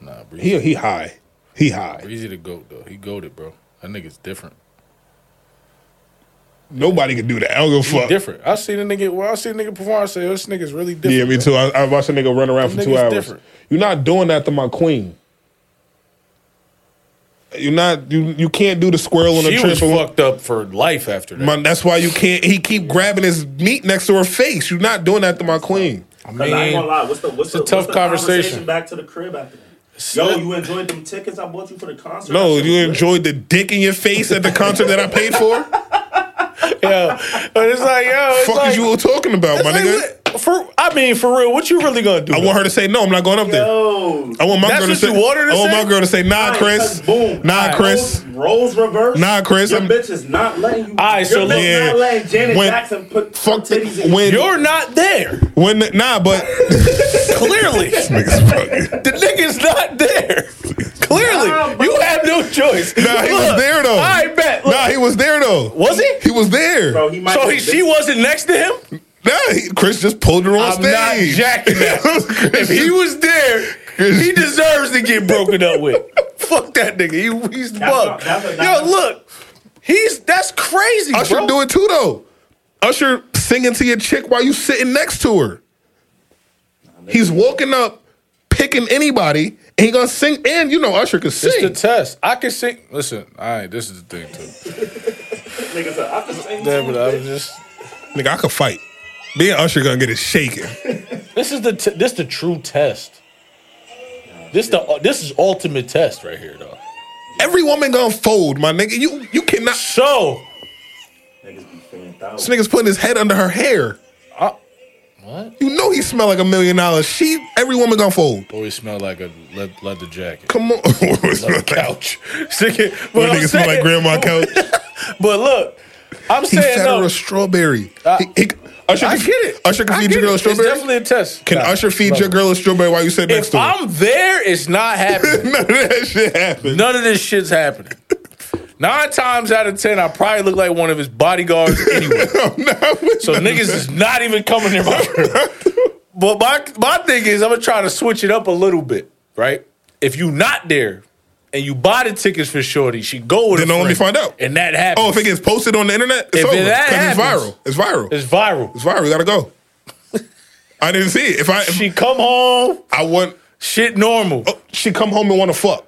B: Nah, Breezy.
A: He he high. He high.
B: Breezy the goat though. He goaded, bro. That nigga's different.
A: Nobody can do that. I don't give a fuck.
B: Different. I seen a nigga. Well, I see a nigga perform. I say, oh, this nigga's really different.
A: Yeah, me
B: bro.
A: too. I, I watched a nigga run around for
B: Them
A: two
B: niggas
A: hours.
B: different.
A: You're not doing that to my queen. You're not. You you can't do the squirrel on the
B: She was
A: trampoline.
B: fucked up for life after that.
A: My, that's why you can't. He keep grabbing his meat next to her face. You're not doing that to my queen.
B: I
C: Cause I ain't gonna
B: mean,
C: lie, what's the what's
B: a
C: the,
B: tough
C: what's the
B: conversation.
C: Back to the crib after that. Yo, you enjoyed them tickets I bought you for the concert.
A: No,
C: That shit
A: you
C: was lit.
A: enjoyed the dick in your face at the concert that I paid for.
B: yo, but it's like, yo, it's
A: Fuck
B: like,
A: is you all talking about,
B: it's
A: my
B: like,
A: nigga?
B: what- For I mean, for real, what you really gonna do?
A: I want her to say no. I'm not going up there.
C: Yo,
A: I want my girl
B: That's
A: to
B: what
A: say.
B: you want her to
A: I want
B: say?
A: my girl to say nah,
C: Alright,
A: Chris.
C: cuz Boom.
A: Nah,
C: Alright,
A: Chris.
C: Roles, roles reverse.
A: Nah, Chris,
C: Your
A: I'm-
C: bitch is not letting you.
B: Alright, so
C: your bitch
A: yeah.
C: not letting Janet
A: When-
C: Jackson put
A: Fuck the
C: titties in.
A: when
B: You're not there.
A: when the- nah, but
B: Clearly,
A: niggas fucking.
B: the nigga's not there. Clearly,
C: Nah, bro.
B: you have no choice.
A: Nah, he was
B: Look,
A: there though.
B: I bet. Look,
A: Nah, he was there though.
B: was he?
A: He was there.
C: Bro, he might
B: So he,
C: have
B: she
C: been-
B: wasn't next to him.
A: Nah, he, Chris just pulled her on
B: I'm
A: stage.
B: not jacking that. if he was there, he deserves to get broken up with. Fuck that nigga. He, he's the
C: That's
B: bug.
C: not- that's not-
B: Yo, look. He's that's crazy,
A: Usher
B: bro.
A: do it too though. Usher singing to your chick while you sitting next to her. He's walking up, picking anybody, and he gonna sing. And you know Usher can
B: It's the
A: sing.
B: test. I can sing. Listen, all right, this is the thing too.
C: Nigga said, I can sing
B: Yeah,
C: too,
B: but I
C: bitch."
B: was just.
A: Nigga, I could fight. Me and Usher gonna get it shaken.
B: This is the t- this the true test. This the this is ultimate test right here, though.
A: Every woman gonna fold, my nigga. You you cannot.
B: So
C: Niggas be fanned
A: This
C: out.
A: nigga's putting his head under her hair.
B: what?
A: You know he smell like a million dollars. She every woman gonna fold.
B: Boy, smell like a le- leather jacket.
A: Come on,
B: Leather couch. Sick it. But
A: That
B: I'm
A: nigga smell like
B: saying-
A: grandma couch.
B: But look, I'm
A: He
B: saying
A: fed
B: no.
A: her a strawberry.
B: Uh,
A: he, he, Usher,
B: I
A: can-
B: get it.
A: Usher can
B: I
A: feed
B: get
A: your girl
B: it.
A: a strawberry.
B: It's definitely a test.
A: Can
B: Nah,
A: Usher feed
B: love
A: your
B: it.
A: girl a strawberry while you sit next
B: If
A: to her?
B: I'm there, it's not happening.
A: None of that shit happened.
B: None of this shit's happening. Nine times out of ten, I probably look like one of his bodyguards anyway. so niggas is not even coming near my girl. But my my thing is, I'm gonna try to switch it up a little bit, right? If you not there and you buy the tickets for Shorty, she go with
A: Then
B: a
A: only
B: friend,
A: find out.
B: and that happens.
A: Oh, if it gets posted on the internet, it's
B: If
A: over.
B: it- that
A: 'cause it's
B: happens.
A: viral. It's viral. It's,
B: it's viral.
A: viral. You gotta go. I didn't see it. If I, if
B: She come home,
A: I want,
B: shit normal.
A: oh, she come home and want to fuck.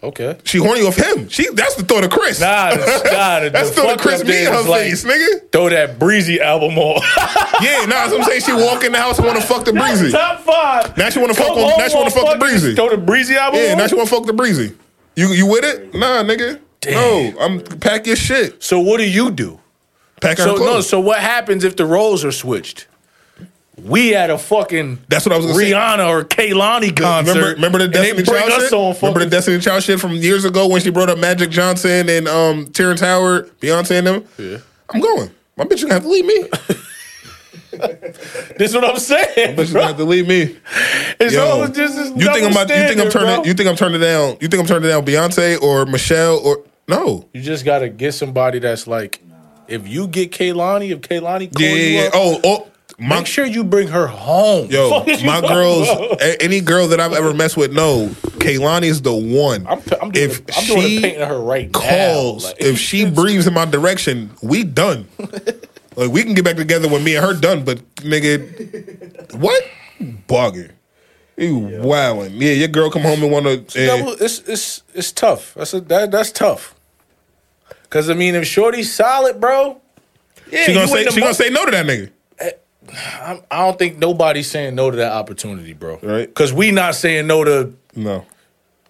B: Okay.
A: She horny off him. She that's the thought of Chris.
B: Nah, the- nah, the-
A: Oh. that's
B: the
A: the thought
B: fuck
A: of Chris
B: up
A: me
B: there
A: in her
B: is like-
A: face, nigga.
B: Throw that breezy album on.
A: Yeah, nah, that's what I'm saying. She walk in the house and want to fuck the breezy.
B: Top five.
A: Now she wanna
B: Come
A: fuck on-
B: home,
A: now she wanna fuck the
B: fucking
A: Breezy.
B: Throw the breezy album.
A: Yeah,
B: on?
A: now she want to fuck the breezy. You you with it? Nah, nigga. No, I'm pack your shit.
B: So what do you do?
A: Pack her
B: So no.
A: clothes.
B: So what happens if the roles are switched? We at a fucking
A: That's what I was gonna say. Uh,
B: Rihanna or Kaylani concert.
A: Remember, remember the
B: and they
A: Destiny Child
B: bring us
A: shit?
B: on
A: remember the
B: fucking.
A: Destiny Child shit from years ago when she brought up Magic Johnson and um, Terrence Howard, Beyonce and them? Yeah. I'm going. My bitch gonna have to leave me. My
B: this is what I'm saying.
A: bitch gonna have to leave me.
B: It's
A: Yo,
B: all just this
A: You think I'm
B: double
A: about, you think I'm
B: standard, bro.
A: turning you think I'm turning down you think I'm turning down Beyonce or Michelle or no.
B: You just gotta get somebody that's like, if you get Kaylani, if Kaylani call
A: Yeah,
B: you
A: yeah, yeah.
B: up,
A: Oh, oh my
B: make sure you bring her home.
A: yo,
B: Fuck is you
A: my
B: talking
A: girls
B: about?
A: a- any girl that I've ever messed with, no. Kaylani is the one.
B: I'm, p- I'm doing, the- I'm doing the painting of her right
A: calls,
B: now. Like,
A: if she breathes in my direction, we done. like we can get back together when me and her done, but nigga, what? You Bugging. You wildin'. Yeah, your girl come home and wanna
B: double,
A: eh,
B: it's it's it's tough. That's a, that that's tough. Cause I mean, if Shorty's solid, bro, yeah,
A: she
B: you
A: gonna
B: in
A: say
B: the
A: she
B: mo-
A: gonna say no to that nigga.
B: I'm, I don't think nobody's saying no to that opportunity, bro.
A: Right.
B: Cause we not saying no to
A: No.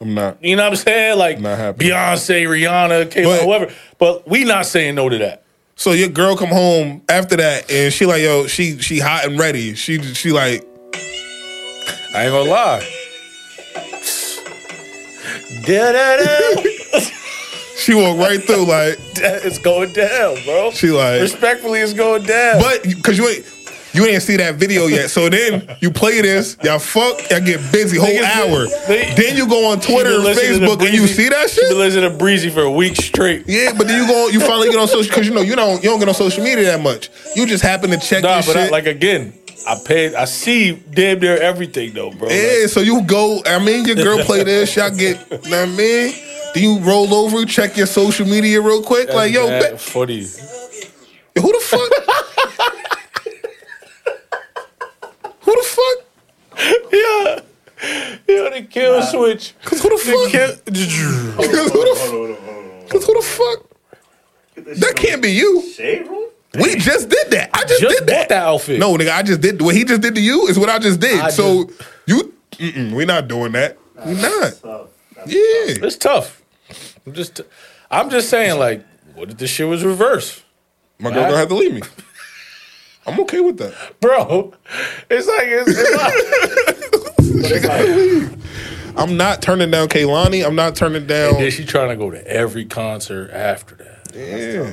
A: I'm not.
B: you know what I'm saying, like
A: Not happening.
B: Beyonce, Rihanna, Kayla,
A: But-
B: whoever. But we not saying no to that.
A: So your girl come home after that and she like, yo, she she hot and ready. She she like
B: I ain't gonna lie. Da-da-da.
A: she walk right through like
B: it's going down, bro.
A: She like-
B: respectfully, it's going down.
A: But because you ain't You ain't see that video yet. So then you play this, y'all fuck, y'all get busy whole hour.
H: they-
A: then you go on Twitter and
H: Listen to
A: Facebook and you
H: Breezy-
A: see that
H: Been
A: shit.
H: listening to Breezy for a week straight.
A: Yeah, but then you go, you finally get on social because you know you don't you don't get on social media that much. You just happen to check
H: Nah,
A: your
H: but I,
A: shit.
H: like again, I paid. I see damn near everything though, bro.
A: Yeah, so you go. I mean, your girl play this. Y'all get. Know what I mean, do you roll over, check your social media real quick? Like, yo, bitch,
H: footy.
A: who the fuck? who the fuck?
H: Yeah, yeah, the kill switch.
A: Cause who the
H: The
A: fuck?
H: kill.
A: Cause who the
C: Hold
A: fuck?
C: on, hold on, hold on.
A: Cause who the fuck?
C: Get this
A: That
C: shit on
A: can't be you.
C: the Shade room?
A: We just did that. I just,
B: Just
A: did that.
B: bought that outfit.
A: No, nigga, I just did what he just did to you is what I just did.
B: I
A: so you, mm-mm, we not doing that. We not.
C: Tough. That's
A: Yeah.
B: It's tough. I'm just, I'm just saying, like, what if this shit was reversed,
A: My girl gonna have to leave me. I'm okay with that.
B: bro? It's like, it's, it's like
A: I'm not turning down Kaylani. I'm not turning down.
B: then she trying to go to every concert after that.
A: Yeah.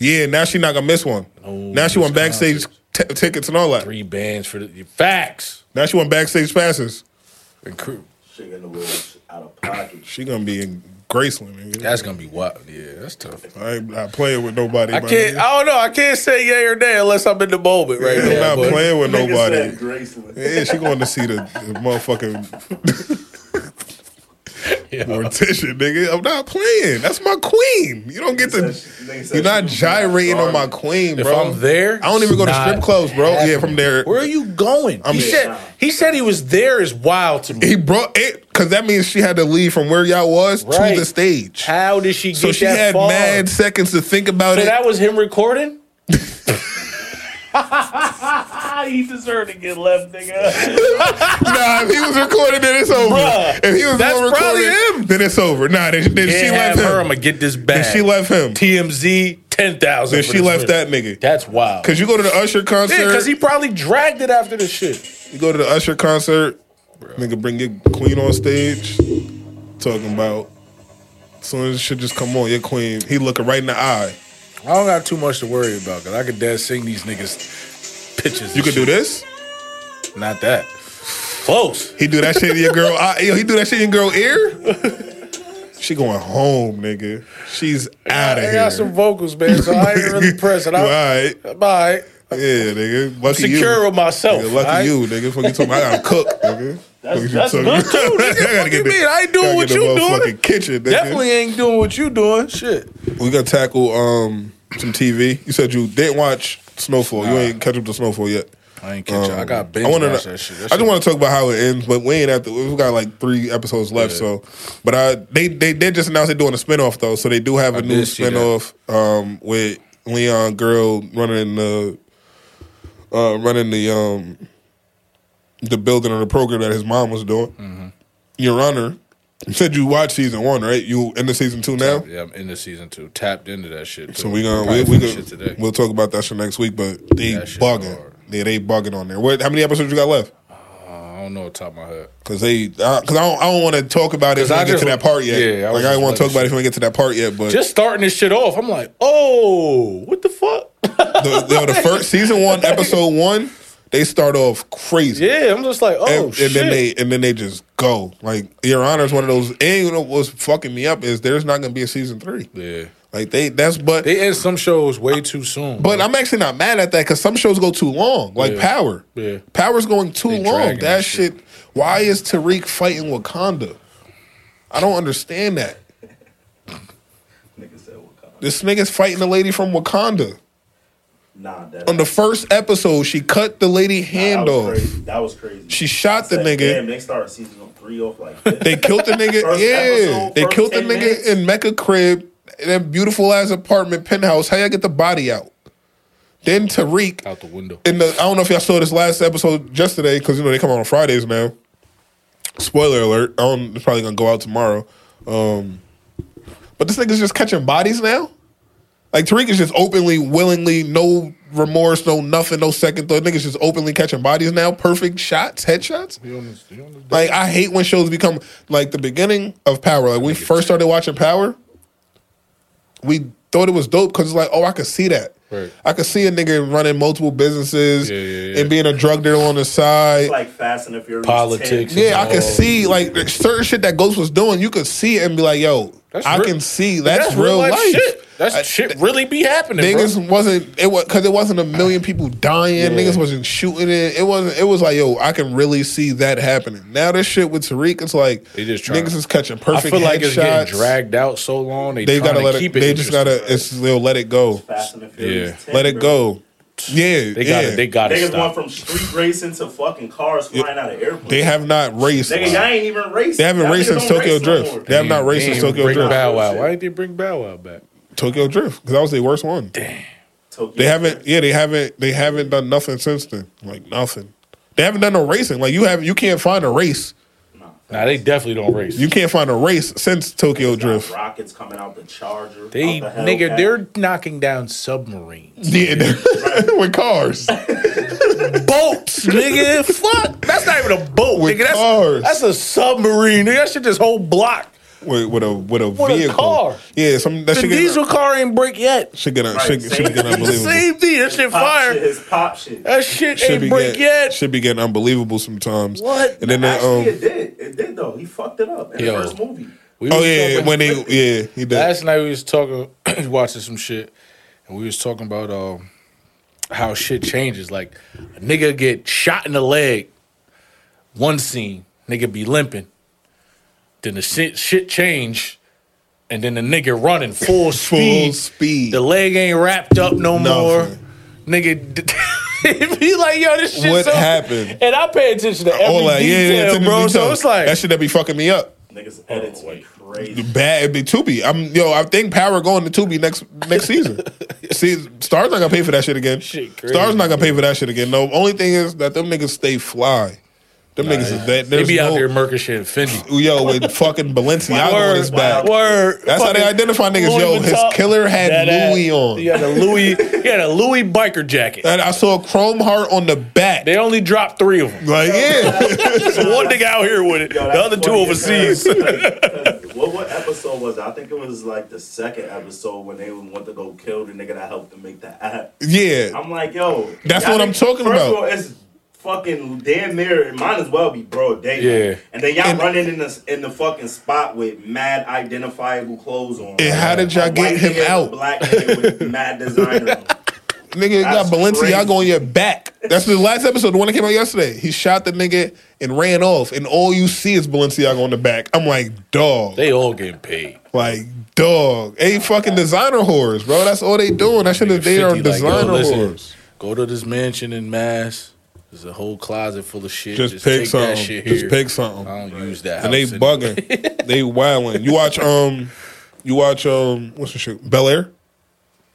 A: Yeah, now she not gonna miss one. now she
B: Oh, miss
A: want backstage t- tickets and all that.
B: Three bands for the facts.
A: Now she want backstage passes.
B: And crew.
C: shit in the woods out of pocket.
A: She gonna be in Graceland. Nigga.
B: That's gonna be wild. Yeah, that's tough.
A: I ain't not playing with nobody.
B: I
A: my
B: can't.
A: nigga.
B: I don't know. I can't say yay or nay unless I'm in the moment right
A: I'm
B: now.
A: not
B: but-
A: playing with
C: Nigga said
A: nobody.
C: Graceland.
A: Yeah, she going to see the, the motherfucking mortician, nigga. I'm not playing. That's my queen. You don't get
C: Nigga
A: to.
C: said- nigga said
A: You're not
C: she was
A: gyrating on my
C: garden.
A: queen,
B: If
A: bro.
B: I'm there,
A: I don't even go to
B: it's
A: strip
B: not
A: clubs, bro. Yeah,
B: happening.
A: from there.
B: Where are you going?
A: I'm-
B: he said he said he was there is wild to me.
A: He brought it because that means she had to leave from where y'all was
B: Right.
A: to the stage.
B: How did she get
A: so she
B: that
A: had
B: far?
A: mad seconds to think about
B: so
A: it.
B: that was him recording.
H: He deserved to get left, nigga.
A: nah, if he was recording, then it's over.
B: Bruh,
A: if he was
B: that's
A: the one recording,
B: probably
A: then it's over. Nah, then, then she
B: Can't
A: left
B: have her.
A: him.
B: I'm gonna get this
A: Then
B: back.
A: she left him.
B: TMZ ten thousand.
A: Then she left that nigga.
B: That's wild.
A: Cause you go to the Usher concert.
B: Yeah, because he probably dragged it after the shit.
A: You go to the Usher concert, nigga bring your queen on stage, talking about as soon as shit just come on, your queen, he looking right in the eye.
B: I don't got too much to worry about because I could dad sing these niggas pitches.
A: You could do this?
B: that. Not that. Close.
A: He do that shit in your girl eye. Yo, he do that shit in your girl ear? She going home, nigga. She's out of
B: I
A: here.
B: got some vocals, man, so I ain't really pressing.
A: You
B: I'm,
A: all right.
B: I'm all right.
A: Yeah, nigga. Lucky
B: Secure
A: you.
B: with myself.
A: Nigga, lucky
B: all right?
A: you, nigga. Fuck you talking about I gotta cook, nigga. Fuck you
H: that's
A: talking-
H: good, too,
B: nigga.
A: I gotta
B: Fuck you
A: get the-
B: mean? I ain't doing
A: gotta
B: what
A: get
B: you
A: the
B: doing.
A: motherfucking Kitchen, nigga.
B: Definitely ain't doing what you doing. Shit.
A: We gonna tackle um some TV. You said you didn't watch Snowfall. You ain't catch up to Snowfall yet.
B: I ain't catch
A: Um,
B: up. I got binge
A: I wanna-
B: watch that shit. That
A: I
B: shit-
A: just want to talk about how it ends, but we ain't at the. We got like three episodes left. So, but I they they did just announced they're doing a spinoff though. So they do have a new
B: did see that.
A: spinoff um, with Leon Girl running the uh, running the um the building of the program that his mom was doing.
B: Mm-hmm.
A: Your Honor, you said you watched season one, right? You in the season two now.
B: Yeah, I'm into season two. Tapped into that shit. Too.
A: So we gonna we,
B: Probably
A: we
B: finish
A: gonna,
B: it today.
A: we'll talk about that shit next week. But they
B: That shit
A: bugging,
B: hard.
A: yeah, they bugging on there. What? How many episodes you got left?
B: I don't know top of my head.
A: Cause they, because I don't, I don't want to talk about it. If we
B: 'Cause I
A: don't get
B: just-
A: to that part yet.
B: yeah, I was
A: like I
B: just
A: don't want to talk
B: letting
A: about it if we don't get to that part yet. But
B: Just starting this shit off, I'm like, oh, what the fuck?
A: the, the, the first season one, episode one, they start off crazy.
B: yeah, I'm just like, oh
A: And, and
B: shit.
A: then they and then they just go like Your Honor is one of those. And you know what's fucking me up is there's not gonna be a season three.
B: yeah,
A: Like they that's but
B: they end some shows way too soon.
A: But I'm actually not mad at that because some shows go too long, like
B: Yeah.
A: Power.
B: Yeah.
A: Power's going too
B: They
A: long.
B: dragging
A: That
B: that
A: shit.
B: shit.
A: Why is Tariq fighting Wakanda? I don't understand that.
C: Nigga said what kind of-
A: This nigga's fighting the lady from Wakanda.
C: Nah, that
A: On the first episode, she cut the lady hand
C: that was
A: off.
C: Crazy. That was crazy.
A: She shot the
C: Said,
A: nigga.
C: Damn, they started season three off like this.
A: They killed the nigga.
C: First
A: yeah,
C: episode,
A: they
C: first
A: killed the
C: 10
A: nigga
C: minutes.
A: in Mecca crib, in that beautiful ass apartment penthouse. How y'all get the body out? Then Tariq
B: out the window.
A: in the I don't know if y'all saw this last episode yesterday because you know they come out on Fridays now. Spoiler alert! I don't, it's probably gonna go out tomorrow. Um, but this nigga's just catching bodies now. Like Tariq is just openly, willingly, no remorse, no nothing, no second thought. Niggas just openly catching bodies now. Perfect shots, headshots.
B: You on this- you on this-
A: Like I hate when shows become like the beginning of Power. Like when we first started watching Power, we thought it was dope because it's like, oh, I could see that.
B: Right.
A: I could see a nigga running multiple businesses
B: Yeah, yeah, yeah.
A: and being a drug dealer on the side.
C: It's like Fast and the Furious.
B: Politics.
C: 10.
A: yeah, I
B: Oh.
A: could see like there's certain shit that Ghost was doing. You could see it and be like, yo,
B: That's
A: I
B: real-
A: can see that's, real life.
B: shit. That's
A: I-
B: shit really be happening,
A: Niggas
B: bro.
A: wasn't it was because it wasn't a million people dying. Niggas wasn't shooting it. It wasn't. It was like yo, I can really see that happening. Now this shit with Tariq, it's like
B: They just trying
A: niggas
B: to-
A: is catching
B: I
A: perfect
B: feel like it's
A: headshots.
B: getting dragged out so long. They,
A: they
B: gotta
A: gotta let it.
B: keep it.
A: They just
B: interesting.
A: gotta. It's they'll let it go.
C: Fast and the Furious.
B: Yeah.
C: 10,
A: Let it
C: bro.
A: go. Yeah,
B: They gotta.
A: yeah.
B: They gotta
C: Niggas
B: stop.
C: went from street racing to fucking cars flying out of airplanes.
A: They have not raced.
C: Nigga, y'all ain't even racing.
A: They haven't
C: Y'all
A: raced
C: niggas
A: since
C: don't
A: Tokyo
C: race no
A: Drift.
C: more.
A: They have not raced
B: They
A: since
B: ain't
A: Tokyo
B: bring
A: Drift.
B: Bow Wow. Why did they bring Bow Wow back?
A: Tokyo Drift because that was the worst one.
C: Tokyo
A: They haven't. Yeah, they haven't. They haven't done nothing since then. Like nothing. They haven't done no racing. Like you have. You can't find a race.
B: Nah, they definitely don't race.
A: You can't find a race since Tokyo Drift.
C: Rockets coming out the Charger.
B: they
C: out the
B: nigga,
C: Hellcat.
B: they're knocking down submarines,
A: Yeah, with cars.
B: boats, nigga. Fuck, that's not even a boat,
A: With
B: nigga. That's
A: cars.
B: that's a submarine. Nigga, that shit just whole block.
A: With, with a with a
B: a
A: vehicle.
B: car.
A: Yeah, some that
B: The
A: should get,
B: diesel car ain't break yet.
A: should get un-
C: Right,
A: should, should
C: same.
A: be getting unbelievable.
B: Same thing. That shit
C: pop
B: fire.
C: shit. His pop shit.
B: That shit
A: should
B: ain't
A: be
B: break
A: get-
B: yet.
A: Should be getting unbelievable sometimes.
B: What?
A: And then they,
C: Actually,
A: um,
C: it did. It did though. He fucked it up in
B: Yo.
C: the first movie.
B: We
A: oh
B: was
A: yeah,
B: talking-
A: when they yeah he did.
B: last night we was talking, watching some shit, and we was talking about um, how shit changes. Like a nigga get shot in the leg, one scene, nigga be limping, then the shit, shit change, and then the nigga running full speed.
A: Full speed.
B: The leg ain't wrapped up no more.
A: Nothing.
B: Nigga, d- he like yo, this shit.
A: What
B: so-"
A: happened?
B: And I pay attention to every
A: All that, yeah,
B: detail,
A: yeah, it's in the
B: bro.
A: detail.
B: So it's like
A: that shit that be fucking me up.
C: Niggas
B: Oh,
C: edits be crazy.
A: Bad, it'd be Tubi. I'm yo. I think Power going to Tubi next next season. See, Star's not gonna pay for that shit again.
B: Shit crazy.
A: Star's not gonna pay for that shit again. No, only thing is that them niggas stay fly. Them niggas is that.
B: they
A: There's
B: be
A: no,
B: out there murking shit and Fendi.
A: Yo, with fucking Balenciaga on his back.
B: Word.
A: That's how they
B: Fucking
A: identify niggas.
B: Louis
A: Yo, his
B: Vuitton.
A: killer had
B: ass.
A: Louis on.
B: He had a Louis. he had a Louis biker jacket.
A: And I saw a chrome heart on the back.
B: They only dropped three of them.
A: Like, yeah.
B: So one nigga out here with it.
C: Yo,
B: the
C: that's
B: other two
C: funny
B: overseas.
C: as hell. 'Cause what what episode was it? I think it was like the second episode when they went to go kill the nigga that helped them make the app.
A: yeah.
C: I'm like, yo,
A: That's
C: y'all
A: what I'm
C: niggas-
A: talking
C: first
A: about.
C: Of all, it's fucking damn near. It might as well be broad day.
B: Yeah.
C: and then y'all
A: And-
C: running in the in the fucking spot with mad identifiable clothes on.
A: And how did y'all
C: A
A: get
C: white
A: him
C: nigga and a
A: out?
C: Black nigga with mad designer. on.
A: Nigga, you got
C: That's
A: Balenciaga
C: crazy.
A: on your back. That's the last episode, the one that came out yesterday. He shot the nigga and ran off, and all you see is Balenciaga on the back. I'm like, dog.
B: they all getting paid.
A: Like, dog. Hey, fucking designer whores, bro. That's all they doing. That shit is they are
B: 50, like, yo,
A: designer
B: listen,
A: whores.
B: Go to this mansion in Mass. There's a whole closet full of shit.
A: Just pick
B: take
A: something.
B: That shit
A: Just
B: here.
A: pick something.
B: I don't use that.
A: and they
B: house anymore.
A: bugging. they wilding. You watch um, you watch um, what's the shit? Bel Air.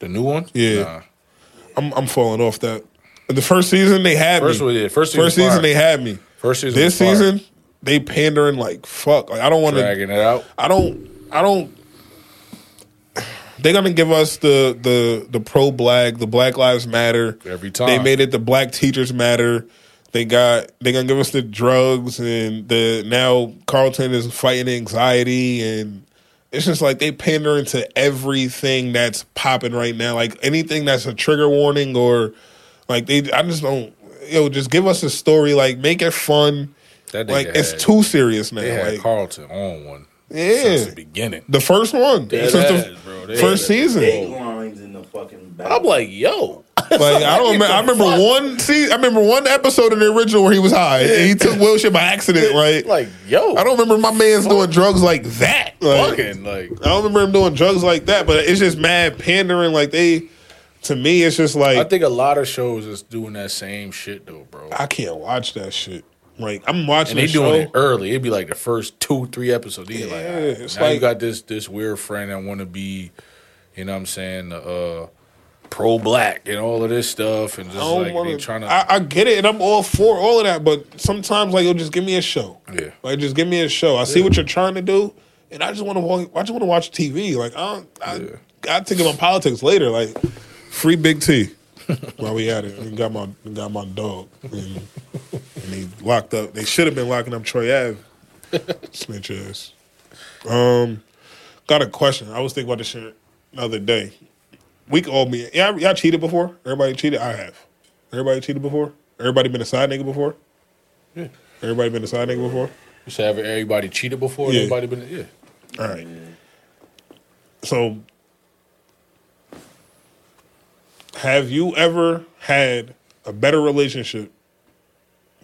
B: The new one?
A: Yeah.
B: Nah.
A: I'm I'm falling off that. The first season they had
B: First
A: me.
B: one, yeah, first season
A: first
B: was
A: season
B: fire.
A: they had me.
B: First season
A: This
B: was fire.
A: season they pandering like fuck. Like I don't want to.
B: Dragging it out.
A: I don't. I don't. They're gonna give us the the the pro black, the Black Lives Matter.
B: Every time.
A: they made it, the black teachers matter. They got they're gonna give us the drugs and the now Carlton is fighting anxiety and it's just like they pandering to everything that's popping right now. Like anything that's a trigger warning or like they, I just don't. Yo, just give us a story. Like make it fun.
B: That nigga
A: Like it's
B: had-
A: too serious now.
B: They had
A: Like,
B: Carlton on one
A: yeah,
B: since the beginning.
A: the first one since the
B: ass, bro. They
A: first
B: had-
A: season.
C: Big lines in the fucking. Back.
B: I'm like, yo.
A: Like I don't remember. I remember one. See, I remember one episode in the original where he was high and he took Will shit by accident. Right?
B: Like, yo.
A: I don't remember my man's doing drugs like that. Like,
B: fucking like
A: I don't remember him doing drugs like that. But it's just mad pandering. Like they, to me, it's just like
B: I think a lot of shows is doing that same shit though, bro.
A: I can't watch that shit. Like I'm watching.
B: and they
A: the
B: doing
A: show.
B: it early. It'd be like the first two, three episodes. Yeah, like,
A: Yeah,
B: all right,
A: it's
B: now you
A: like-
B: got this this weird friend that want to be, you know, what I'm saying, uh, pro black and all of this stuff, and just
A: I don't
B: like
A: wanna,
B: they trying to.
A: I, I get it, and I'm all for all of that. But sometimes, like, yo, just give me a show.
B: Yeah.
A: Like, just give me a show. I see what you're trying to do, and I just want to. I just want to watch TV. Like, I don't. I, I think about politics later. Like, free Big T. While we at it, and got my got my dog, and, and he locked up. They should have been locking up Troy Ave. Snitch ass. Um, got a question. I was thinking about this shit the other day. we could all be. Y'all, y'all cheated before? Everybody cheated? I have. Everybody cheated before? Everybody been a side nigga before? Everybody been a side nigga before?
B: So have everybody cheated before?
A: Yeah.
B: Everybody been yeah.
A: All right. So, have you ever had a better relationship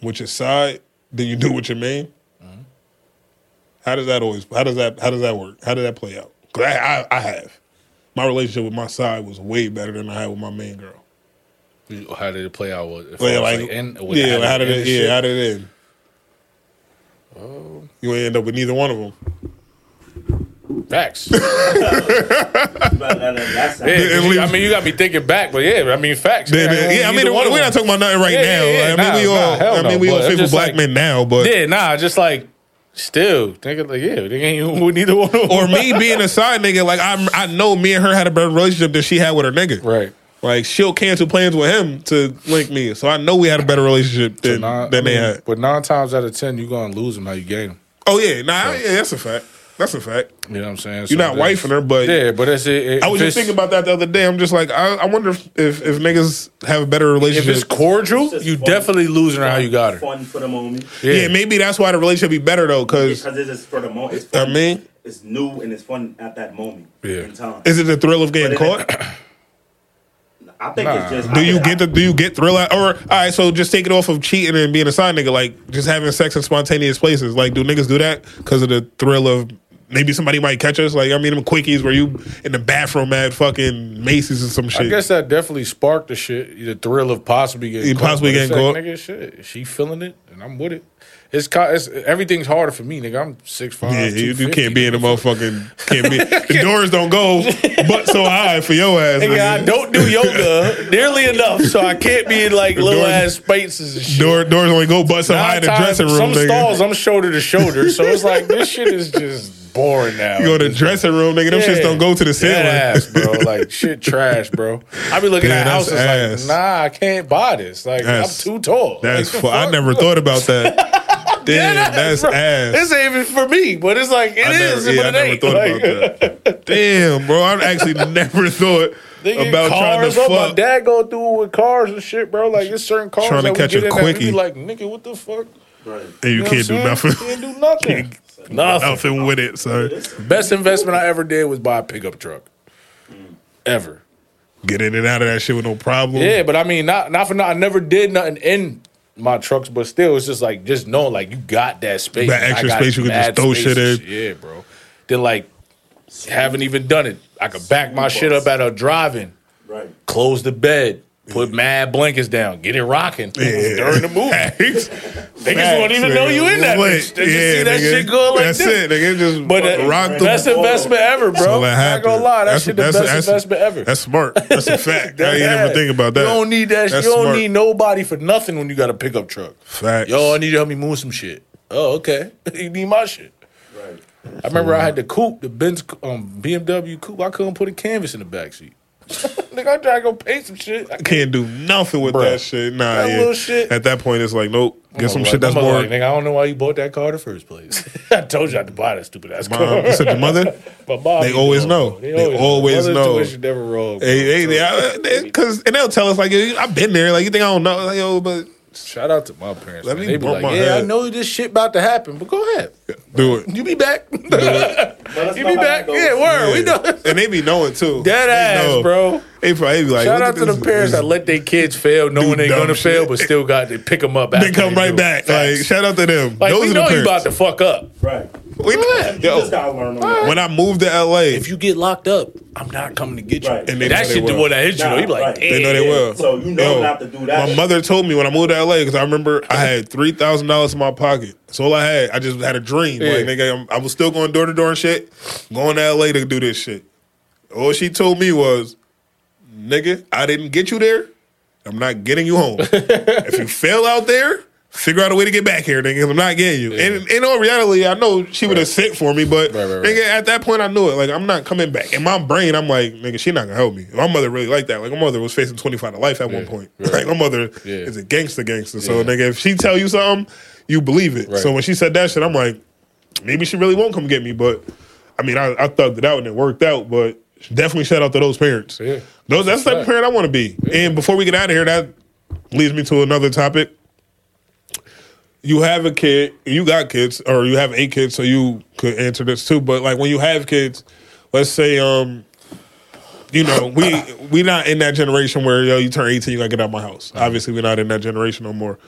A: with your side than you do with your main?
B: Mm-hmm.
A: How does that always? How does that? How does that work? How did that play out? Cause I, I, I have. My relationship with my side was way better than I had with my main girl.
B: How did it play out? Was it
A: Well,
B: like,
A: like,
B: end, was
A: yeah, how did
B: end
A: it?
B: and
A: Yeah,
B: shit? Oh.
A: how did it end? You ain't end up with neither one of them.
B: Facts.
C: But that- that- that's
B: Yeah,
A: Didn't
B: you-
A: leave-
B: I mean, you got me thinking back, but yeah, I mean, facts.
A: Yeah,
B: ain't
A: yeah, I
B: either
A: mean,
B: one of
A: we're not
B: them.
A: talking about nothing right
B: Yeah,
A: now.
B: yeah, yeah.
A: I mean, we
B: Nah,
A: all,
B: nah, hell
A: I mean, we
B: no,
A: all
B: but
A: faithful
B: just
A: black
B: like-
A: men now, but
B: Yeah, nah, just like still thinking like, yeah, they ain't we neither one of them.
A: or me being a side nigga, like I'm, I know me and her had a better relationship than she had with her nigga.
B: right.
A: Like she'll cancel plans with him to link me, so I know we had a better relationship than
B: Nah,
A: than
B: I
A: they
B: mean,
A: had.
B: But nine times out of ten, you're gonna lose them how you gain them.
A: Oh yeah, nah, yeah, that's a fact. That's a fact.
B: You know what I'm saying?
A: You're not wifing her, but
B: Yeah, but that's it. it-
A: I was
B: if
A: just
B: it's-
A: thinking about that the other day. I'm just like, I, I wonder if, if if niggas have a better
B: If
A: relationship.
B: it's cordial,
C: It's just
B: you
C: fun.
B: definitely losing her how you got her.
C: Fun for the moment.
B: Yeah,
A: yeah, maybe that's why the relationship be better though, because
C: Because it's just for the moment. It's
A: I
C: fun.
A: mean,
C: It's new and it's fun at that moment
B: Yeah.
C: in time.
A: is it the thrill of getting
C: But it-
A: caught?
C: I think
B: Nah.
C: it's just.
A: Do
C: I
A: you
C: think-
A: get the do you get thrill out or all right, so just take it off of cheating and being a side nigga, like just having sex in spontaneous places. Like do niggas do that because of the thrill of maybe somebody might catch us? Like I mean them quickies where you in the bathroom at fucking Macy's and some shit.
B: I guess that definitely sparked the shit, the thrill of possibly getting
A: You
B: caught.
A: possibly
B: But it's
A: getting
B: like,
A: caught.
B: Nigga, shit, she feeling it, and I'm with it. It's, co- it's everything's harder for me, nigga. I'm six five.
A: yeah, you, you can't be in the motherfucking can't be the doors don't go but so high for your ass.
B: Nigga, I
A: nigga.
B: don't do yoga nearly enough, so I can't be in like little
A: Doors-
B: ass spaces and shit.
A: Door, doors only go but so high in the
B: Nine times-
A: dressing room.
B: Some
A: nigga.
B: stalls, I'm shoulder to shoulder, so it's like this shit is just boring now.
A: you go to the dressing room, nigga. Them shits don't go to the ceiling.
B: Ass, bro. Like shit, trash, bro. I be looking
A: Yeah,
B: at
A: that's
B: houses
A: ass.
B: like, nah, I can't buy this. Like
A: That's-
B: I'm too tall.
A: That's
B: like,
A: fu- I never thought about that. Damn, that's
B: bro.
A: ass.
B: This ain't even for me, but it's like it
A: I never,
B: is.
A: yeah, I
B: but it
A: never
B: ain't.
A: thought
B: like,
A: about that. Damn, bro, I actually never thought
B: Nigga,
A: about trying
B: cars,
A: to
B: bro. My
A: fuck.
B: dad go through with cars and shit, bro. Like it's certain cars
A: Trying to
B: that we
A: catch
B: get
A: a
B: in that we be
A: quickie.
B: like, nigga, what the fuck?
A: And you
B: know
A: can't do
B: what I'm
A: nothing.
B: saying? Can't do nothing. nothing.
A: Nothing with it, son.
B: Best investment I ever did was buy a pickup truck. Ever.
A: Get in and out of that shit with no problem.
B: Yeah, but I mean, not not for not. I never did nothing in my trucks, but still, it's just like just know, like you got that space,
A: That extra
B: I got
A: space you can just
B: mad
A: throw
B: space
A: shit
B: and
A: in.
B: Yeah, bro. Then like haven't even done it. I could back my shit up at a drive-in,
C: Right.
B: close the bed, put mad blankets down, get it rocking during the movie.
A: Facts.
B: Niggas won't even know you in that.
A: Lit.
B: bitch. They just
A: Yeah,
B: see that
A: nigga.
B: shit going like
A: That's it,
B: this.
A: nigga. Just
B: But
A: fucking
B: uh,
A: rock the
B: best investment ever, bro.
A: all that
B: Not gonna
A: happened.
B: lie, that
A: That's-
B: shit the
A: that's-
B: best
A: that's-
B: investment ever.
A: That's smart. That's a fact. I didn't
B: Yeah.
A: even think about that.
B: You don't need that.
A: That's
B: you don't
A: smart.
B: need nobody for nothing when you got a pickup truck.
A: Facts.
B: Yo, I need you to help me move some shit. Oh, okay. you need my shit.
C: Right.
B: I remember I had the coupe, the Benz um, BMW coupe. I couldn't put a canvas in the backseat. Nigga, I tried to go paint some shit. I
A: can't do nothing with
B: Bruh.
A: that shit. Nah,
B: That
A: yeah.
B: little shit.
A: At that point, it's like, nope. Get some
B: I'm
A: shit
B: like-
A: that's
B: I'm
A: more.
B: Like, nigga, I don't know why you bought that car in the first place. I told you not to buy that stupid ass
A: Mom,
B: car.
A: you said your mother.
B: But mom,
A: They
B: you
A: always
B: know,
A: know. They always
B: Mother's
A: know.
B: Tuition never wrong. bro.
A: Hey, hey, because and they'll tell us like I've been there. Like you think I don't know? Like yo, but
B: Shout out to my parents.
A: Let
B: man.
A: me
B: They be
A: bump
B: like,
A: my
B: yeah, I
A: head."
B: know this shit about to happen, but go ahead.
A: do it.
B: You be back. you be
C: Let us know how
B: back.
C: that goes.
B: Yeah, word. We
A: Yeah.
B: know.
A: and they be knowing too.
B: Dead
A: They
B: ass,
A: know.
B: bro.
A: They probably be like,
B: Shout
A: look
B: out
A: at
B: to the
A: this-
B: parents
A: this-
B: that let their kids fail, knowing
A: do
B: they're gonna
A: dumb
B: fail,
A: shit.
B: but still got to pick them up.
A: They
B: after
A: come right
B: do it.
A: back. Like
B: Facts.
A: shout out to them.
B: Like,
A: Those
B: we
A: are the
B: know you
A: parents.
B: about to fuck up.
C: Right.
A: We-
C: You
A: yo,
C: just gotta learn on that.
A: when I moved to LA,
B: If you get locked up, I'm not coming to get you.
C: Right.
A: And they
B: that
A: know they
B: shit the
A: will.
B: one that hit you.
C: Nah,
B: though. You be like,
C: right.
B: damn.
A: they know they will.
C: So you know not to do that.
A: My mother told me when I moved to LA because I remember I had three thousand dollars in my pocket. That's all I had. I just had a dream. Like
B: Yeah.
A: nigga, I'm, I was still going door to door and shit. Going to LA to do this shit. All she told me was, nigga, I didn't get you there. I'm not getting you home. if you fail out there, figure out a way to get back here, nigga. 'cause I'm not getting you. And in all reality, I know she would have sent for me, but
B: Right, right, right.
A: nigga, at that point, I knew it. Like I'm not coming back. In my brain, I'm like, nigga, she not gonna help me. My mother really like that. Like my mother was facing 25 to life at one point. Like my mother
B: Yeah.
A: is a gangster gangster. So nigga, if she tell you something, you believe it.
B: Right.
A: So when she said that shit, I'm like, maybe she really won't come get me. But I mean, I, I thugged it out and it worked out. But Definitely shout out to those parents.
B: Yeah.
A: Those that's the type of parent I want to be. And before we get out of here, that leads me to another topic. You have a kid, you got kids, or you have eight kids, so you could answer this too. But like when you have kids, let's say um you know, we we not in that generation where yo, you turn eighteen, you gotta get out of my house. Obviously, we're not in that generation no more.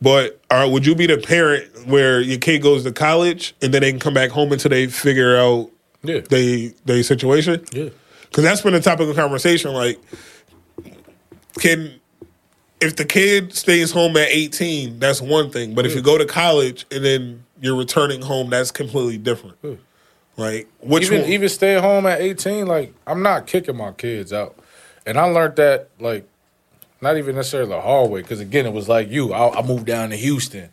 A: But uh, would you be the parent where your kid goes to college and then they can come back home until they figure out
B: Yeah.
A: they they situation?
B: yeah.
A: Because that's been a topic of conversation. Like, can if the kid stays home at eighteen, that's one thing. But if
B: Mm.
A: you go to college and then you're returning home, that's completely different. Like, which
B: Mm. even
A: one?
B: even stay at home at 18 like i'm not kicking my kids out and i learned that like not even necessarily the hard way because again it was like you I, I moved down to houston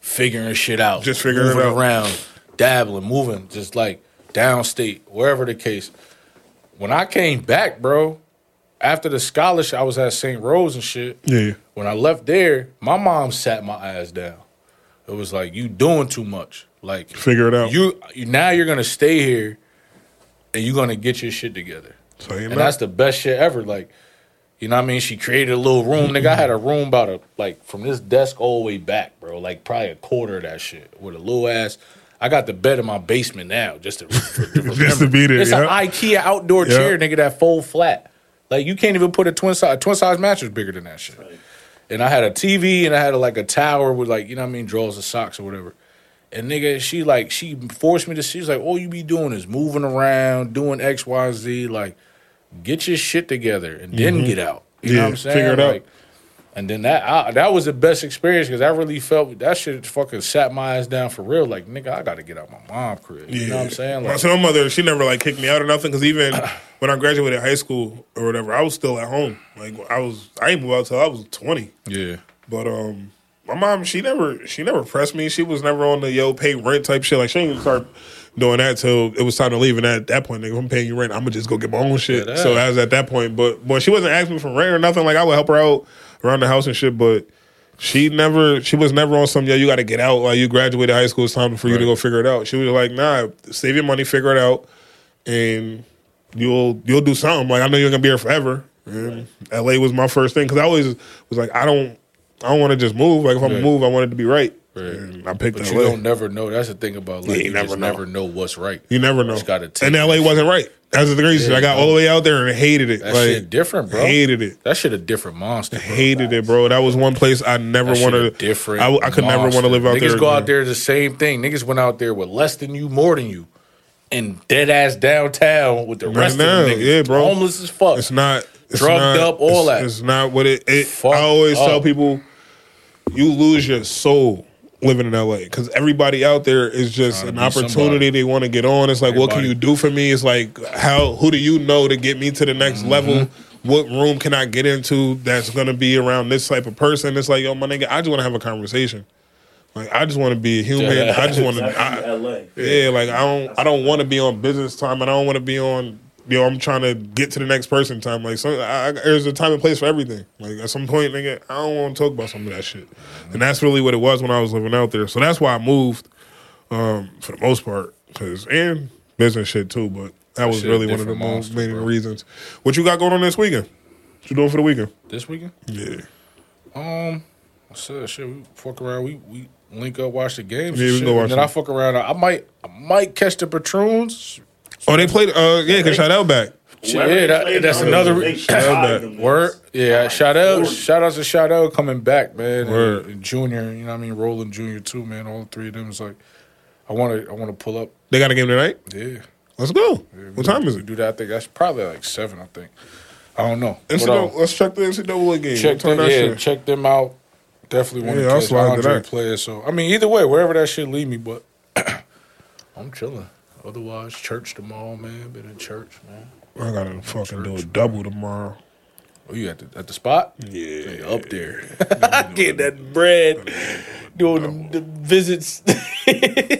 B: figuring shit out
A: Just figuring it
B: moving
A: out.
B: around dabbling moving just like downstate wherever the case when i came back bro after the scholarship i was at st rose and shit
A: yeah,
B: when I left there, my mom sat my ass down. It was like you doing too much. Like
A: Figure it out.
B: You you- now you're gonna stay here, and you're gonna get your shit together.
A: so you
B: And
A: know,
B: that's the best shit ever. Like, you know what I mean? She created a little room. Nigga, I had a room about a like from this desk all the way back, bro. Like probably a quarter of that shit with a little ass. I got the bed in my basement now just to,
A: just to be there.
B: It's
A: Yeah.
B: an IKEA outdoor
A: Yeah.
B: chair, nigga. That fold flat. Like you can't even put a twin size. A twin size mattress bigger than that shit. And I had a TV and I had like a tower with like you know what I mean drawers and socks or whatever. And nigga, she like she forced me to. She's like, all you be doing is moving around, doing X, Y, Z. Like, get your shit together and then get out. You
A: Mm-hmm.
B: know
A: Yeah,
B: what I'm saying?
A: figure it out.
B: Like, and then that I, that was the best experience because I really felt that shit fucking sat my ass down for real. Like nigga, I got to get out my mom crib. You know what I'm saying?
A: my
B: Like, Ah.
A: so my mother, she never like kicked me out or nothing. Because even when I graduated high school or whatever, I was still at home. Like I was, I ain't move out till I was twenty.
B: yeah,
A: But um, my mom, she never, she never pressed me. She was never on the yo pay rent type shit. Like she didn't even start doing that till it was time to leave. And at that point, nigga, if I'm paying you rent, I'm gonna just go get my own shit.
B: Yeah, that.
A: So I was at that point. But when she wasn't asking me for rent or nothing, like I would help her out around the house and shit. But she never, she was never on some yo. You got to get out. Like you graduated high school, it's time for you to
B: Right.
A: go figure it out. She was like, nah, save your money, figure it out, and you'll you'll do something. Like I know you're gonna be here forever. And LA was my first thing because I always was like, I don't, I don't want to just move. Like if I'm
B: Yeah.
A: gonna move, I want it to be right.
B: Right.
A: And I picked
B: but
A: LA.
B: you don't never know. That's the thing about like
A: Yeah, you
B: you,
A: never
B: just
A: know.
B: never know what's right.
A: you never know.
B: Just gotta take
A: and LA wasn't right. That's the crazy. shit. I got all the way out there and hated it.
B: That
A: like
B: shit different, bro.
A: hated it.
B: That shit a different monster. Bro.
A: Hated it, bro. That was one place I never
B: That shit a
A: wanted.
B: different.
A: I, I could never want
B: monster.
A: to live out
B: Niggas
A: there.
B: Niggas go out
A: again.
B: there the same thing. Niggas went out there with less than you, more than you, and dead ass downtown with the rest
A: now,
B: of the niggas.
A: yeah, bro.
B: Homeless as fuck.
A: It's not it's
B: Drugged
A: not-
B: up,
A: it's-
B: all that.
A: It's not what it. it
B: Fucked
A: I always tell
B: up.
A: people, you lose your soul living in LA because everybody out there is just
B: Trying
A: an
B: to be
A: opportunity
B: somebody.
A: they want to get on. It's like, what can
B: Everybody.
A: you do for me? It's like, how who do you know to get me to the next
B: Mm-hmm.
A: level? What room can I get into that's gonna be around this type of person? It's like, yo, my nigga, I just want to have a conversation. Like, I just want to be a human.
B: Yeah.
A: I just want to.
C: That's in LA.
A: Yeah, like I don't I don't want to be on business time. and I don't want to be on you know I'm trying to get to the next person time. Like some, I, I- there's a time and place for everything. Like at some point, nigga, I don't want to talk about some of that shit. And that's really what it was when I was living out there. So that's why I moved um, for the most part, cause and business shit too. But that was
B: shit
A: really
B: a
A: one of the
B: different
A: most
B: monster,
A: main
B: bro.
A: reasons. What you got going on this weekend? What you doing for the weekend?
B: this weekend.
A: Yeah,
B: Um, I said shit. We fuck around. We we link up, watch the games.
A: Yeah,
B: and
A: we
B: shit,
A: go watch
B: and then
A: them.
B: I fuck around. I might I might catch the patroons.
A: Oh, they played. Uh, yeah, cause shout out back.
C: Whoever
B: yeah,
C: they
B: that-
C: played
B: that's
C: them,
B: another-
C: they
A: Shout
C: fried
A: out
C: them niggas.
B: Word. Yeah. Shout out. Shout out to shout out coming back, man. and-
A: Word.
B: and Junior. You know what I mean? Roland Junior too, man. All three of them is like, I want to. I want to pull up.
A: They got a game tonight.
B: Yeah.
A: Let's go. What time is it?
B: Do that. I think that's probably like seven. I think. I don't know. But, uh,
A: NCAA, let's check the NCAA game.
B: check
A: Turn
B: them.
A: that
B: Yeah.
A: shit.
B: Check them out. Definitely want
A: Yeah,
B: to
A: I'll
B: catch
A: slide to
B: Andre
A: that.
B: player. So I mean, either way, wherever that shit lead me, but I'm chilling. Otherwise, church tomorrow, man. Been in church, man.
A: I gotta fucking do a double tomorrow.
B: Oh, you at the at the spot?
A: Yeah.
B: They up there. Getting that bread, doing the, the visits.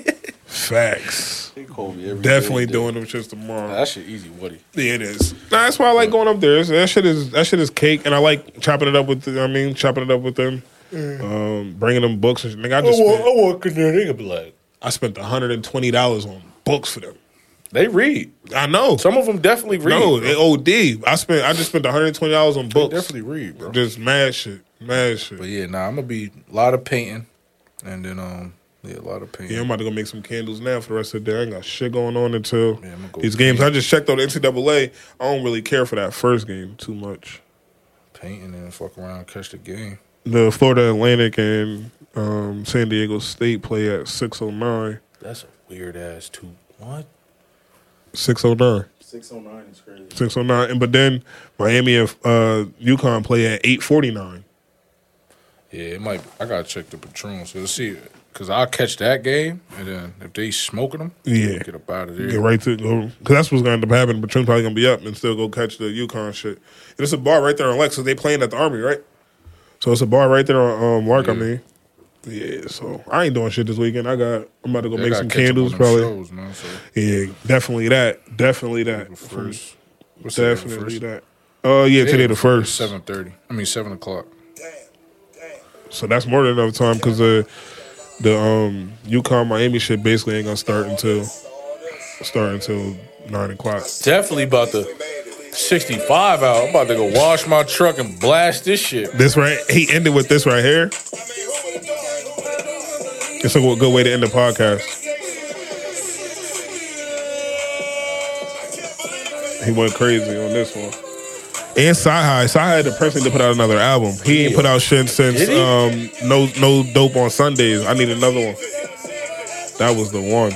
A: Facts. Definitely
B: Definitely
A: doing them shits tomorrow.
B: That shit easy, Woody.
A: Yeah, it is. Nah, that's why I like going up there. It's- That shit is that shit is cake, and I like chopping it up with. The, I mean, chopping it up with them, um, bringing them books Oh, and shit. Nigga, I just spent,
B: walk in there, they gonna be like,
A: I spent one hundred and twenty dollars on books for them.
B: They read.
A: I know.
B: Some of them definitely read.
A: no,
B: bro.
A: they OD. I spent. I just spent 120 dollars on
B: They
A: books.
B: definitely read, bro.
A: Just mad shit. Mad shit.
B: But yeah, nah, I'm gonna be a lot of painting, and then um, yeah, a lot of painting.
A: Yeah, I'm about to go make some candles now for the rest of the day. I ain't got shit going on until
B: Yeah, I'ma go
A: these games. I just checked out the NCAA. I don't really care for that first game too much.
B: painting and fuck around, catch the game.
A: The Florida Atlantic and um, San Diego State play at 609.
B: That's a weird ass two. What?
A: 609.
C: Six oh nine is crazy.
A: 609. And, but then Miami and uh, UConn play at 849.
B: Yeah, it might. I gotta check the Patron. So let's see, cause I'll catch that game, and then if they smoking them,
A: Yeah.
B: get up out of there.
A: Get right to Because that's what's going to end up happening. But Trim's probably going to be up and still go catch the UConn shit. And it's a bar right there on Lexus. They playing at the Army, right? So it's a bar right there on um, Lark, I
B: Yeah.
A: mean. Yeah, so I ain't doing shit this weekend. I got, I'm about to go
B: They
A: make
B: gotta
A: some
B: catch up on
A: candles
B: them
A: probably.
B: Shows, man, so
A: Yeah, definitely that. Definitely that.
B: first, what's today, the
A: Definitely
B: first?
A: that. Oh, yeah, today the first.
B: seven thirty. I mean seven o'clock.
A: So that's more than enough time because the the um UConn Miami shit basically ain't gonna start until start until nine o'clock.
B: Definitely about the sixty five out. I'm about to go wash my truck and blast this shit.
A: This right, he ended with this right here. It's a good way to end the podcast. He went crazy on this one. And Sci High. Sci High the person to put out another album. He ain't put out shit since
B: Did he?
A: um, no no dope on Sundays. I need another one. That was the one.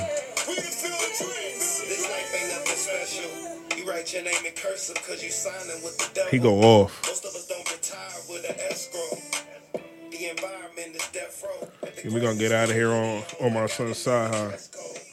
A: He go off.
D: Most of us don't retire with an escrow. The environment is death row.
A: And we gonna get out of here on on my son's side high.
D: Let's go.